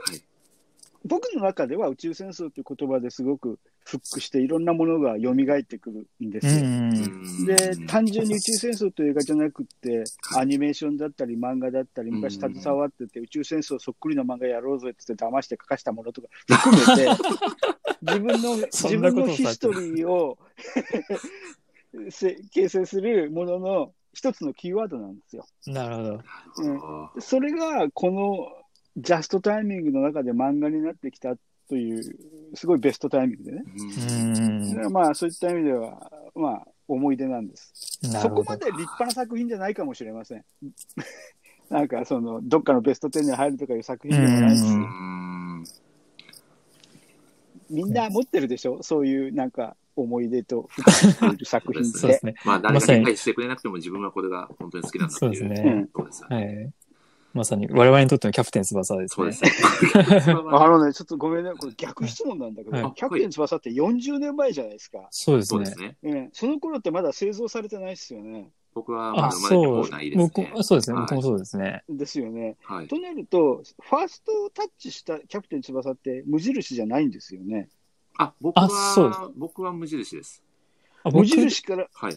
[SPEAKER 3] 僕の中では宇宙戦争という言葉ですごくフックしていろんなものが蘇ってくるんで
[SPEAKER 2] う
[SPEAKER 3] すよ。
[SPEAKER 2] ん。
[SPEAKER 3] で単純に宇宙戦争という映画じゃなくてアニメーションだったり漫画だったり昔
[SPEAKER 1] うん
[SPEAKER 3] 携わってて宇宙戦争そっくりの漫画やろうぜって言って騙して書かしたものとか含め て自分の
[SPEAKER 2] そ
[SPEAKER 3] 自
[SPEAKER 2] んなこ
[SPEAKER 3] 分
[SPEAKER 2] と
[SPEAKER 3] のヒストリーを せ形成するものの一つのキーワードなんですよ。
[SPEAKER 2] なるほど。
[SPEAKER 1] なるほど
[SPEAKER 3] それがこのジャストタイミングの中で漫画になってきたという、すごいベストタイミングでね。
[SPEAKER 1] うん
[SPEAKER 2] う
[SPEAKER 3] だか
[SPEAKER 2] ん。
[SPEAKER 3] らまあそういった意味では、まあ思い出なんです。
[SPEAKER 2] な
[SPEAKER 3] そ
[SPEAKER 2] る
[SPEAKER 3] こ
[SPEAKER 2] ほ
[SPEAKER 3] ま
[SPEAKER 2] ど
[SPEAKER 3] で。立派な作品じゃないかもしれません。 なんかその、どっかのベスト10に入るとかいう作品でもないし、
[SPEAKER 2] うん
[SPEAKER 1] うん
[SPEAKER 3] みんな持ってるでしょそういうなんか思い出と付加している作品
[SPEAKER 2] そう
[SPEAKER 3] っ
[SPEAKER 2] で
[SPEAKER 3] て
[SPEAKER 2] す。ね。
[SPEAKER 1] まあ、誰か理解してくれなくても自分はこれが本当に好きなんだっていう。
[SPEAKER 2] そうですね
[SPEAKER 1] そうですよね。
[SPEAKER 2] はい。まさに我々にとってのキャプテン翼です
[SPEAKER 1] そう
[SPEAKER 2] ね
[SPEAKER 1] で。すね。
[SPEAKER 3] あのね、ちょっとごめんね、これ逆質問なんだけど、
[SPEAKER 2] はい
[SPEAKER 3] キャプテン翼って40年前じゃないですか。
[SPEAKER 2] そうです
[SPEAKER 1] そうで
[SPEAKER 2] ね
[SPEAKER 1] す。ね。
[SPEAKER 3] うん、その頃ってまだ製造されてないですよね。
[SPEAKER 1] 僕はまだ
[SPEAKER 2] あ、
[SPEAKER 1] 生まれて
[SPEAKER 2] そ
[SPEAKER 1] こ
[SPEAKER 2] う
[SPEAKER 1] ない。です
[SPEAKER 2] 僕
[SPEAKER 1] ね。
[SPEAKER 2] もそうですね。
[SPEAKER 1] はい
[SPEAKER 2] 僕もそうですね。
[SPEAKER 3] ですよね。
[SPEAKER 1] はい。
[SPEAKER 3] となると、ファーストをタッチしたキャプテン翼って無印じゃないんですよね。
[SPEAKER 1] あ、僕は、
[SPEAKER 2] あそうです
[SPEAKER 1] 僕は無印です。
[SPEAKER 2] あ僕
[SPEAKER 3] 無印から、
[SPEAKER 1] はい。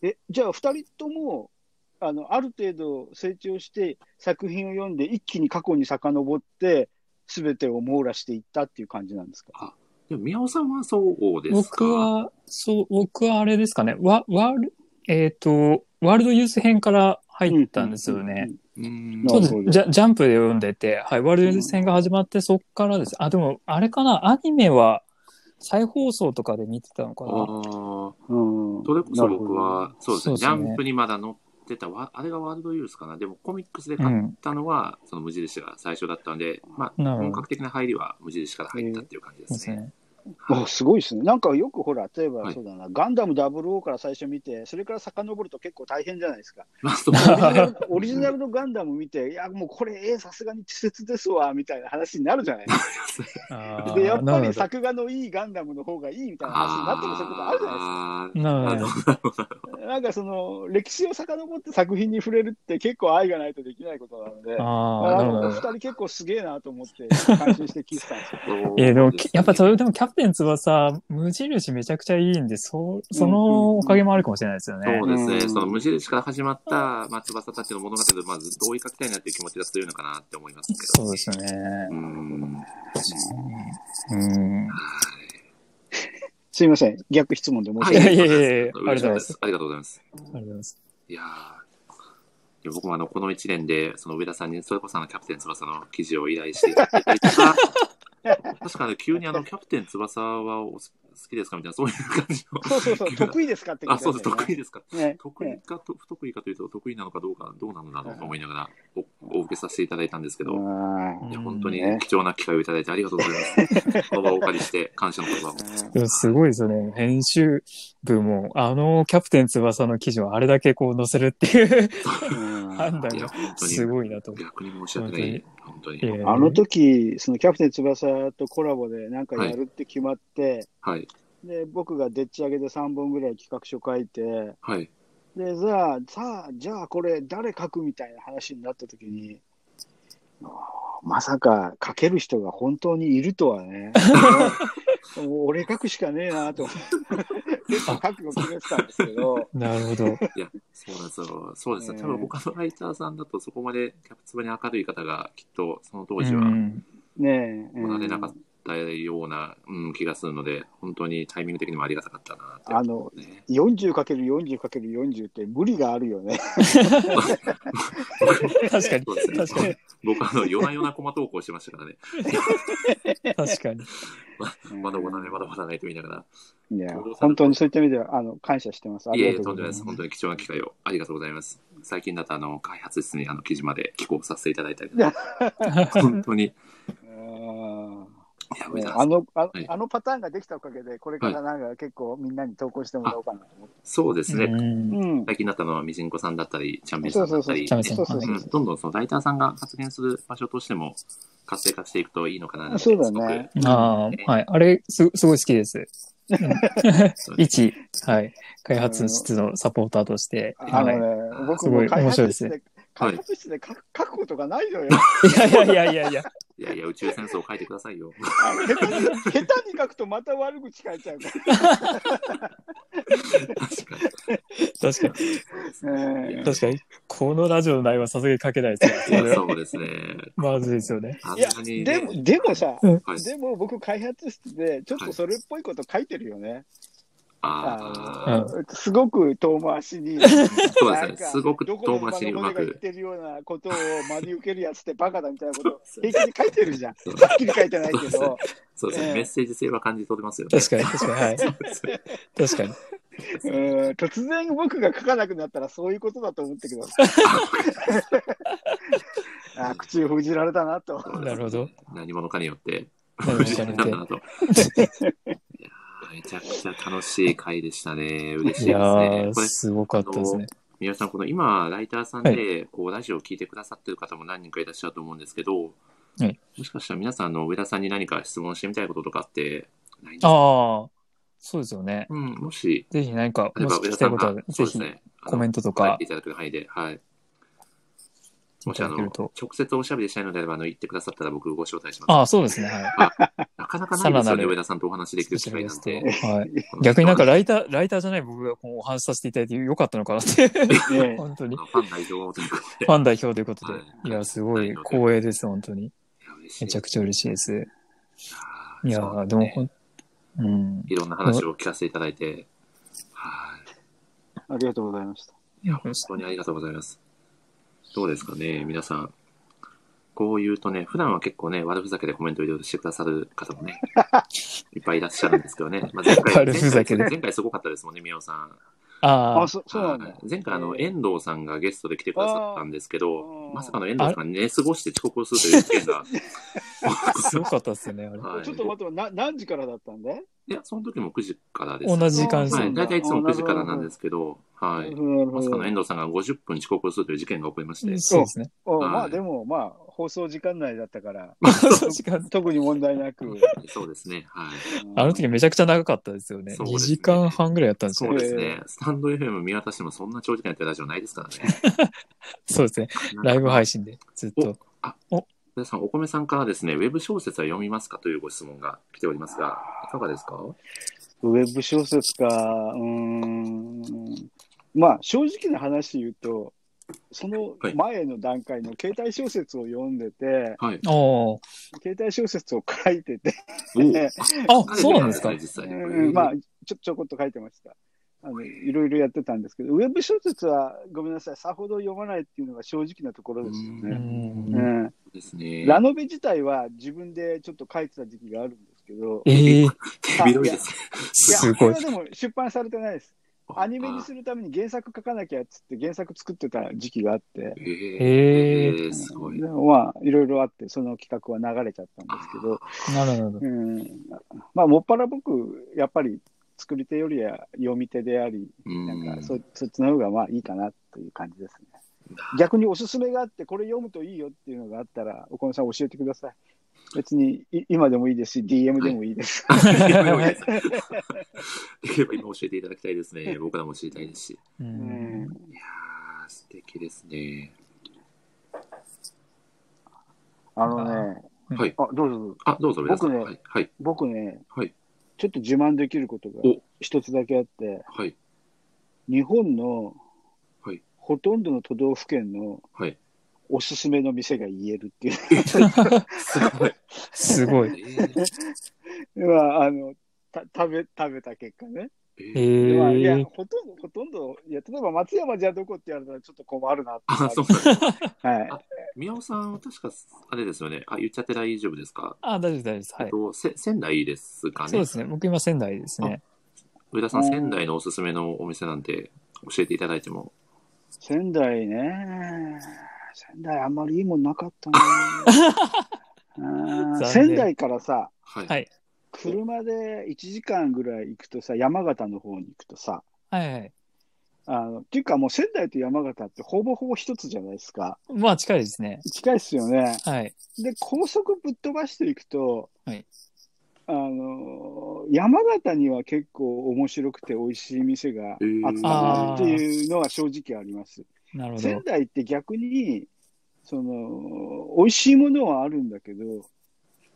[SPEAKER 3] え、じゃあ二人とも、あの、ある程度成長して作品を読んで一気に過去に遡って、すべてを網羅していったっていう感じなんですか
[SPEAKER 1] でも、宮尾さんはそうですか
[SPEAKER 2] 僕、は、そう、僕はあれですかね。わ、ワール、えっ、と、ワールドユース編から入ったんですよね。。
[SPEAKER 1] うーん。
[SPEAKER 3] な
[SPEAKER 2] そ
[SPEAKER 3] る
[SPEAKER 2] う
[SPEAKER 3] ほ
[SPEAKER 2] で
[SPEAKER 3] ど
[SPEAKER 2] す。ジャジャンプで読んでて、はい、ワールドユース編が始まって、そっからです。あ、でも、あれかな、アニメは再放送とかで見てたのか
[SPEAKER 1] あ
[SPEAKER 2] な。
[SPEAKER 1] ー
[SPEAKER 3] うんうん
[SPEAKER 1] それこそ僕は、そうですね。ジ
[SPEAKER 2] そうですね
[SPEAKER 1] ャンプにまだ乗ってたわ、あれがワールドユースかな。でも、コミックスで
[SPEAKER 2] う
[SPEAKER 1] 買っ
[SPEAKER 2] ん。
[SPEAKER 1] たのは、その無印が最初だったので、まあ、
[SPEAKER 2] なるほど
[SPEAKER 1] 本格的な入りは無印から入ったっていう感じで
[SPEAKER 2] ですす
[SPEAKER 1] ね。
[SPEAKER 2] ね。
[SPEAKER 3] あすごいですね。なんかよくほら、例えば
[SPEAKER 1] はい
[SPEAKER 3] そうだな、ガンダム00から最初見て、それから遡ると結構大変じゃないです か。
[SPEAKER 1] まあ、そう
[SPEAKER 3] オリジナルオリジナルのガンダム見て、いや、もうこれ、えーさすがに稚拙ですわ、みたいな話になるじゃないです
[SPEAKER 2] あ
[SPEAKER 3] か。
[SPEAKER 2] ー
[SPEAKER 3] で、やっ
[SPEAKER 2] な
[SPEAKER 3] ぱ
[SPEAKER 2] る
[SPEAKER 3] り
[SPEAKER 2] ほど
[SPEAKER 3] 作画のいいガンダムの方がいいみたいな話になったりすることあるじゃないで
[SPEAKER 1] あーな
[SPEAKER 2] なる
[SPEAKER 1] る
[SPEAKER 2] ほど。
[SPEAKER 1] ほどなるほど。
[SPEAKER 3] すか。 なんかその、歴史を遡って作品に触れるって結構愛がないとできないことなので、
[SPEAKER 2] ああ、
[SPEAKER 3] あ
[SPEAKER 2] なるほ
[SPEAKER 3] のお
[SPEAKER 2] ど
[SPEAKER 3] 二。人結構すげえなと思って、感心して聞いてたんですよ。
[SPEAKER 2] えー、でも、
[SPEAKER 1] そうすね
[SPEAKER 2] やっぱそれでもキャプテン翼、無印めちゃくちゃいいんで、そ、そのおかげもあるかもしれないですよね。
[SPEAKER 1] そうですね、
[SPEAKER 3] うん
[SPEAKER 1] その無印から始まった、まあ、翼たちの物語をまずどう追いかけたいなっていう気持ちが強いのかなって思いますけ
[SPEAKER 2] そ
[SPEAKER 1] ど。
[SPEAKER 2] うですよね。
[SPEAKER 1] うん。
[SPEAKER 2] うん。
[SPEAKER 3] すいません、逆質問で申し
[SPEAKER 1] は
[SPEAKER 3] 訳
[SPEAKER 2] い
[SPEAKER 3] ない。
[SPEAKER 2] やいやいやいや
[SPEAKER 1] 嬉しかったですありがとうございます。
[SPEAKER 2] ありがとうございます。
[SPEAKER 1] いやーいや僕もあの、この一年で、その上田さんに、それこそあの、キャプテン翼の記事を依頼して いただいたりとか、確かに急にあの、キャプテン翼はお好きですかみたいな、そういう感じの。
[SPEAKER 3] そうそうそう、得意ですかって聞
[SPEAKER 1] あ、
[SPEAKER 3] いて
[SPEAKER 1] そうです、得意ですか。
[SPEAKER 3] 意。ね
[SPEAKER 1] 得意かと不得意かというと、得意なのかどうか、どうなのだろうと思いながらお、お受けさせていただいたんですけど、
[SPEAKER 3] うん
[SPEAKER 1] いや、本当に
[SPEAKER 3] ね
[SPEAKER 1] 貴重な機会をいただいてありがとうございます。この場をお借りして、感謝の言葉を。
[SPEAKER 2] でもすごいですよね。編集部も、あのキャプテン翼の記事をあれだけこう載せるっていう
[SPEAKER 3] うん
[SPEAKER 2] 判断
[SPEAKER 1] いや、
[SPEAKER 2] が
[SPEAKER 1] 本当
[SPEAKER 2] す
[SPEAKER 1] に、
[SPEAKER 2] ごいなと。
[SPEAKER 1] 逆に申し訳ない。本当に。
[SPEAKER 2] えー
[SPEAKER 3] あの時、そのキャプテン翼とコラボでなんかやるって決まって、
[SPEAKER 1] はい。
[SPEAKER 3] で僕がでっち上げで3本ぐらい企画書書いて、
[SPEAKER 1] はい。
[SPEAKER 3] で、さあ、さあ、じゃあこれ誰書くみたいな話になった時に、あーまさか書ける人が本当にいるとはね、 もうもう俺書くしかねえ なと、結構覚悟決めてたんですけど、
[SPEAKER 2] なるほど。
[SPEAKER 1] いや、そうなんですよ。そうですね。
[SPEAKER 3] ね
[SPEAKER 1] 多分他のライターさんだとそこまでキャプツバに明るい方がきっとその当
[SPEAKER 2] う
[SPEAKER 1] 時は
[SPEAKER 2] ん。
[SPEAKER 3] ねえ、
[SPEAKER 1] おられなか
[SPEAKER 3] う
[SPEAKER 1] っ
[SPEAKER 3] ん
[SPEAKER 1] たような、うん、気がするので、本当にタイミング的にもありがたかったなって。
[SPEAKER 3] あの、
[SPEAKER 1] ね、
[SPEAKER 3] 40×40×40 って無理があるよね。
[SPEAKER 1] そうで
[SPEAKER 2] 確かに。
[SPEAKER 1] すね
[SPEAKER 2] 確かに。
[SPEAKER 1] 僕あの、夜な夜なコマ投稿してましたからね。
[SPEAKER 2] 確かに。
[SPEAKER 1] まだ終わらない、まだ終わらないと言いなが
[SPEAKER 3] いや、本当にそういった意味では、あの、感謝してます。あ
[SPEAKER 1] ら。い
[SPEAKER 3] り
[SPEAKER 1] えいえ、
[SPEAKER 3] がとう
[SPEAKER 1] と
[SPEAKER 3] ご
[SPEAKER 1] んで
[SPEAKER 3] ざ
[SPEAKER 1] もないです。
[SPEAKER 3] います。
[SPEAKER 1] 本当に貴重な機会をありがとうございます。最近だとあの、開発室にあの、記事まで寄稿させていただいたりとか、 本当に、い
[SPEAKER 3] うん
[SPEAKER 1] や、上
[SPEAKER 3] ね
[SPEAKER 1] 田さん
[SPEAKER 3] あのあ
[SPEAKER 1] はい
[SPEAKER 3] あのパターンができたおかげで、これからなんか結構みんなに投稿してもらおうかなと思って。
[SPEAKER 1] そうですね。
[SPEAKER 2] うん
[SPEAKER 3] うん
[SPEAKER 1] 最近だったのは、みじんこさんだったり、チャンビンさんだったり、
[SPEAKER 2] そうそうそうチャンビンさん
[SPEAKER 1] うんどんどんそのライターさんが発言する場所としても活性化していくといいのかななんて
[SPEAKER 3] そうだね
[SPEAKER 1] すごく
[SPEAKER 2] ああ、はい。あれ、す、すごい好きです。一、はい。開発室のサポーターとして。
[SPEAKER 3] あの
[SPEAKER 2] はい。
[SPEAKER 3] ね、僕
[SPEAKER 2] すご
[SPEAKER 3] も
[SPEAKER 2] い
[SPEAKER 3] 開
[SPEAKER 2] 面白い
[SPEAKER 3] 発
[SPEAKER 2] です
[SPEAKER 3] 室
[SPEAKER 2] ね
[SPEAKER 3] で、開発室で書く書くことがないの よ。
[SPEAKER 2] いやいやいやいやいや。
[SPEAKER 1] いやいや、宇宙戦争を書いてくださいよ。
[SPEAKER 3] あの下手に下手に書くとまた悪口書いちゃうか
[SPEAKER 1] 確
[SPEAKER 3] ら。
[SPEAKER 1] かに。
[SPEAKER 2] 確かに。
[SPEAKER 3] ねえ
[SPEAKER 2] 確かに。このラジオの内容はさすがに書けないです
[SPEAKER 1] い
[SPEAKER 2] ね。
[SPEAKER 1] や
[SPEAKER 2] こ
[SPEAKER 1] い
[SPEAKER 2] れ
[SPEAKER 1] や
[SPEAKER 2] は
[SPEAKER 1] そうですね。
[SPEAKER 2] まずいですよね。
[SPEAKER 1] あん
[SPEAKER 3] いや
[SPEAKER 1] な、にね
[SPEAKER 3] でも、でも、さ、
[SPEAKER 1] はい、
[SPEAKER 3] でも僕開発室でちょっとそれっぽいこと書いてるよね。
[SPEAKER 1] あ
[SPEAKER 2] う
[SPEAKER 1] あ、
[SPEAKER 2] ん。
[SPEAKER 3] すごく遠回しに。
[SPEAKER 1] そう
[SPEAKER 3] なん
[SPEAKER 1] で
[SPEAKER 3] か
[SPEAKER 1] すね。すごく
[SPEAKER 3] ど
[SPEAKER 1] 遠
[SPEAKER 3] この
[SPEAKER 1] 回しにう
[SPEAKER 3] 馬
[SPEAKER 1] ま
[SPEAKER 3] の骨が言っ
[SPEAKER 1] く。
[SPEAKER 3] てるようなことを真に受けるやつってバカだみたいなことを平気に書いてるじゃん。は
[SPEAKER 1] そう
[SPEAKER 3] っきり書いてないけど。
[SPEAKER 1] そうです
[SPEAKER 3] え
[SPEAKER 1] ね。
[SPEAKER 3] え
[SPEAKER 1] メッセージ性は感じ取れますよね。
[SPEAKER 2] 確かに、確かに。はい。確かに。
[SPEAKER 3] うん突然僕が書かなくなったらそういうことだと思った けど。あ口を封じられたなと。
[SPEAKER 1] そうです
[SPEAKER 2] なるほど。
[SPEAKER 1] 何者かによって、
[SPEAKER 2] 何
[SPEAKER 1] 無
[SPEAKER 2] 者
[SPEAKER 1] 事
[SPEAKER 2] かによ
[SPEAKER 1] にな
[SPEAKER 2] って
[SPEAKER 1] ったなと。いやーめちゃくちゃ楽しい回でしたね。嬉 しいで
[SPEAKER 2] い
[SPEAKER 1] す
[SPEAKER 2] や
[SPEAKER 1] ね。
[SPEAKER 2] ー、
[SPEAKER 1] これ、
[SPEAKER 2] すごかったですね。
[SPEAKER 1] 皆さん、この今、ライターさんで、こう、ラジオを聞いてくださってる方も何人かいらっしゃると思うんですけど、
[SPEAKER 2] はい
[SPEAKER 1] もしかしたら皆さん、あの、上田さんに何か質問してみたいこととかって、ないんですか
[SPEAKER 2] ああ、そうですよね。
[SPEAKER 1] うん、もし、
[SPEAKER 2] ぜひ何か、
[SPEAKER 1] 例え
[SPEAKER 2] も
[SPEAKER 1] ば
[SPEAKER 2] し
[SPEAKER 1] 上田
[SPEAKER 2] 聞き
[SPEAKER 1] さ
[SPEAKER 2] たい
[SPEAKER 1] ん
[SPEAKER 2] こと
[SPEAKER 1] が
[SPEAKER 2] は、、
[SPEAKER 1] そ
[SPEAKER 2] ぜ
[SPEAKER 1] うです
[SPEAKER 2] ひ
[SPEAKER 1] ね、あの
[SPEAKER 2] コメントと
[SPEAKER 1] 書
[SPEAKER 2] か
[SPEAKER 1] いていただける範囲で、はい。
[SPEAKER 2] い
[SPEAKER 1] もしたあ
[SPEAKER 2] だ
[SPEAKER 1] の、
[SPEAKER 2] けると
[SPEAKER 1] 直。接おしゃべりしたいのであれば、あの、言ってくださったら僕ご招待します。
[SPEAKER 2] ああ、そうですね。はい。
[SPEAKER 1] なかなかないです
[SPEAKER 2] さ
[SPEAKER 1] よ
[SPEAKER 2] ら
[SPEAKER 1] ね、
[SPEAKER 2] なる
[SPEAKER 1] 上田さんとお話できる機会なんて。
[SPEAKER 2] はい、逆になんかライター、ライターじゃない僕がこうお話しさせていただいてよかったのかなって。
[SPEAKER 3] ね
[SPEAKER 2] 本当
[SPEAKER 1] あ
[SPEAKER 2] に。
[SPEAKER 1] のファン代表ということで。
[SPEAKER 2] ファン代表ということで。
[SPEAKER 1] はい
[SPEAKER 2] いや、すごい光栄です、本当
[SPEAKER 1] い
[SPEAKER 2] に。
[SPEAKER 1] や嬉しい
[SPEAKER 2] めちゃくちゃ嬉しいです。いや
[SPEAKER 1] そう
[SPEAKER 2] ー、
[SPEAKER 1] す
[SPEAKER 2] でも
[SPEAKER 1] ね
[SPEAKER 2] ほん、うん。
[SPEAKER 1] いろんな話を聞かせていただいて、はい。
[SPEAKER 3] ありがとうございました。
[SPEAKER 2] いや、
[SPEAKER 1] 本当にありがとうございます。どうですかね、皆さん。こう言うとね、普段は結構ね、悪ふざけでコメントをいろいろしてくださる方 もね、いっぱいいらっしゃるんですけどね。まあ、前回、
[SPEAKER 2] 悪ふざけで
[SPEAKER 1] 前回前回すごかったですもんね、宮尾さん。
[SPEAKER 2] あ
[SPEAKER 3] あ、
[SPEAKER 2] あ、
[SPEAKER 3] そそうなんだ
[SPEAKER 1] はい。前回、あの、
[SPEAKER 3] えー
[SPEAKER 1] 遠藤さんがゲストで来てくださったんですけ
[SPEAKER 3] あ
[SPEAKER 1] ど、
[SPEAKER 3] ー
[SPEAKER 1] まさかの遠藤さんが寝過ごして遅刻をするという事件が。
[SPEAKER 2] すごかったですよね、あれ。
[SPEAKER 1] はい
[SPEAKER 3] ちょっと待って、な何時からだったんで。
[SPEAKER 1] いや、その時も9時からです。
[SPEAKER 2] 同じ時間です
[SPEAKER 1] は
[SPEAKER 2] よ
[SPEAKER 1] い、
[SPEAKER 2] ね。
[SPEAKER 1] 大体いつも9時からなんですすけど、は
[SPEAKER 3] ないる。ほど
[SPEAKER 1] まさかの遠藤さんが50分遅刻をするという事件が起こりまして。
[SPEAKER 2] そうですね。
[SPEAKER 3] お
[SPEAKER 1] はい
[SPEAKER 3] まあでも、まあ、放送時間内だったから、
[SPEAKER 2] 同じ時間。
[SPEAKER 3] 特に問題 なく。
[SPEAKER 1] そうですね。はい。
[SPEAKER 2] あの時めちゃくちゃ長かったですよね。
[SPEAKER 1] そうですね
[SPEAKER 2] 2時間半ぐらいやったんです
[SPEAKER 1] そ
[SPEAKER 2] よ
[SPEAKER 1] う
[SPEAKER 2] ね。
[SPEAKER 1] ですね。スタンド FM 見渡してもそんな長時間やってるラジオないですからね。
[SPEAKER 2] そうですね。 ライブ配信でずっと。
[SPEAKER 1] 皆さん、お米さんからですね、ウェブ小説は読みますかというご質問が来ておりますが、いかがですか
[SPEAKER 3] ウェブ小説か、うーん。まあ、正直な話言うと、その前の段階の携帯小説を読んでて、
[SPEAKER 1] はい。
[SPEAKER 2] ああ、お
[SPEAKER 3] 携帯小説を書いてて、
[SPEAKER 1] おー
[SPEAKER 2] あ、そうなんですか
[SPEAKER 1] ね実際に。
[SPEAKER 3] うんまあ、ちょ、ちょこっと書いてました。あの、いろいろやってたんですけど、ウェブ小説はごめんなさい、さほど読まないっていうのが正直なところですよ
[SPEAKER 2] う
[SPEAKER 3] ね。
[SPEAKER 2] ん
[SPEAKER 3] うん
[SPEAKER 1] ですね。
[SPEAKER 3] ラノベ自体は自分でちょっと書いてた時期があるんですけど、
[SPEAKER 2] ええ
[SPEAKER 1] 手広いですね。
[SPEAKER 3] いや、
[SPEAKER 2] す
[SPEAKER 3] こ
[SPEAKER 2] ごい
[SPEAKER 3] れは。でも出版されてないです。アニメにするために原作書かなきゃっつって原作作ってた時期があって、
[SPEAKER 1] えー、
[SPEAKER 2] えー
[SPEAKER 1] えーすごい
[SPEAKER 3] で。もまあ、いろいろあって、その企画は流れちゃったんですけど、
[SPEAKER 2] なるほど。
[SPEAKER 3] うん、まあ、もっぱら僕、やっぱり作り手よりは読み手であり、なんかそ、 そっちの方がまあいいかなという感じですね。逆におすすめがあって、これ読むといいよっていうのがあったら、おこめさん教えてください。別にい今でもいいですし、DM でもいいです。
[SPEAKER 1] やめようやつできれば今教えていただきたいですね。僕らも知りたいですし。
[SPEAKER 2] う
[SPEAKER 3] うんん
[SPEAKER 1] いやー、素敵ですね。
[SPEAKER 3] あのね、
[SPEAKER 1] はい。
[SPEAKER 3] あ、どうぞどうぞ。
[SPEAKER 1] あ、どうぞ、皆さん。
[SPEAKER 3] 僕
[SPEAKER 1] は
[SPEAKER 3] ね
[SPEAKER 1] い。はい。
[SPEAKER 3] 僕ね、
[SPEAKER 1] はい。
[SPEAKER 3] ちょっと自慢できることが
[SPEAKER 1] お
[SPEAKER 3] 一つだけあって、
[SPEAKER 1] はい。
[SPEAKER 3] 日本の
[SPEAKER 1] はい
[SPEAKER 3] ほとんどの都道府県の
[SPEAKER 1] はい。
[SPEAKER 3] おすすめの店が言えるっていう。
[SPEAKER 1] すごい。
[SPEAKER 2] すごい。
[SPEAKER 1] えー
[SPEAKER 3] ま あ、あの、た食べ、食べた結果ね。
[SPEAKER 1] え
[SPEAKER 2] え
[SPEAKER 1] ー
[SPEAKER 3] まあ、いや、
[SPEAKER 2] ー、
[SPEAKER 3] ほとんど、ほとんど、いや、例えば松山じゃどこってやるのはちょっと困るなっていのは
[SPEAKER 1] あ、
[SPEAKER 3] あ
[SPEAKER 1] そう
[SPEAKER 3] る。
[SPEAKER 1] なんだ。
[SPEAKER 3] はい。
[SPEAKER 1] 宮尾さんは確か、あれですよね。あ、言っちゃって大丈夫ですか
[SPEAKER 2] あ、大丈夫です、大丈夫です。は
[SPEAKER 1] えっ
[SPEAKER 2] い。
[SPEAKER 1] と、せ仙台ですかね。
[SPEAKER 2] そうですね。僕今仙台ですね。
[SPEAKER 1] 上田さん、
[SPEAKER 3] うん
[SPEAKER 1] 仙台のおすすめのお店なんて教えていただいても。
[SPEAKER 3] 仙台ね。仙台あんまりいいもんなかっ たなあー。
[SPEAKER 2] 残念
[SPEAKER 3] 仙台からさ、
[SPEAKER 1] はい。
[SPEAKER 2] はい。
[SPEAKER 3] 車で1時間ぐらい行くとさ、山形の方に行くとさ、
[SPEAKER 2] はいはい。
[SPEAKER 3] あのっていうかもう仙台と山形ってほぼほぼ一つじゃないですか。
[SPEAKER 2] まあ近いですね。
[SPEAKER 3] 近いっすよね。
[SPEAKER 2] はい。
[SPEAKER 3] で、高速ぶっ飛ばしていくと、
[SPEAKER 2] はい
[SPEAKER 3] あのー山形には結構面白くて美味しい店があったなっていうのは正直あります。
[SPEAKER 2] なるほ
[SPEAKER 3] 仙
[SPEAKER 2] ど。
[SPEAKER 3] 台って逆に、その、美味しいものはあるんだけど、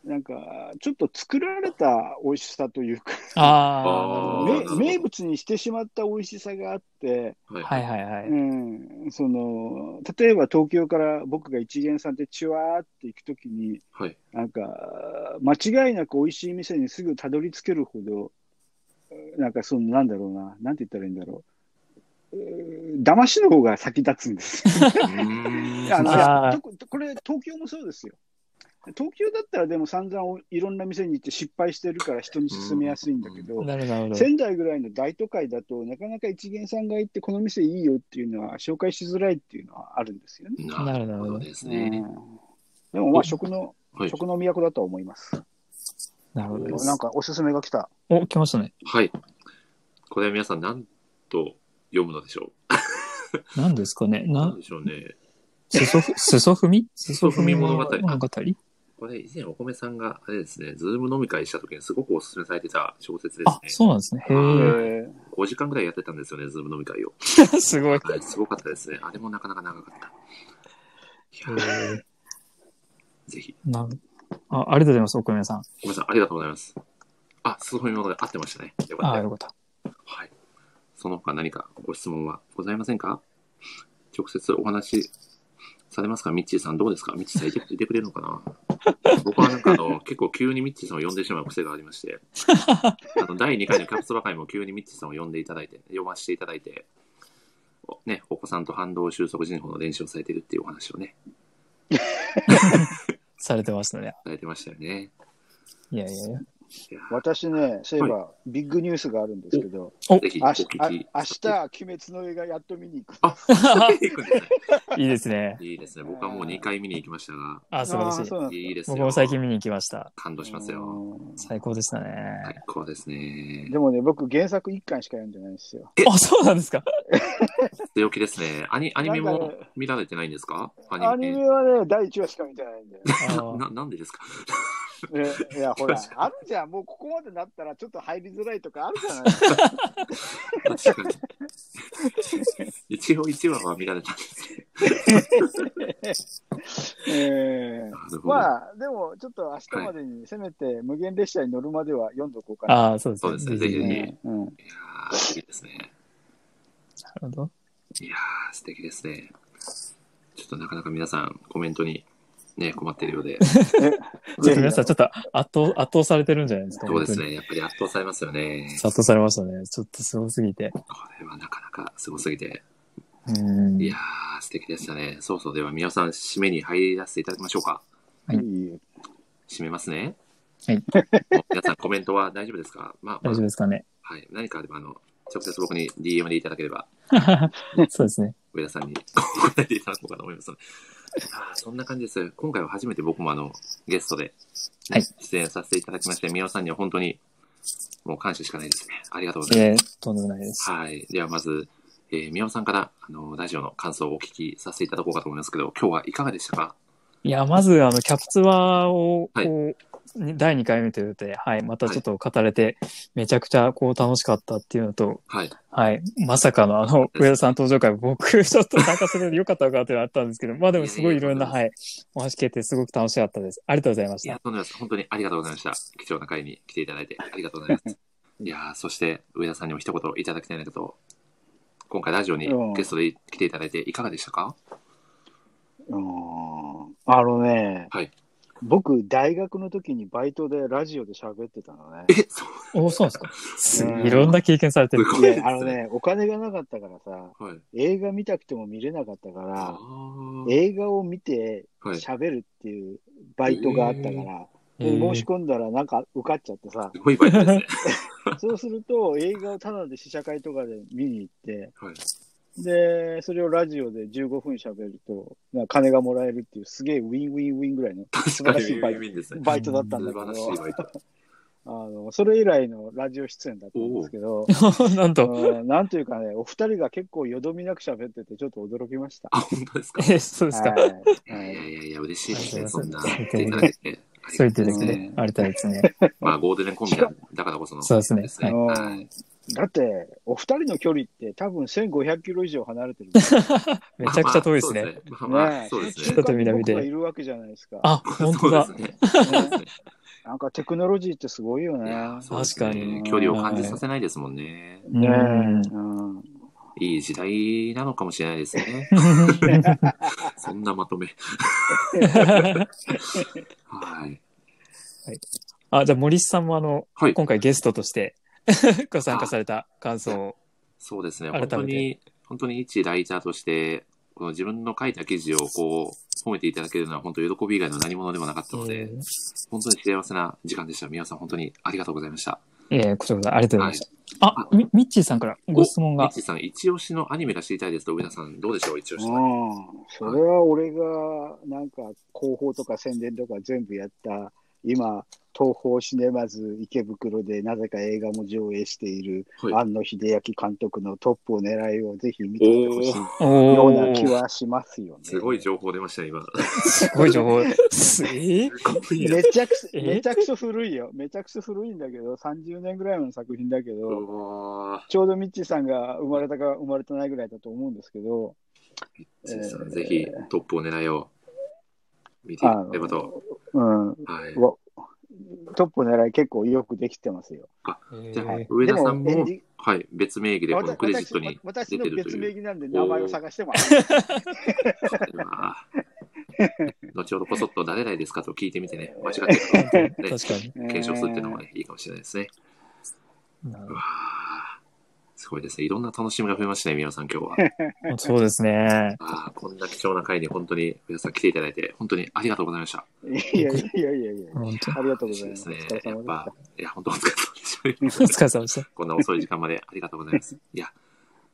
[SPEAKER 3] なんか、ちょっと作られた美味しさというか、
[SPEAKER 2] ああ、な
[SPEAKER 1] ー
[SPEAKER 2] る
[SPEAKER 3] め
[SPEAKER 2] ほ
[SPEAKER 1] ど
[SPEAKER 3] 名物にしてしまった美味しさがあって、
[SPEAKER 1] は
[SPEAKER 2] ど。
[SPEAKER 1] い。
[SPEAKER 2] はいはいは
[SPEAKER 3] う
[SPEAKER 2] い。
[SPEAKER 3] ん、その、例えば東京から僕が一元さんでチュワーって行くときに、
[SPEAKER 1] はい。
[SPEAKER 3] なんか、間違いなく美味しい店にすぐたどり着けるほど、なんかその、なんだろうな、なんて言ったらいいんだろう。うー騙しの方が先立つんです。
[SPEAKER 1] うーん
[SPEAKER 3] あの
[SPEAKER 2] あー
[SPEAKER 3] とことこれ、東京もそうですよ。東京だったらでも散々おいろんな店に行って失敗してるから人に勧めやすいんだけど、
[SPEAKER 2] なるほどなるほど。
[SPEAKER 3] 仙台ぐらいの大都会だとなかなか一元さんが行ってこの店いいよっていうのは紹介しづらいっていうのはあるんですよね。
[SPEAKER 1] なるほどです
[SPEAKER 3] うん
[SPEAKER 1] ね。
[SPEAKER 3] でもまあ食の、
[SPEAKER 1] はい。
[SPEAKER 3] 食の都だとは思います。
[SPEAKER 2] なるほどで
[SPEAKER 3] な
[SPEAKER 2] す
[SPEAKER 3] ん。かおすすめが来た。
[SPEAKER 2] お、来ましたね。
[SPEAKER 1] はい。これは皆さん何と読むのでしょ
[SPEAKER 2] 何ですかね。
[SPEAKER 1] う
[SPEAKER 2] な
[SPEAKER 1] 何、でしょうね。
[SPEAKER 2] 裾ふ、裾踏み裾
[SPEAKER 1] 踏み物語
[SPEAKER 2] 物語
[SPEAKER 1] これ以前お米さんが、あれですね、ズーム飲み会した時にすごくおすすめされてた小説で
[SPEAKER 2] あ、
[SPEAKER 1] すね。
[SPEAKER 2] そうなんですね。へ
[SPEAKER 1] うん
[SPEAKER 2] え。
[SPEAKER 3] え
[SPEAKER 1] 5時間ぐらいやってたんですよね、ズーム飲み会を。
[SPEAKER 2] すごい。
[SPEAKER 1] はい、すごかったですね。あれもなかなか長かった。いやー、
[SPEAKER 2] へ
[SPEAKER 1] ぜひ。
[SPEAKER 2] ーなるあありがとうございます、奥宮さん。
[SPEAKER 1] ごめんなさい、ありがとうございます。あ、そういうものが合ってましたね。よか
[SPEAKER 2] あ
[SPEAKER 1] っ
[SPEAKER 2] あ、
[SPEAKER 1] た
[SPEAKER 2] よ
[SPEAKER 1] よ。
[SPEAKER 2] かった。
[SPEAKER 1] はい。その他何かご質問はございませんか直接お話しされますかミッチーさんどうですかミッチーさんいていてくれるのかな僕はなんかあ の、結構急にミッチーさんを呼んでしまう癖がありまして、あの、第2回のキャプツバ会も急にミッチーさんを呼んでいただいて、呼ばせていただいて、おね、お子さんと反動収束人法の練習をされてるっていうお話をね、
[SPEAKER 2] されてましたね。
[SPEAKER 1] されてましたよね。
[SPEAKER 2] いやいやいや。
[SPEAKER 1] いや
[SPEAKER 3] ー私ね、そういえば、ビッグニュースがあるんですけど、
[SPEAKER 2] お
[SPEAKER 1] ぜひお
[SPEAKER 3] あ
[SPEAKER 1] 聞
[SPEAKER 3] し
[SPEAKER 1] き。
[SPEAKER 3] あ明日、鬼滅の映画やっと見に行く。
[SPEAKER 1] あ、行くんですね
[SPEAKER 2] いいですね。
[SPEAKER 1] いいですね。僕はもう2回見に行きましたが、
[SPEAKER 2] あ、素晴らし
[SPEAKER 3] あー
[SPEAKER 2] い
[SPEAKER 3] そ。うなんです
[SPEAKER 1] いいですよ。
[SPEAKER 2] 僕も最近見に行きました。
[SPEAKER 1] 感動しますよ。
[SPEAKER 3] うん
[SPEAKER 2] 最高でしたね。
[SPEAKER 1] 最高ですね
[SPEAKER 3] で。もね、僕、原作1巻しか読んでないんですよ。
[SPEAKER 2] あ、そうなんですか。
[SPEAKER 1] 強気ですね。アニアニメ
[SPEAKER 3] なん
[SPEAKER 1] も
[SPEAKER 3] かね
[SPEAKER 1] 見られてないんですか
[SPEAKER 3] ア
[SPEAKER 1] アニ
[SPEAKER 3] ニ
[SPEAKER 1] メ。
[SPEAKER 3] メはね、第1話しか見てないんだよ
[SPEAKER 2] あー
[SPEAKER 1] ななんでですか
[SPEAKER 3] ね。いや、ほら
[SPEAKER 1] 確、
[SPEAKER 3] あるじゃん、もうここまでなったらちょっと入りづらいとかあるじゃないですか。
[SPEAKER 1] 確かに。一応一話は見られたんですね。
[SPEAKER 3] ええ
[SPEAKER 1] なるほど
[SPEAKER 3] まあ、でも、ちょっと明日までに、せめて無限列車に乗るまでは読んどこうかな。
[SPEAKER 2] あー、そうですね。
[SPEAKER 1] そうですね
[SPEAKER 2] ぜひ
[SPEAKER 1] ー
[SPEAKER 2] ぜひ
[SPEAKER 1] ぜ
[SPEAKER 2] な
[SPEAKER 1] ひ
[SPEAKER 3] うんうん
[SPEAKER 1] いやーいいですね。
[SPEAKER 2] るほど。
[SPEAKER 1] いやー素敵ですね。ちょっとなかなか皆さんコメントにね、困っているようで、
[SPEAKER 2] ちょっと皆さん、ちょっと圧倒、圧倒されてるんじゃないですか。
[SPEAKER 1] そうです
[SPEAKER 2] 本
[SPEAKER 1] ね。やっぱり圧倒されますよ
[SPEAKER 2] 当
[SPEAKER 1] ね
[SPEAKER 2] に。。圧倒されましたね。ちょっとすごすぎて。
[SPEAKER 1] これはなかなかすごすぎて。
[SPEAKER 2] うん。
[SPEAKER 1] いやー素敵でしたね。そうそう。では、皆さん、締めに入らせていただきましょうか。
[SPEAKER 2] はい
[SPEAKER 3] い
[SPEAKER 1] 締めますね。
[SPEAKER 2] はい
[SPEAKER 1] もう皆さん、コメントは大丈夫ですかまあ、まあ
[SPEAKER 2] 大丈夫ですかね。
[SPEAKER 1] はい。何かあれば、あの、直接僕に DM でいただければ、
[SPEAKER 2] そうですね。
[SPEAKER 1] 上田さんに 答えていただこうかと思いますので。あーそんな感じです。今回は初めて僕もあの、ゲストで、
[SPEAKER 2] はい
[SPEAKER 1] 出演させていただきまして、宮尾さんには本当に、もう感謝しかないですね。ありがとうございます。
[SPEAKER 2] えー、とんでもないです。
[SPEAKER 1] はい。ではまず、えー宮尾さんから、あの、ラジオの感想をお聞きさせていただこうかと思いますけど、今日はいかがでしたか
[SPEAKER 2] いや、まず、あの、キャプツワを、こ、
[SPEAKER 1] はいう
[SPEAKER 2] に第2回目ということで、はい、またちょっと語れて、めちゃくちゃ、こう、楽しかったっていうのと、
[SPEAKER 1] はい。
[SPEAKER 2] はい、まさかの、あの、上田さん登場会、僕、ちょっと参加するの良かったのかなっていうのはあったんですけど、まあでも、すごいいろんな、
[SPEAKER 1] いやい
[SPEAKER 2] はい、お話聞けて、すごく楽しかったです。ありがとうございまし
[SPEAKER 1] い
[SPEAKER 2] た
[SPEAKER 1] や。、とんでもないです。本当にありがとうございました。貴重な会に来ていただいて、ありがとうござい ます。いやーそして、上田さんにも一言いただきたいなことを、今回ラジオに
[SPEAKER 3] うん
[SPEAKER 1] ゲストで来ていただいて、いかがでした か
[SPEAKER 3] うんあのね、
[SPEAKER 1] はい
[SPEAKER 3] 僕、大学の時にバイトでラジオで喋ってたのね。
[SPEAKER 1] え、そう、
[SPEAKER 2] お、そうなんですか。
[SPEAKER 3] うん
[SPEAKER 2] いろんな経験されて
[SPEAKER 1] す
[SPEAKER 2] る。
[SPEAKER 1] ごい
[SPEAKER 3] い
[SPEAKER 1] ですね。
[SPEAKER 3] や、あのね、お金がなかったからさ、
[SPEAKER 1] はい。
[SPEAKER 3] 映画見たくても見れなかったか
[SPEAKER 1] あ
[SPEAKER 3] ら、
[SPEAKER 1] ー
[SPEAKER 3] 映画を見て
[SPEAKER 1] はい。す
[SPEAKER 3] 喋るっていうバイトがあったから、で申し込んだらなんか受かっちゃってさ、
[SPEAKER 1] ごいバイトです ね。
[SPEAKER 3] そうすると映画をタダで試写会とかで見に行って、
[SPEAKER 1] はい。
[SPEAKER 3] で、それをラジオで15分喋ると、なんか金がもらえるっていう、すげえウィンウィンウィンぐらいの
[SPEAKER 1] 確
[SPEAKER 3] 素晴
[SPEAKER 1] からに
[SPEAKER 3] しいバイト
[SPEAKER 1] いですね。
[SPEAKER 3] バイトだったん
[SPEAKER 1] 素
[SPEAKER 3] だけ
[SPEAKER 1] 晴
[SPEAKER 3] ど
[SPEAKER 1] らしい、バイト。
[SPEAKER 3] あのそれ以来のラジオ出演だったんですけど、
[SPEAKER 2] ん なんと、
[SPEAKER 3] うんなんというかね、お二人が結構よどみなく喋ってて、ちょっと驚きました。
[SPEAKER 1] あ、本当ですか。い
[SPEAKER 2] え、そうですか。
[SPEAKER 3] はい
[SPEAKER 1] や
[SPEAKER 3] はい
[SPEAKER 1] や
[SPEAKER 3] い
[SPEAKER 1] いやいや、嬉しいですね、
[SPEAKER 2] あ
[SPEAKER 1] そん
[SPEAKER 2] りが
[SPEAKER 1] な。
[SPEAKER 2] とうございま
[SPEAKER 1] 来
[SPEAKER 2] す
[SPEAKER 1] ていただいて。
[SPEAKER 2] そう言ってです
[SPEAKER 3] う
[SPEAKER 2] ね
[SPEAKER 3] ん。
[SPEAKER 2] ありがたいですね。
[SPEAKER 1] まあ、ゴールデンコンビだからこその。
[SPEAKER 2] そうですね
[SPEAKER 1] ね。
[SPEAKER 3] うん
[SPEAKER 1] はい。
[SPEAKER 3] だって、お二人の距離って多分1500キロ以上離れてるんですよ
[SPEAKER 2] めちゃくちゃ遠いですね。。
[SPEAKER 1] まあまあ
[SPEAKER 3] え
[SPEAKER 1] そうです
[SPEAKER 2] ち
[SPEAKER 1] ね
[SPEAKER 2] ょっ
[SPEAKER 1] まあまあ、そうですね。
[SPEAKER 2] と南で
[SPEAKER 3] 僕がいるわけじゃないですか。
[SPEAKER 2] あ、
[SPEAKER 1] そう
[SPEAKER 2] 本当だ。
[SPEAKER 1] ですね
[SPEAKER 3] ね
[SPEAKER 1] そうですね
[SPEAKER 3] なんかテクノロジーってすごいよ
[SPEAKER 1] い
[SPEAKER 3] ね。
[SPEAKER 1] やーそうですね
[SPEAKER 2] 確か
[SPEAKER 3] に
[SPEAKER 1] 距離を感じさせないですもんね。
[SPEAKER 2] うん
[SPEAKER 3] ねえうん
[SPEAKER 1] いい時代なのかもしれないです ね。そんなまとめ。はい。
[SPEAKER 2] あ、じゃあ森さんもあの、
[SPEAKER 1] はい。
[SPEAKER 2] 今回ゲストとして ご参加された感想を。
[SPEAKER 1] そうですね。
[SPEAKER 2] 改め
[SPEAKER 1] 本
[SPEAKER 2] て
[SPEAKER 1] 当に、本当に一ライターとして、この自分の書いた記事をこう、褒めていただけるのは本当喜び以外の何物でもなかったので、本当に幸せな時間でした。皆さん本当にありがとうございました。
[SPEAKER 2] ええこちらこそありがとうございました。あ、みミッチーさんからご質問
[SPEAKER 1] ミ
[SPEAKER 2] が
[SPEAKER 1] ッ。チーさん、一押しのアニメが知りたいですと、上田さん、どうでしょう一押しのアニメ。
[SPEAKER 3] うんそれは俺がなんか広報とか宣伝とか全部やった今東宝シネマズ池袋でなぜか映画も上映している
[SPEAKER 1] はい。
[SPEAKER 3] 庵野秀明監督のトップを狙いをぜひ見ていてほしいよ
[SPEAKER 2] お
[SPEAKER 3] うな気
[SPEAKER 2] ー
[SPEAKER 3] はしますよね。
[SPEAKER 1] すごい情報出ました ね、今。
[SPEAKER 2] すごい情報。すえー
[SPEAKER 3] めちゃくそ
[SPEAKER 2] え
[SPEAKER 3] めちゃくそ古いよ。めちゃくそ古いんだけど、30年ぐらいの作品だけど、
[SPEAKER 1] うわ
[SPEAKER 3] ちょうどミッチーさんが生まれたか生まれてないぐらいだと思うんですけど、
[SPEAKER 1] ーミッチーさん
[SPEAKER 3] えー
[SPEAKER 1] ぜひトップを狙いを見ていただければと。
[SPEAKER 3] うん、
[SPEAKER 1] はい。
[SPEAKER 3] わトップ狙い結構よくできてますよ。
[SPEAKER 1] じゃあ、
[SPEAKER 2] えー
[SPEAKER 1] 上田さん
[SPEAKER 3] でもエン
[SPEAKER 1] も
[SPEAKER 3] ディン、
[SPEAKER 1] はい、別名義でこのクレジットに
[SPEAKER 3] 私
[SPEAKER 1] 出て
[SPEAKER 3] 私の
[SPEAKER 1] ると
[SPEAKER 3] 別名
[SPEAKER 1] いう。
[SPEAKER 3] 義なんで名前を探してもら
[SPEAKER 1] うわー後ほどこそっと誰々ですかと聞いてみてね、間違ってる、ね、
[SPEAKER 2] 確かに。
[SPEAKER 1] 検証するっていうのも、ね、いいかもしれないですね。
[SPEAKER 2] なる
[SPEAKER 1] う
[SPEAKER 2] ほ
[SPEAKER 1] わーすごいですね。いろんな楽しみが増えましたね、皆さん今日は。
[SPEAKER 2] どそうですね。
[SPEAKER 1] ああ、こんな貴重な回に本当に皆さん来ていただいて、本当にありがとうございました。
[SPEAKER 3] えーいやいやいやいや。
[SPEAKER 2] 本当
[SPEAKER 3] ありがとうご
[SPEAKER 1] 嬉し
[SPEAKER 3] ざ
[SPEAKER 1] い
[SPEAKER 3] い
[SPEAKER 1] で
[SPEAKER 3] ますす。
[SPEAKER 1] ねやっ
[SPEAKER 3] お疲れ。様
[SPEAKER 1] ぱ、いや、本当お疲れ様でし
[SPEAKER 2] お
[SPEAKER 1] た。
[SPEAKER 2] 疲れ様でした。
[SPEAKER 1] こんな遅い時間までありがとうござい ます。いや、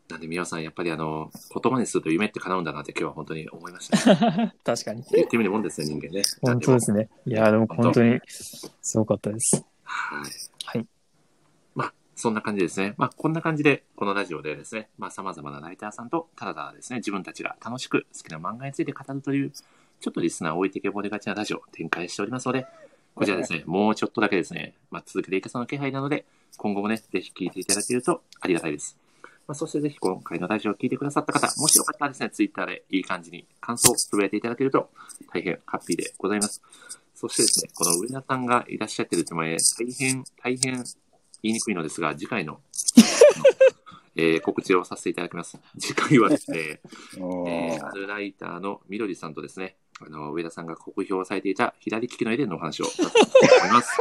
[SPEAKER 1] なんで皆さん、やっぱりあの、言葉にすると夢って叶うんだなって今日は本当に思いました、 ね。
[SPEAKER 2] 確かに。
[SPEAKER 1] 言ってみるもんですね、人間ね。
[SPEAKER 2] 本当ですね。いや、でも本当に、すごかったです。
[SPEAKER 1] はい。
[SPEAKER 2] はい。
[SPEAKER 1] まあ、そんな感じですね。まあ、こんな感じで、このラジオでですね、まあ、様々なライターさんと、ただただですね、自分たちが楽しく好きな漫画について語るという、ちょっとリスナーを置いてけぼれがちなラジオを展開しておりますので、こちらですね、もうちょっとだけですね、まあ、続けていけそうな気配なので、今後もね、ぜひ聞いていただけるとありがたいです。まあ、そしてぜひ今回のラジオを聞いてくださった方、もしよかったらですね、ツイッターでいい感じに感想をつぶやいていただけると大変ハッピーでございます。そしてですね、この上田さんがいらっしゃってる手前、大変、大変言いにくいのですが、次回の、えー告知をさせていただきます。次回はです ね、えー、あるライターのみどりさんとですね、あの上田さんが酷評されていた左利きのエレンのお話をさせていただき ます。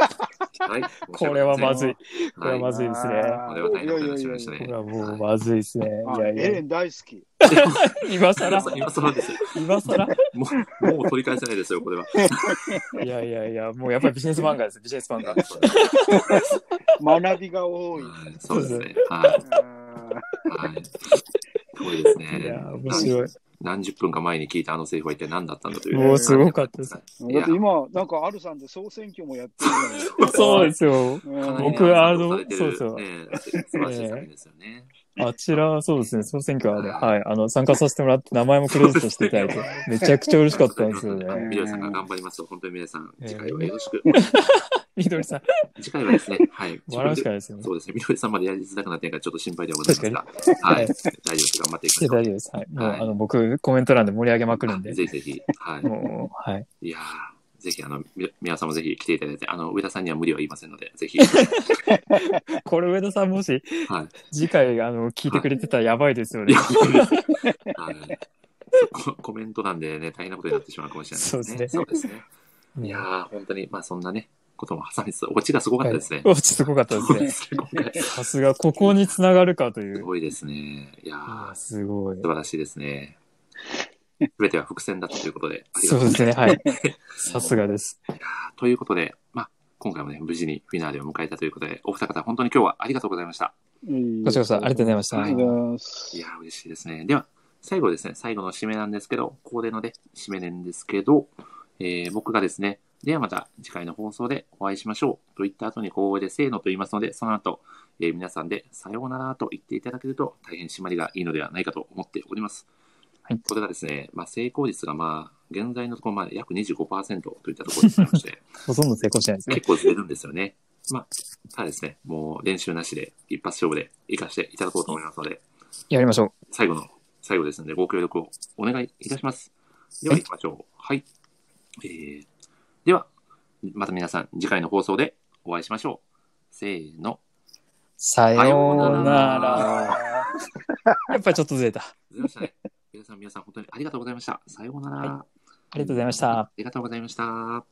[SPEAKER 1] はい、
[SPEAKER 2] これはまずい。これはま
[SPEAKER 1] はい
[SPEAKER 2] ずいですね。
[SPEAKER 1] これは大変なことになってました
[SPEAKER 2] こ
[SPEAKER 1] ね
[SPEAKER 2] れ。はもうまずいですね。い
[SPEAKER 3] あ
[SPEAKER 2] や
[SPEAKER 3] エ
[SPEAKER 2] い
[SPEAKER 3] レ
[SPEAKER 2] や、
[SPEAKER 3] ン大好き。
[SPEAKER 2] 今
[SPEAKER 1] 今
[SPEAKER 2] 更
[SPEAKER 1] 更、今更ですよ。
[SPEAKER 2] 今更
[SPEAKER 1] もう、もう取り返せないですよ、こ れは。
[SPEAKER 2] いやいやいや、もうやっぱりビジネス漫画です、ビジネス漫画。
[SPEAKER 3] 学びが多い。
[SPEAKER 1] はいそうですね。はい。はい。すごいですね。
[SPEAKER 2] いや、面白い。
[SPEAKER 1] 何十分か前に聞いたあのセリフは一体何だったんだという。
[SPEAKER 2] もうすごかったです
[SPEAKER 3] うんだって今、なんかあるさんで総選挙もやってる
[SPEAKER 2] そうですよ。
[SPEAKER 3] のに。
[SPEAKER 2] 僕はあの
[SPEAKER 1] そうです
[SPEAKER 2] そうそう
[SPEAKER 1] ね、素晴らしい作品ですよね。
[SPEAKER 2] あちら、そうですね、総選挙はね、はい、あの、参加させてもらって、名前もクレジットしていただいて、めちゃくちゃ嬉しかったんですよ
[SPEAKER 1] あ
[SPEAKER 2] ね。
[SPEAKER 1] みどりさんが頑張ります。本当に皆さん、
[SPEAKER 2] えー
[SPEAKER 1] 次回はよろしく。
[SPEAKER 2] みどりさん、
[SPEAKER 1] 次回はです ね、はい。
[SPEAKER 2] 笑うしかないですよね。
[SPEAKER 1] そうですね、みどりさんまでやりづらくなってるから、ちょっと心配ではございますが、はい。大丈夫です。頑張っていき
[SPEAKER 2] いや
[SPEAKER 1] ま
[SPEAKER 2] 大
[SPEAKER 1] し
[SPEAKER 2] 丈
[SPEAKER 1] ょ
[SPEAKER 2] 夫です。はい。もう、
[SPEAKER 1] はい
[SPEAKER 2] あの、僕、コメント欄で盛り上げまくるん
[SPEAKER 1] う。
[SPEAKER 2] で。
[SPEAKER 1] ぜひぜひ、はい。
[SPEAKER 2] もう、はい。
[SPEAKER 1] いやーぜひ、あの、み皆さんもぜひ来ていただいて、あの、上田さんには無理は言いませんので、 ぜひ、
[SPEAKER 2] これ、上田さん、もし、
[SPEAKER 1] はい。
[SPEAKER 2] 次回、あの、聞いてくれてたらやばいですよね。
[SPEAKER 1] はいそこコメント欄でね、大変なことになってしまうかもしれない
[SPEAKER 2] そ
[SPEAKER 1] そうですね。いや
[SPEAKER 2] は
[SPEAKER 1] ー本当に、まあそんなね、ことも挟みつつ、オチがすごかったですね。
[SPEAKER 2] い、おちすごかったです
[SPEAKER 1] そうで
[SPEAKER 2] ね。
[SPEAKER 1] すね、今回。
[SPEAKER 2] さすが、ここにつながるかとい
[SPEAKER 1] す
[SPEAKER 2] う。
[SPEAKER 1] ごいですね。いや
[SPEAKER 2] あ
[SPEAKER 1] ー
[SPEAKER 2] ーすごい
[SPEAKER 1] 素。晴らしいですね。すべては伏線だったということで。ありが
[SPEAKER 2] そ
[SPEAKER 1] とご
[SPEAKER 2] う
[SPEAKER 1] ざいま
[SPEAKER 2] ですね、 はい。さすがです。
[SPEAKER 1] すということで、まあ、今回もね、無事にフィナーレを迎えたということで、お二方、本当に今日はありがとうございました。
[SPEAKER 2] こちらこそ、ありがとうございまし
[SPEAKER 3] あ
[SPEAKER 2] た。
[SPEAKER 3] りがとうございます
[SPEAKER 1] いやー、嬉しいですね。では、最後ですね、最後の締めなんですけど、恒例のね、締めなんですけど、えー僕がですね、ではまた次回の放送でお会いしましょうと言った後に小声でせーのと言いますので、その後、えー皆さんでさようならと言っていただけると大変締まりがいいのではないかと思っております。
[SPEAKER 2] はい
[SPEAKER 1] これがですね、まあ、成功率がまあ、現在のところまで約25%といったところでございま して、
[SPEAKER 2] ほとんど成功してないですね。
[SPEAKER 1] 結構ずれるんですよね。まあ、ただですね、もう練習なしで一発勝負で活かしていただこうと思いますので、
[SPEAKER 2] やりましょう。
[SPEAKER 1] 最後の最後ですので、ご協力をお願いいたします。では、
[SPEAKER 2] はい
[SPEAKER 1] 行きましょう。はい。えー、では、また皆さん、次回の放送でお会いしましょう。せーの。
[SPEAKER 2] さよう
[SPEAKER 1] さよう
[SPEAKER 2] な
[SPEAKER 1] な
[SPEAKER 2] ら。やっぱりちょっとずれた。あ
[SPEAKER 1] ずれました ね。皆さん、皆さん、本当にありがとうございました。さようなら。
[SPEAKER 2] りがとうございました
[SPEAKER 1] あ。りがとうございました。